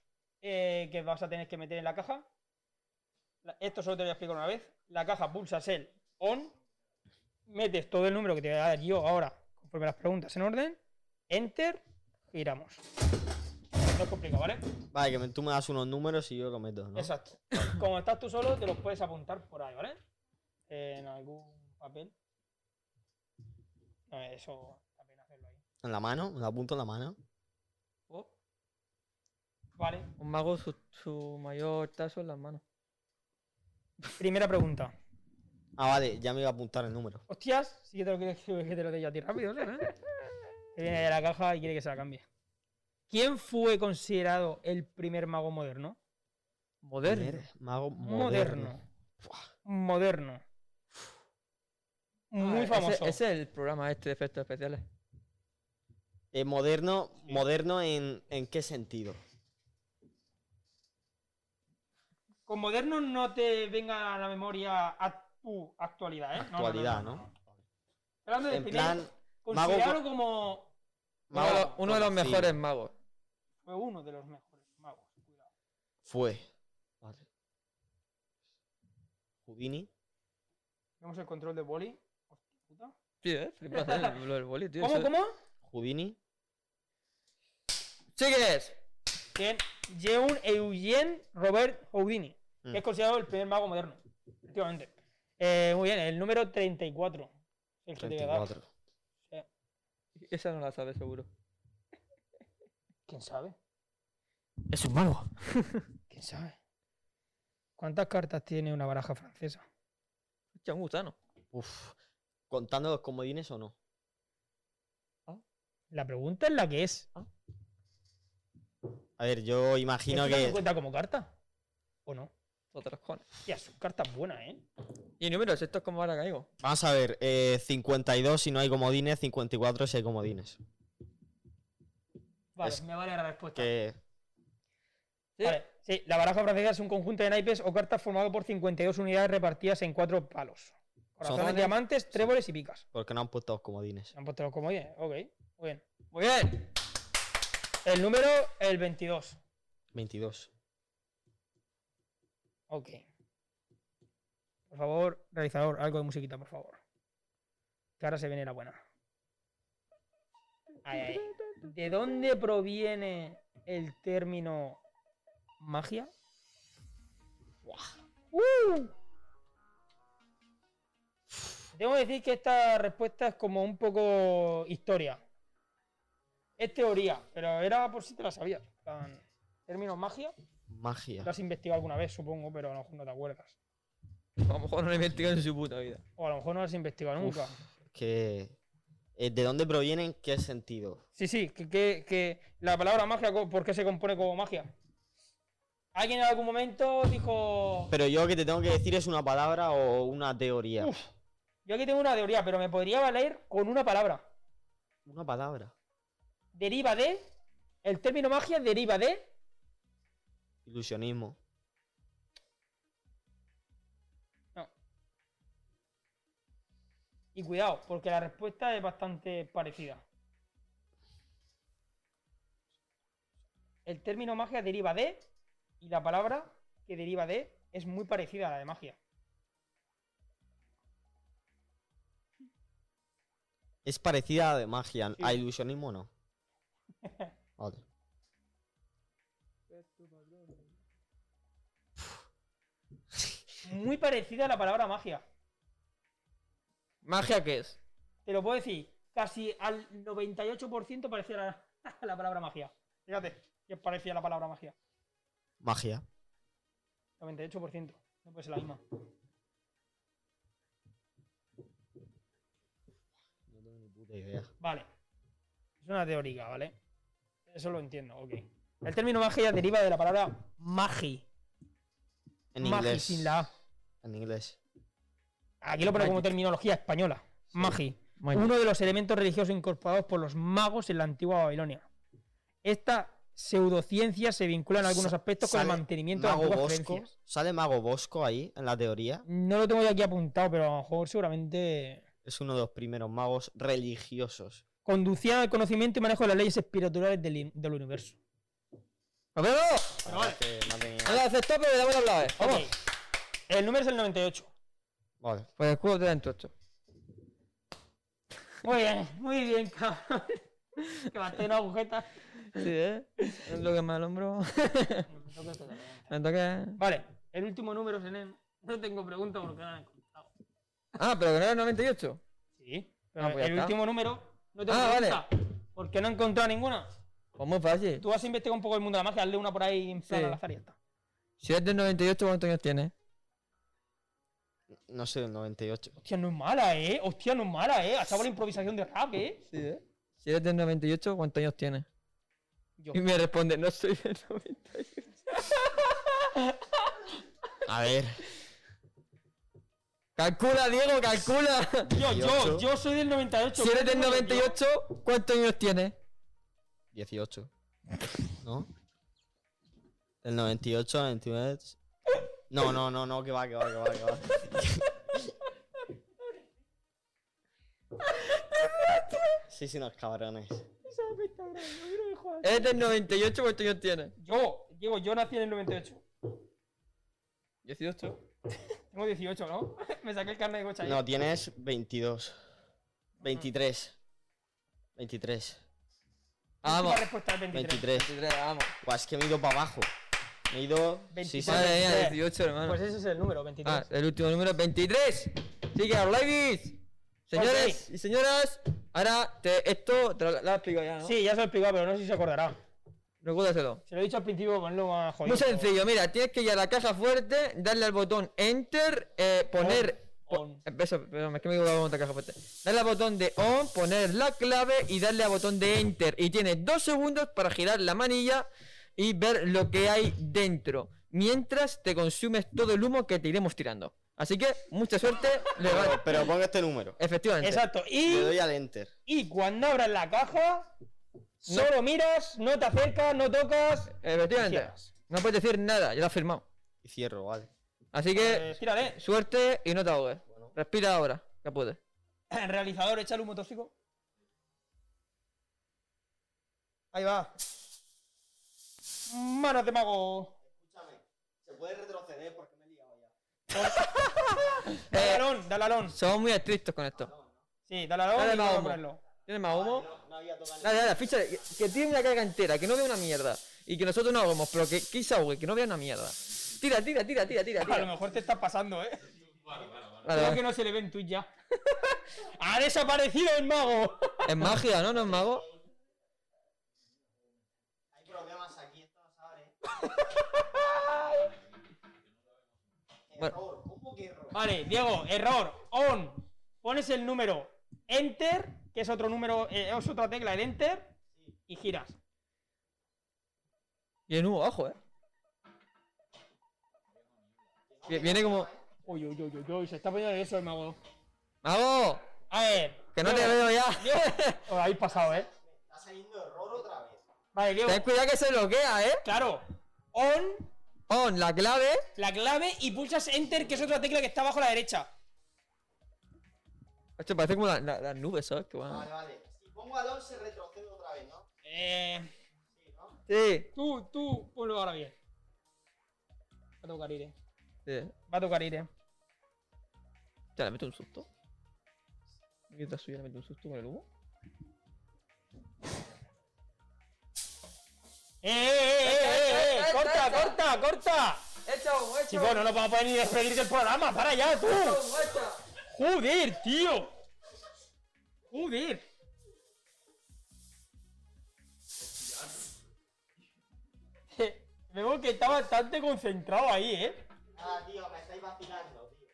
eh, que vas a tener que meter en la caja. La- Esto solo te lo voy a explicar una vez. La caja pulsas el on, metes todo el número que te voy a dar yo ahora, conforme las preguntas en orden, enter, giramos. No es complicado, ¿vale?
Vale, que me- tú me das unos números y yo los meto, ¿no?
Exacto. Como estás tú solo, te los puedes apuntar por ahí, ¿vale? En algún papel. No, eso también hacerlo ahí.
En la mano, me la apunto en la mano.
Oh,
Vale.
un mago, su, su mayor tazo en las manos.
Primera pregunta.
Ah, vale, ya me iba a apuntar el número.
Hostias, sí que te lo quiero que te lo dé yo a ti rápido, ¿eh? Que viene de la caja y quiere que se la cambie. ¿Quién fue considerado el primer mago moderno?
Moderno.
Primer Mago
Moderno.
moderno.
Moderno. Muy
Ah,
famoso.
Ese, ese es el programa este de efectos especiales.
Eh, moderno, moderno en, en qué sentido?
Con moderno no te venga a la memoria a tu actualidad, ¿eh? No, no, no, no,
Actualidad, ¿no?
no, no. Hablando del
En
primer-
plan, mago-
Considerarlo como
Uno de los, uno de los
conocido.
mejores magos.
fue uno de los mejores magos. Cuidado.
Fue. Vale. Houdini.
Tenemos el control de boli. Hostia puta. *laughs*
Tío, eh, flipas, eh, lo del boli, tío.
¿Cómo,
eso-
cómo?
Houdini.
Sigues.
¿Quién? Jeun Eugen Robert Houdini,
Mm.
que es considerado el primer mago moderno, efectivamente. Eh, muy bien, el número 34. El que te voy a dar.
34.
Esa no la sabes seguro.
¿Quién sabe?
Es un mago.
¿Quién sabe? ¿Cuántas cartas tiene una baraja francesa?
Hostia, Este un gusano.
Uf. ¿Contando los comodines o no?
La pregunta es la que es.
A ver, yo imagino
¿Esto también
que.
cuenta como carta? ¿O no?
Otras cosas.
Ya, son cartas buenas, ¿eh?
Y números, esto es como ahora caigo.
Vamos a ver, eh, 52 si no hay comodines, 54 si hay comodines.
Vale,
Es
me vale la respuesta.
Que.
Sí.
Vale, sí, la baraja francesa es un conjunto de naipes o cartas formado por 52 unidades repartidas en cuatro palos. Corazones,
Sozones.
diamantes, tréboles y picas.
Porque no han puesto los comodines.
Se han puesto los comodines, ok. Muy bien.
Muy bien.
El número, el 22.
22.
Ok. Por favor, realizador, algo de musiquita, por favor. Que ahora se viene la buena. Ay, ay. ¿De dónde proviene el término magia? ¡Uh! Debo decir que esta respuesta es como un poco historia. Es teoría, pero era por si te la sabías. En plan, Término magia.
Magia.
Lo has investigado alguna vez, supongo, pero a lo mejor no te acuerdas.
A lo mejor no lo he investigado en su puta vida.
O a lo mejor no lo has investigado nunca.
Que. eh, ¿De dónde provienen? ¿Qué sentido?
Sí, sí, que, que- que la palabra magia, co- ¿por qué se compone como magia? Alguien en algún momento dijo.
Pero yo que te tengo que decir es una palabra o una teoría.
Uf. Yo aquí tengo una teoría, pero me podría valer con una palabra.
Una palabra.
Deriva de. El término magia deriva de.
Ilusionismo.
Y cuidado, porque la respuesta es bastante parecida. El término magia deriva de. Y la palabra que deriva de es muy parecida a la de magia.
Es parecida a de magia.
Sí.
A ilusionismo
*laughs*
no. Vale.
Muy parecida a la palabra magia.
¿Magia qué es?
Te lo puedo decir. Casi al 98% parecía la, *laughs* a la palabra magia. Fíjate, que parecía la palabra magia.
Magia.
98%. No puede ser la misma.
No tengo ni puta idea.
Vale. Es una teórica, ¿vale? Eso lo entiendo, ok. El término magia deriva de la palabra magi.
En
magi
inglés.
sin la A.
En inglés.
Aquí lo pone como terminología española. Magi. Uno de los elementos religiosos incorporados por los magos en la antigua Babilonia. Esta pseudociencia se vincula en algunos
Sa-
aspectos con el
sale
mantenimiento de
Mago
antiguas
Bosco.
creencias.
¿Sale Mago Bosco ahí en la teoría?
No lo tengo yo aquí apuntado, pero a lo mejor seguramente
Es uno de los primeros magos religiosos.
conducían al conocimiento y manejo de las leyes espirituales del, in- del universo.
¡Nos vemos!
La verdad es que no tenía-
No la acepto, pero le damos la hablada. eh.
Ok. El número es el 98.
Vale.
Pues el culo te da en tocho.
Muy bien, muy bien, cabrón. *laughs* Que bate una agujeta.
Sí, ¿eh? Es lo que me alumbro. Me toca.
Vale, el último número es el. No tengo pregunta porque no la he encontrado.
Ah, pero que no era el 98.
Sí, pero
Ah, pues ya
el
está.
último número no tengo
Ah, vale.
pregunta. Porque no he encontrado ninguna.
Pues muy fácil.
Tú has investigado un poco el mundo de la magia, hazle una por ahí en plan
Sí.
al azar y ya está.
Si eres del 98, ¿cuántos años tienes?
No sé, el 98.
Hostia, no es mala, eh. Hostia, no es mala, eh. Ha estado la improvisación de rap, eh.
Sí, ¿eh? Si eres del 98, ¿cuántos años tienes?
Yo.
Y me responde, no soy del 98.
A ver.
¡Calcula, Diego, calcula!
Yo, yo,
18.
yo soy del 98.
Si eres del
¿cómo soy yo?
98, ¿cuántos años tienes?
18. ¿No? El 98, 99. No, no, no, no, que va, que va, que va, que va. Sí, sí, unos cabrones.
Eres del 98, ¿cuántos años tienes?
Yo, Diego, yo nací en el 98.
18.
Tengo 18, ¿no? *laughs* Me saqué el carnet de coche ahí.
No, tienes 22. 23. 23.
Vamos.
La respuesta es 23.
23.
23, vamos.
Buah, es que me he ido para abajo. Me he ido. Sí,
23.
sí.
Madre mía,
23.
18, hermano.
Pues ese es el número, 23.
Ah, el último número es 23. Sigue a los ladies. Señores y señoras, ahora te- esto te lo, lo he explicado ya, ¿no?
Sí, ya se lo he explicado, pero no sé si se acordará.
Recuérdaselo.
Se lo he dicho al principio, pues ponlo más jodido.
Muy sencillo, mira, tienes que ir a la caja fuerte, darle al botón Enter, eh, poner. po-
on.
eh, Eso, perdón, es que me he equivocado con otra caja fuerte. Darle al botón de On, poner la clave y darle al botón de Enter. Y tienes dos segundos para girar la manilla y ver lo que hay dentro. Mientras te consumes todo el humo que te iremos tirando. Así que, mucha suerte. le va-
Pero, pero ponga este número.
Efectivamente.
Exacto.
Le
Y,
doy al enter.
y cuando abras la caja, solo miras, no te acercas, no tocas.
Efectivamente.
Cierras.
No puedes decir nada, ya lo has firmado.
Y cierro, vale.
Así que,
Pues tírale. *clears throat*
suerte y no te ahogues.
Eh, Bueno.
Respira ahora, que puedes.
Realizador, echa el humo tóxico. Ahí va. Manos de mago.
Escúchame, se puede retroceder porque me he liado ya.
*laughs* Dale alón, dale alón.
Somos muy estrictos con esto.
Sí, dale alón
Dale
y
más
vamos a
humo.
ponerlo.
¿Tienes más humo?
No, no había tocado
Dale, dale, ficha, que, que tiene una carga entera, que no vea una mierda. Y que nosotros no hagamos, pero que, que se ahogue, que no vea una mierda. Tira, tira, tira, tira, tira.
A
tira.
lo mejor te estás pasando, ¿eh?
Vale,
Creo
vale.
que no se le ve en Twitch ya. *laughs* ¡Ha desaparecido el mago!
Es magia, ¿no? ¿No es mago?
Hay problemas aquí, esto no
*laughs*
sabes.
Bueno.
Error, ¿cómo que error?
Vale, Diego, error. On. Pones el número Enter, que es otro número, eh, es otra tecla, el Enter, y giras.
Y en humo, ojo, eh. Vi- Viene como.
Uy, uy, uy, uy, uy, se está poniendo nervioso el mago.
¡Mago!
A ver.
¡Que no te
Diego,
veo ya!
Os habéis pasado, ¿eh?
Está saliendo error otra vez.
Vale, Diego.
*laughs* Ten cuidado que se bloquea, eh.
Claro. On,
On, la clave.
la clave, y pulsas Enter, que es otra tecla que está abajo a la derecha.
Esto parece como la- la- las nubes, ¿sabes? Que van-
Vale, vale. Si pongo al 11 retrocedo otra vez, ¿no?
Eh.
Sí,
Tú, tú, ponlo ahora bien. Va a tocar ir, eh.
sí.
Va a tocar ir, eh.
Ya le meto un susto. Mientras suya le meto un susto con el humo.
¡Eh, eh, eh, eh! eh, eh! corta corta, corta!
Echa humo, echa
Chicos, no nos vamos a poder ni despedir del programa. ¡Para ya, tú!
humo, echa.
¡Joder, tío! ¡Joder! Veo que está bastante concentrado ahí, ¿eh?
Nada, tío, me estáis vacilando, tío.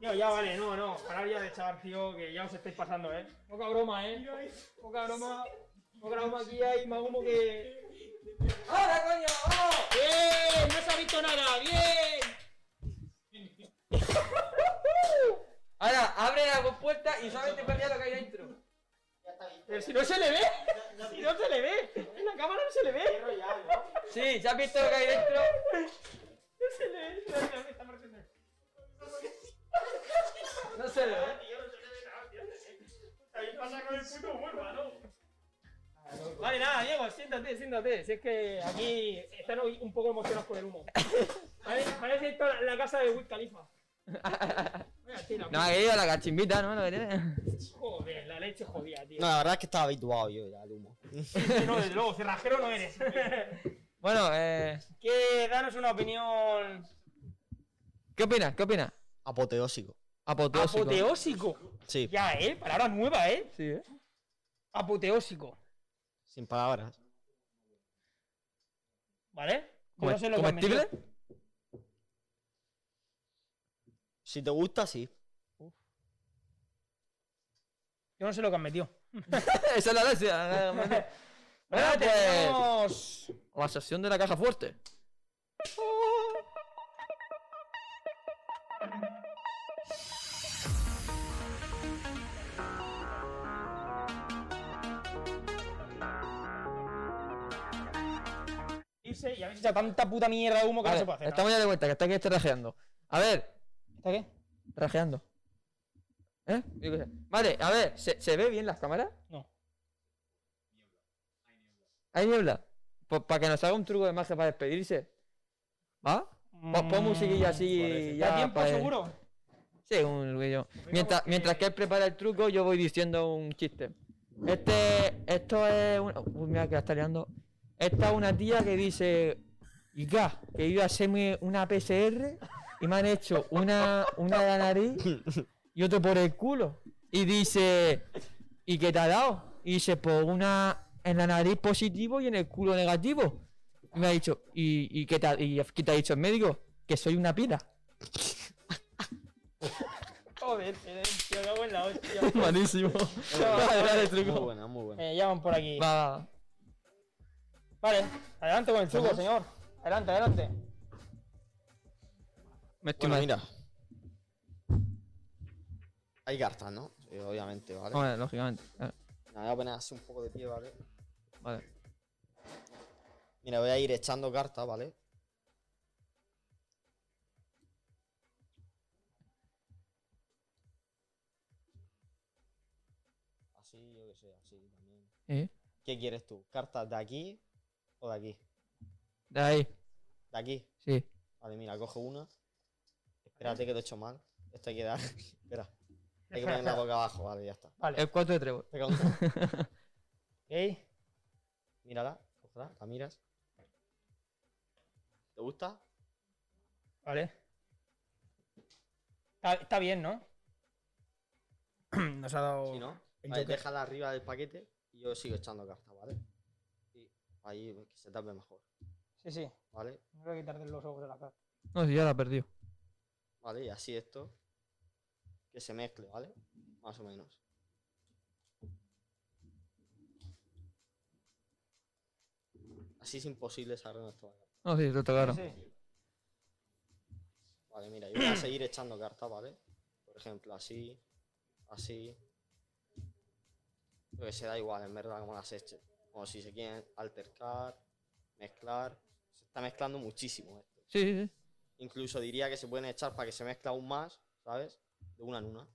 Tío, ya vale, no, no. Ahora ya de echar, tío, que ya os estáis pasando, ¿eh? Poca broma, ¿eh? Poca broma. Poca broma aquí hay más humo que...
¡Ahora, coño! ¡Vamos!
¡Bien! ¡No se ha visto nada!
*laughs*
¡Bien!
Ahora, abre la puerta y solamente perdía lo que hay dentro.
Pero si no se le ve, si no se le ve, en la cámara no se le ve.
Sí, ¿ya has visto lo que hay dentro?
No se le ve, mira, mira, está apareciendo.
No se le ve.
Vale, nada, Diego, siéntate, siéntate. Si es que aquí están hoy un poco emocionados con el humo. Pare- Parece esto la, la casa de Wiz Khalifa. Mira, tío, la
No, que iba la cachimbita, ¿no? Lo que tiene.
puta- Joder, la leche jodida, tío.
No, la verdad es que estaba habituado yo ya al humo.
No, desde luego, cerrajero no eres.
*laughs* Bueno, eh.
que danos una opinión
¿Qué opinas? ¿Qué opinas?
Apoteósico.
Apoteósico.
apoteósico.
Sí,
Ya, eh, palabra nueva, eh.
Sí, ¿eh?
Apoteósico,
sin palabras.
¿vale?
Come-
No sé lo que has
¿Comestible?
metido.
Si te gusta, sí.
Yo no sé lo que han metido.
*laughs* Esa es la gracia. Bueno,
*laughs* Bueno,
pues,
tenemos-
La sección de la caja fuerte.
irse y habéis hecho tanta puta mierda de humo que no
Vale,
se puede hacer. nada.
estamos ya de vuelta, que está aquí este rajeando. A ver,
¿Está qué?
rajeando. ¿Eh? Yo qué sé. Vale, a ver, ¿se, se ve bien las cámaras?
No.
¿Hay niebla? Pues para que nos haga un truco de magia para despedirse. ¿Va? Pon,
Mm,
pon musiquilla
parece.
¿Da
así. Ya pues.
tiempo
pa' él.
seguro?
Sí, un ruido. Mientras, mientras que él prepara el truco, yo voy diciendo un chiste. Este, esto es una. Uy, mira que la está liando. Esta es una tía que dice. Ica, que iba a hacerme una PCR y me han hecho una, una de la nariz y otro por el culo. Y dice. ¿Y qué te ha dado? Y dice, pues una en la nariz positivo y en el culo negativo. Y me ha dicho, ¿y, y qué, te ha, y qué te ha dicho el médico? Que soy una pila.
Joder, tío, me cago en la hostia.
*laughs* Malísimo. Vale, dale, truco.
Muy buena, muy buena.
Eh, ya van por aquí.
Va, va, va.
Vale, adelante con el truco, señor. Adelante, adelante.
Me estoy
Bueno,
mal.
mira. Hay cartas, ¿no? Sí, obviamente, ¿vale?
Hombre, lógicamente. Ah,
Nada, voy a poner así un poco de pie, ¿vale?
Vale.
Mira, voy a ir echando cartas, ¿vale? Así, yo que sé, así también.
¿Eh?
¿Qué quieres tú? ¿Cartas de aquí o de aquí?
De ahí.
De aquí.
Sí.
Vale, mira, coge una. Espérate que lo he hecho mal. Esto hay que dar. *laughs* Espera. Hay que ponerla boca abajo, vale, ya está.
Vale.
El 4 de trébol.
Pega una.
Ok.
Mírala, cógela, la miras. ¿Te gusta?
Vale. Está, está bien, ¿no? *clears throat* Nos ha dado.
Si no,
el
vale,
Joker.
déjala arriba del paquete y yo sigo echando cartas, ¿vale? Y ahí que se tape mejor,
Sí, sí.
¿vale?
No voy a quitarle los ojos de la cara.
No, si ya la perdió.
Vale, y así esto. Que se mezcle, ¿vale? Más o menos. Así es imposible saber dónde está la carta.
No, sí, lo tocaron.
Sí, sí.
Vale, mira, yo voy a seguir echando cartas, ¿vale? Por ejemplo, así, así. Lo que se da igual, en verdad, como las eche. O si se quieren altercar, mezclar. Se está mezclando muchísimo ¿eh? esto.
Sí, sí, sí.
Incluso diría que se pueden echar para que se mezcle aún más, ¿sabes? De una en una.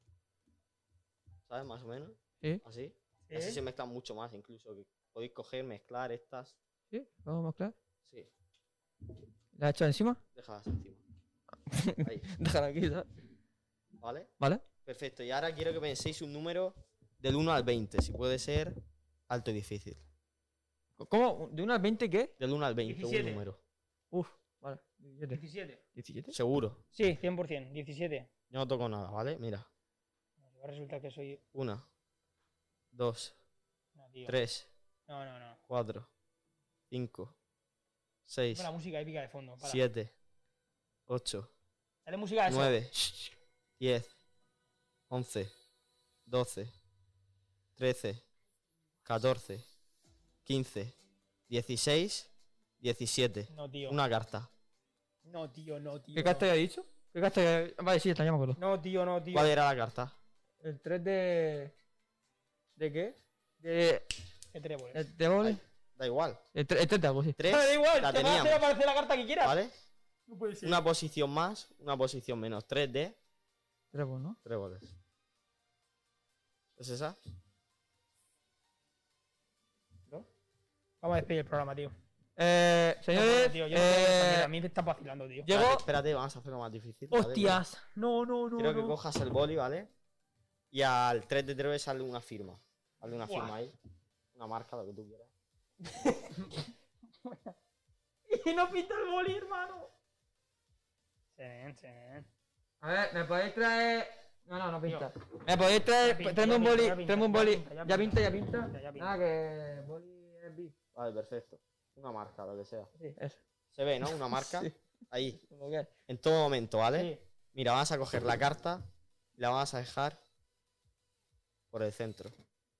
¿Sabes? Más o menos.
Sí.
Así. Y Así
¿Eh?
se mezclan mucho más, incluso. que podéis coger, mezclar estas.
Sí, vamos a mezclar.
Sí,
¿La ha echado *laughs* encima?
déjalas encima. Ahí,
Déjala aquí, ¿sabes?
¿vale?
¿Vale?
Perfecto. Y ahora quiero que penséis un número del 1 al 20, si puede ser alto y difícil.
¿Cómo? ¿De una 20 qué?
Del 1 al 20, un
17.
número.
Uf, vale. 17.
17.
¿17?
Seguro.
Sí, 100%. 17.
Yo no toco nada, ¿vale? Mira.
Va a resultar que soy.
Una, dos,
No, tío.
tres,
No, no, no.
cuatro, cinco, seis,
Pon la música épica de fondo. para.
7, 8,
Dale música a Ah, eso.
9, 10, 11, 12, 13, 14, 15, 16, 17.
No, tío.
Una carta.
No, tío, no, tío.
¿Qué casta había dicho? ¿Qué casta había- Vale, sí, está, ya me acuerdo.
No, tío, no, tío.
¿Cuál era la carta?
El 3 de. ¿De qué? De.
Qué trébol. es.
El trébol.
Ay. Da igual.
El 3 de algo, sí.
3.
Vale, *laughs* da igual,
La
te va a hacer
teníamos.
aparecer la carta que quieras.
¿Vale?
No puede ser.
Una posición más, una posición menos. 3 de
Trébol, pues, ¿no?
3 goles. ¿Es esa?
Vamos a despedir el programa, tío.
Eh,
No,
señores.
tío, yo no puedo
eh,
responder, a mí me estás vacilando, tío.
Llegó.
Espérate, espérate, vamos a hacerlo más difícil. ¿vale?
Hostias. No, no, no.
Quiero que
no.
cojas el boli, ¿vale? Y al 3 de 3 sale una firma. Sale una
Buah.
firma ahí. Una marca, lo que tú quieras.
Y no pinta el boli, hermano. Se ven, se ven.
A ver, ¿me podéis traer.? No, no, no pinta.
pinta.
¿Me podéis traer.?
Ya pinta,
Traeme
ya
un
pinta,
boli.
ya pinta,
Traeme un
ya
boli.
pinta, ya
Ya pinta,
pinta, ya
ya pinta.
pinta, ya pinta.
Nada, que. Boli es B.
Vale, perfecto. Una marca, lo que sea.
Sí, eso.
Se ve, ¿no? Una marca.
Sí.
Ahí.
Como que.
En todo momento, ¿vale?
Sí.
Mira, vas a coger la carta y la vas a dejar por el centro.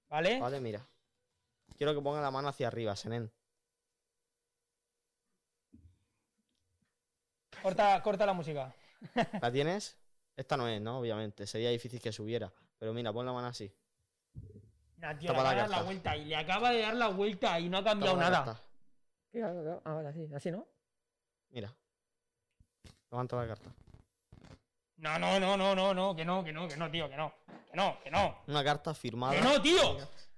¿Vale?
Vale, mira. Quiero que ponga la mano hacia arriba, Senén.
Corta, corta la música.
¿La tienes? Esta no es, ¿no? Obviamente. Sería difícil que subiera. Pero mira, pon la mano así.
Nah, tío,
Tapa
le acaba
la
de dar
carta.
la vuelta y le acaba de dar la vuelta y no ha
Toma
cambiado
la
nada.
carta.
¿Qué hago? qué hago? Ah, vale, así, así, ¿no?
Mira. Levanta la carta.
No, no, no, no, no, no, que no, que no, que no, tío, que no. Que no, que no.
Una carta firmada.
Que no, tío.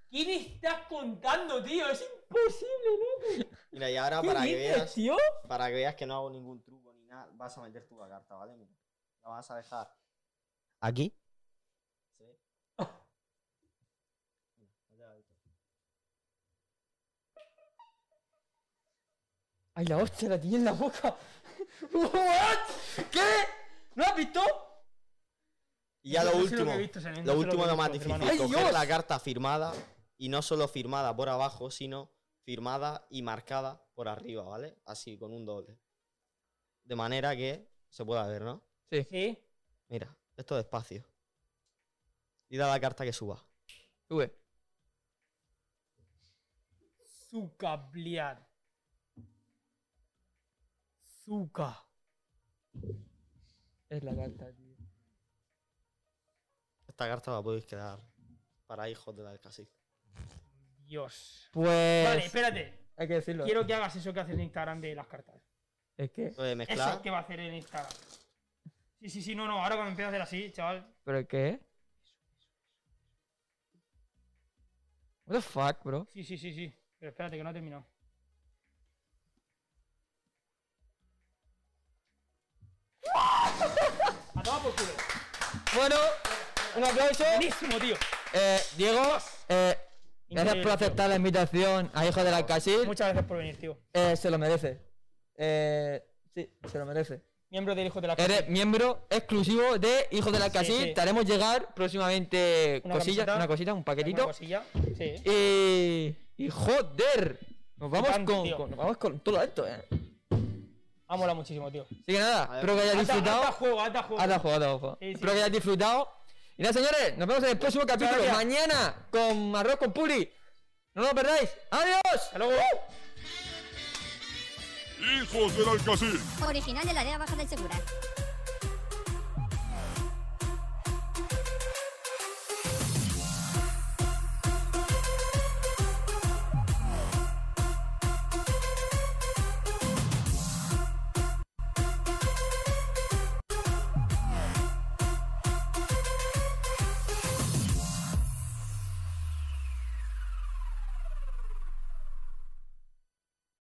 ¿Qué me estás contando, tío? Es imposible, ¿no?
Mira, y ahora
¿Qué
Ah, para que
dices,
veas,
tío?
para que veas que no hago ningún truco, ningún final vas a meter tú la carta, ¿vale? Mira, la vas a dejar aquí. ¿Sí? Mira, no te la he visto.
Ay, la hostia, la tiene en la
*laughs*
boca. ¿What? ¿Qué? ¿No has visto?
Y ya lo
Eso sí
último,
que he visto, Senén,
lo
eso sí
último
que he
lo más
visto,
difícil,
hermano.
¡Ay,
coger
Dios!
la carta firmada y no solo firmada por abajo, sino firmada y marcada por arriba, ¿vale? Así, con un doble. De manera que se pueda ver, ¿no?
Sí.
Mira, esto despacio. Y da la carta que suba.
Sube.
Zucabliar. Zuca.
Es la carta, tío.
Esta carta la podéis quedar para hijos de la del cacique.
Dios.
Pues.
Vale, espérate.
hay que decirlo.
Quiero que hagas eso que haces en Instagram de las cartas.
Es que.
Lo de
Eso
mezclar,
que va a hacer en Instagram. Sí, sí, sí, no, no. Ahora cuando empiezas a hacer así, chaval.
¿Pero qué? What the fuck, bro?
Sí, sí, sí, sí. Pero espérate, que no ha terminado. A tomar por culo.
Bueno, un aplauso.
Buenísimo, tío.
Eh, Diego, eh, gracias por
Increíble, tío.
aceptar la invitación a Hijo del Alcacil.
Muchas gracias por venir, tío.
Eh, se lo merece. Eh, sí, se lo merece.
Miembro del Hijo de la
Eres miembro exclusivo de Hijo del Alcacil.
sí.
Te haremos llegar próximamente
Una
cosillas,
camiseta,
una cosita, un
¿Alguna
paquetito.
cosilla? Sí.
Y, y joder, nos vamos,
Picante,
con,
tío.
con- nos vamos con todo esto, eh.
Ha molado muchísimo, tío.
Así que nada,
Vale.
espero que hayas
Hasta,
disfrutado.
hasta juego, hasta juego.
Hasta juego, hasta juego.
Sí, sí.
Espero que hayas disfrutado. Y nada, señores, nos vemos en el próximo capítulo.
Gracias.
Mañana con Arroz con Puli. No lo perdáis. ¡Adiós!
Hasta luego.
Hijos del Alcacil.
Original de la área baja del Segura.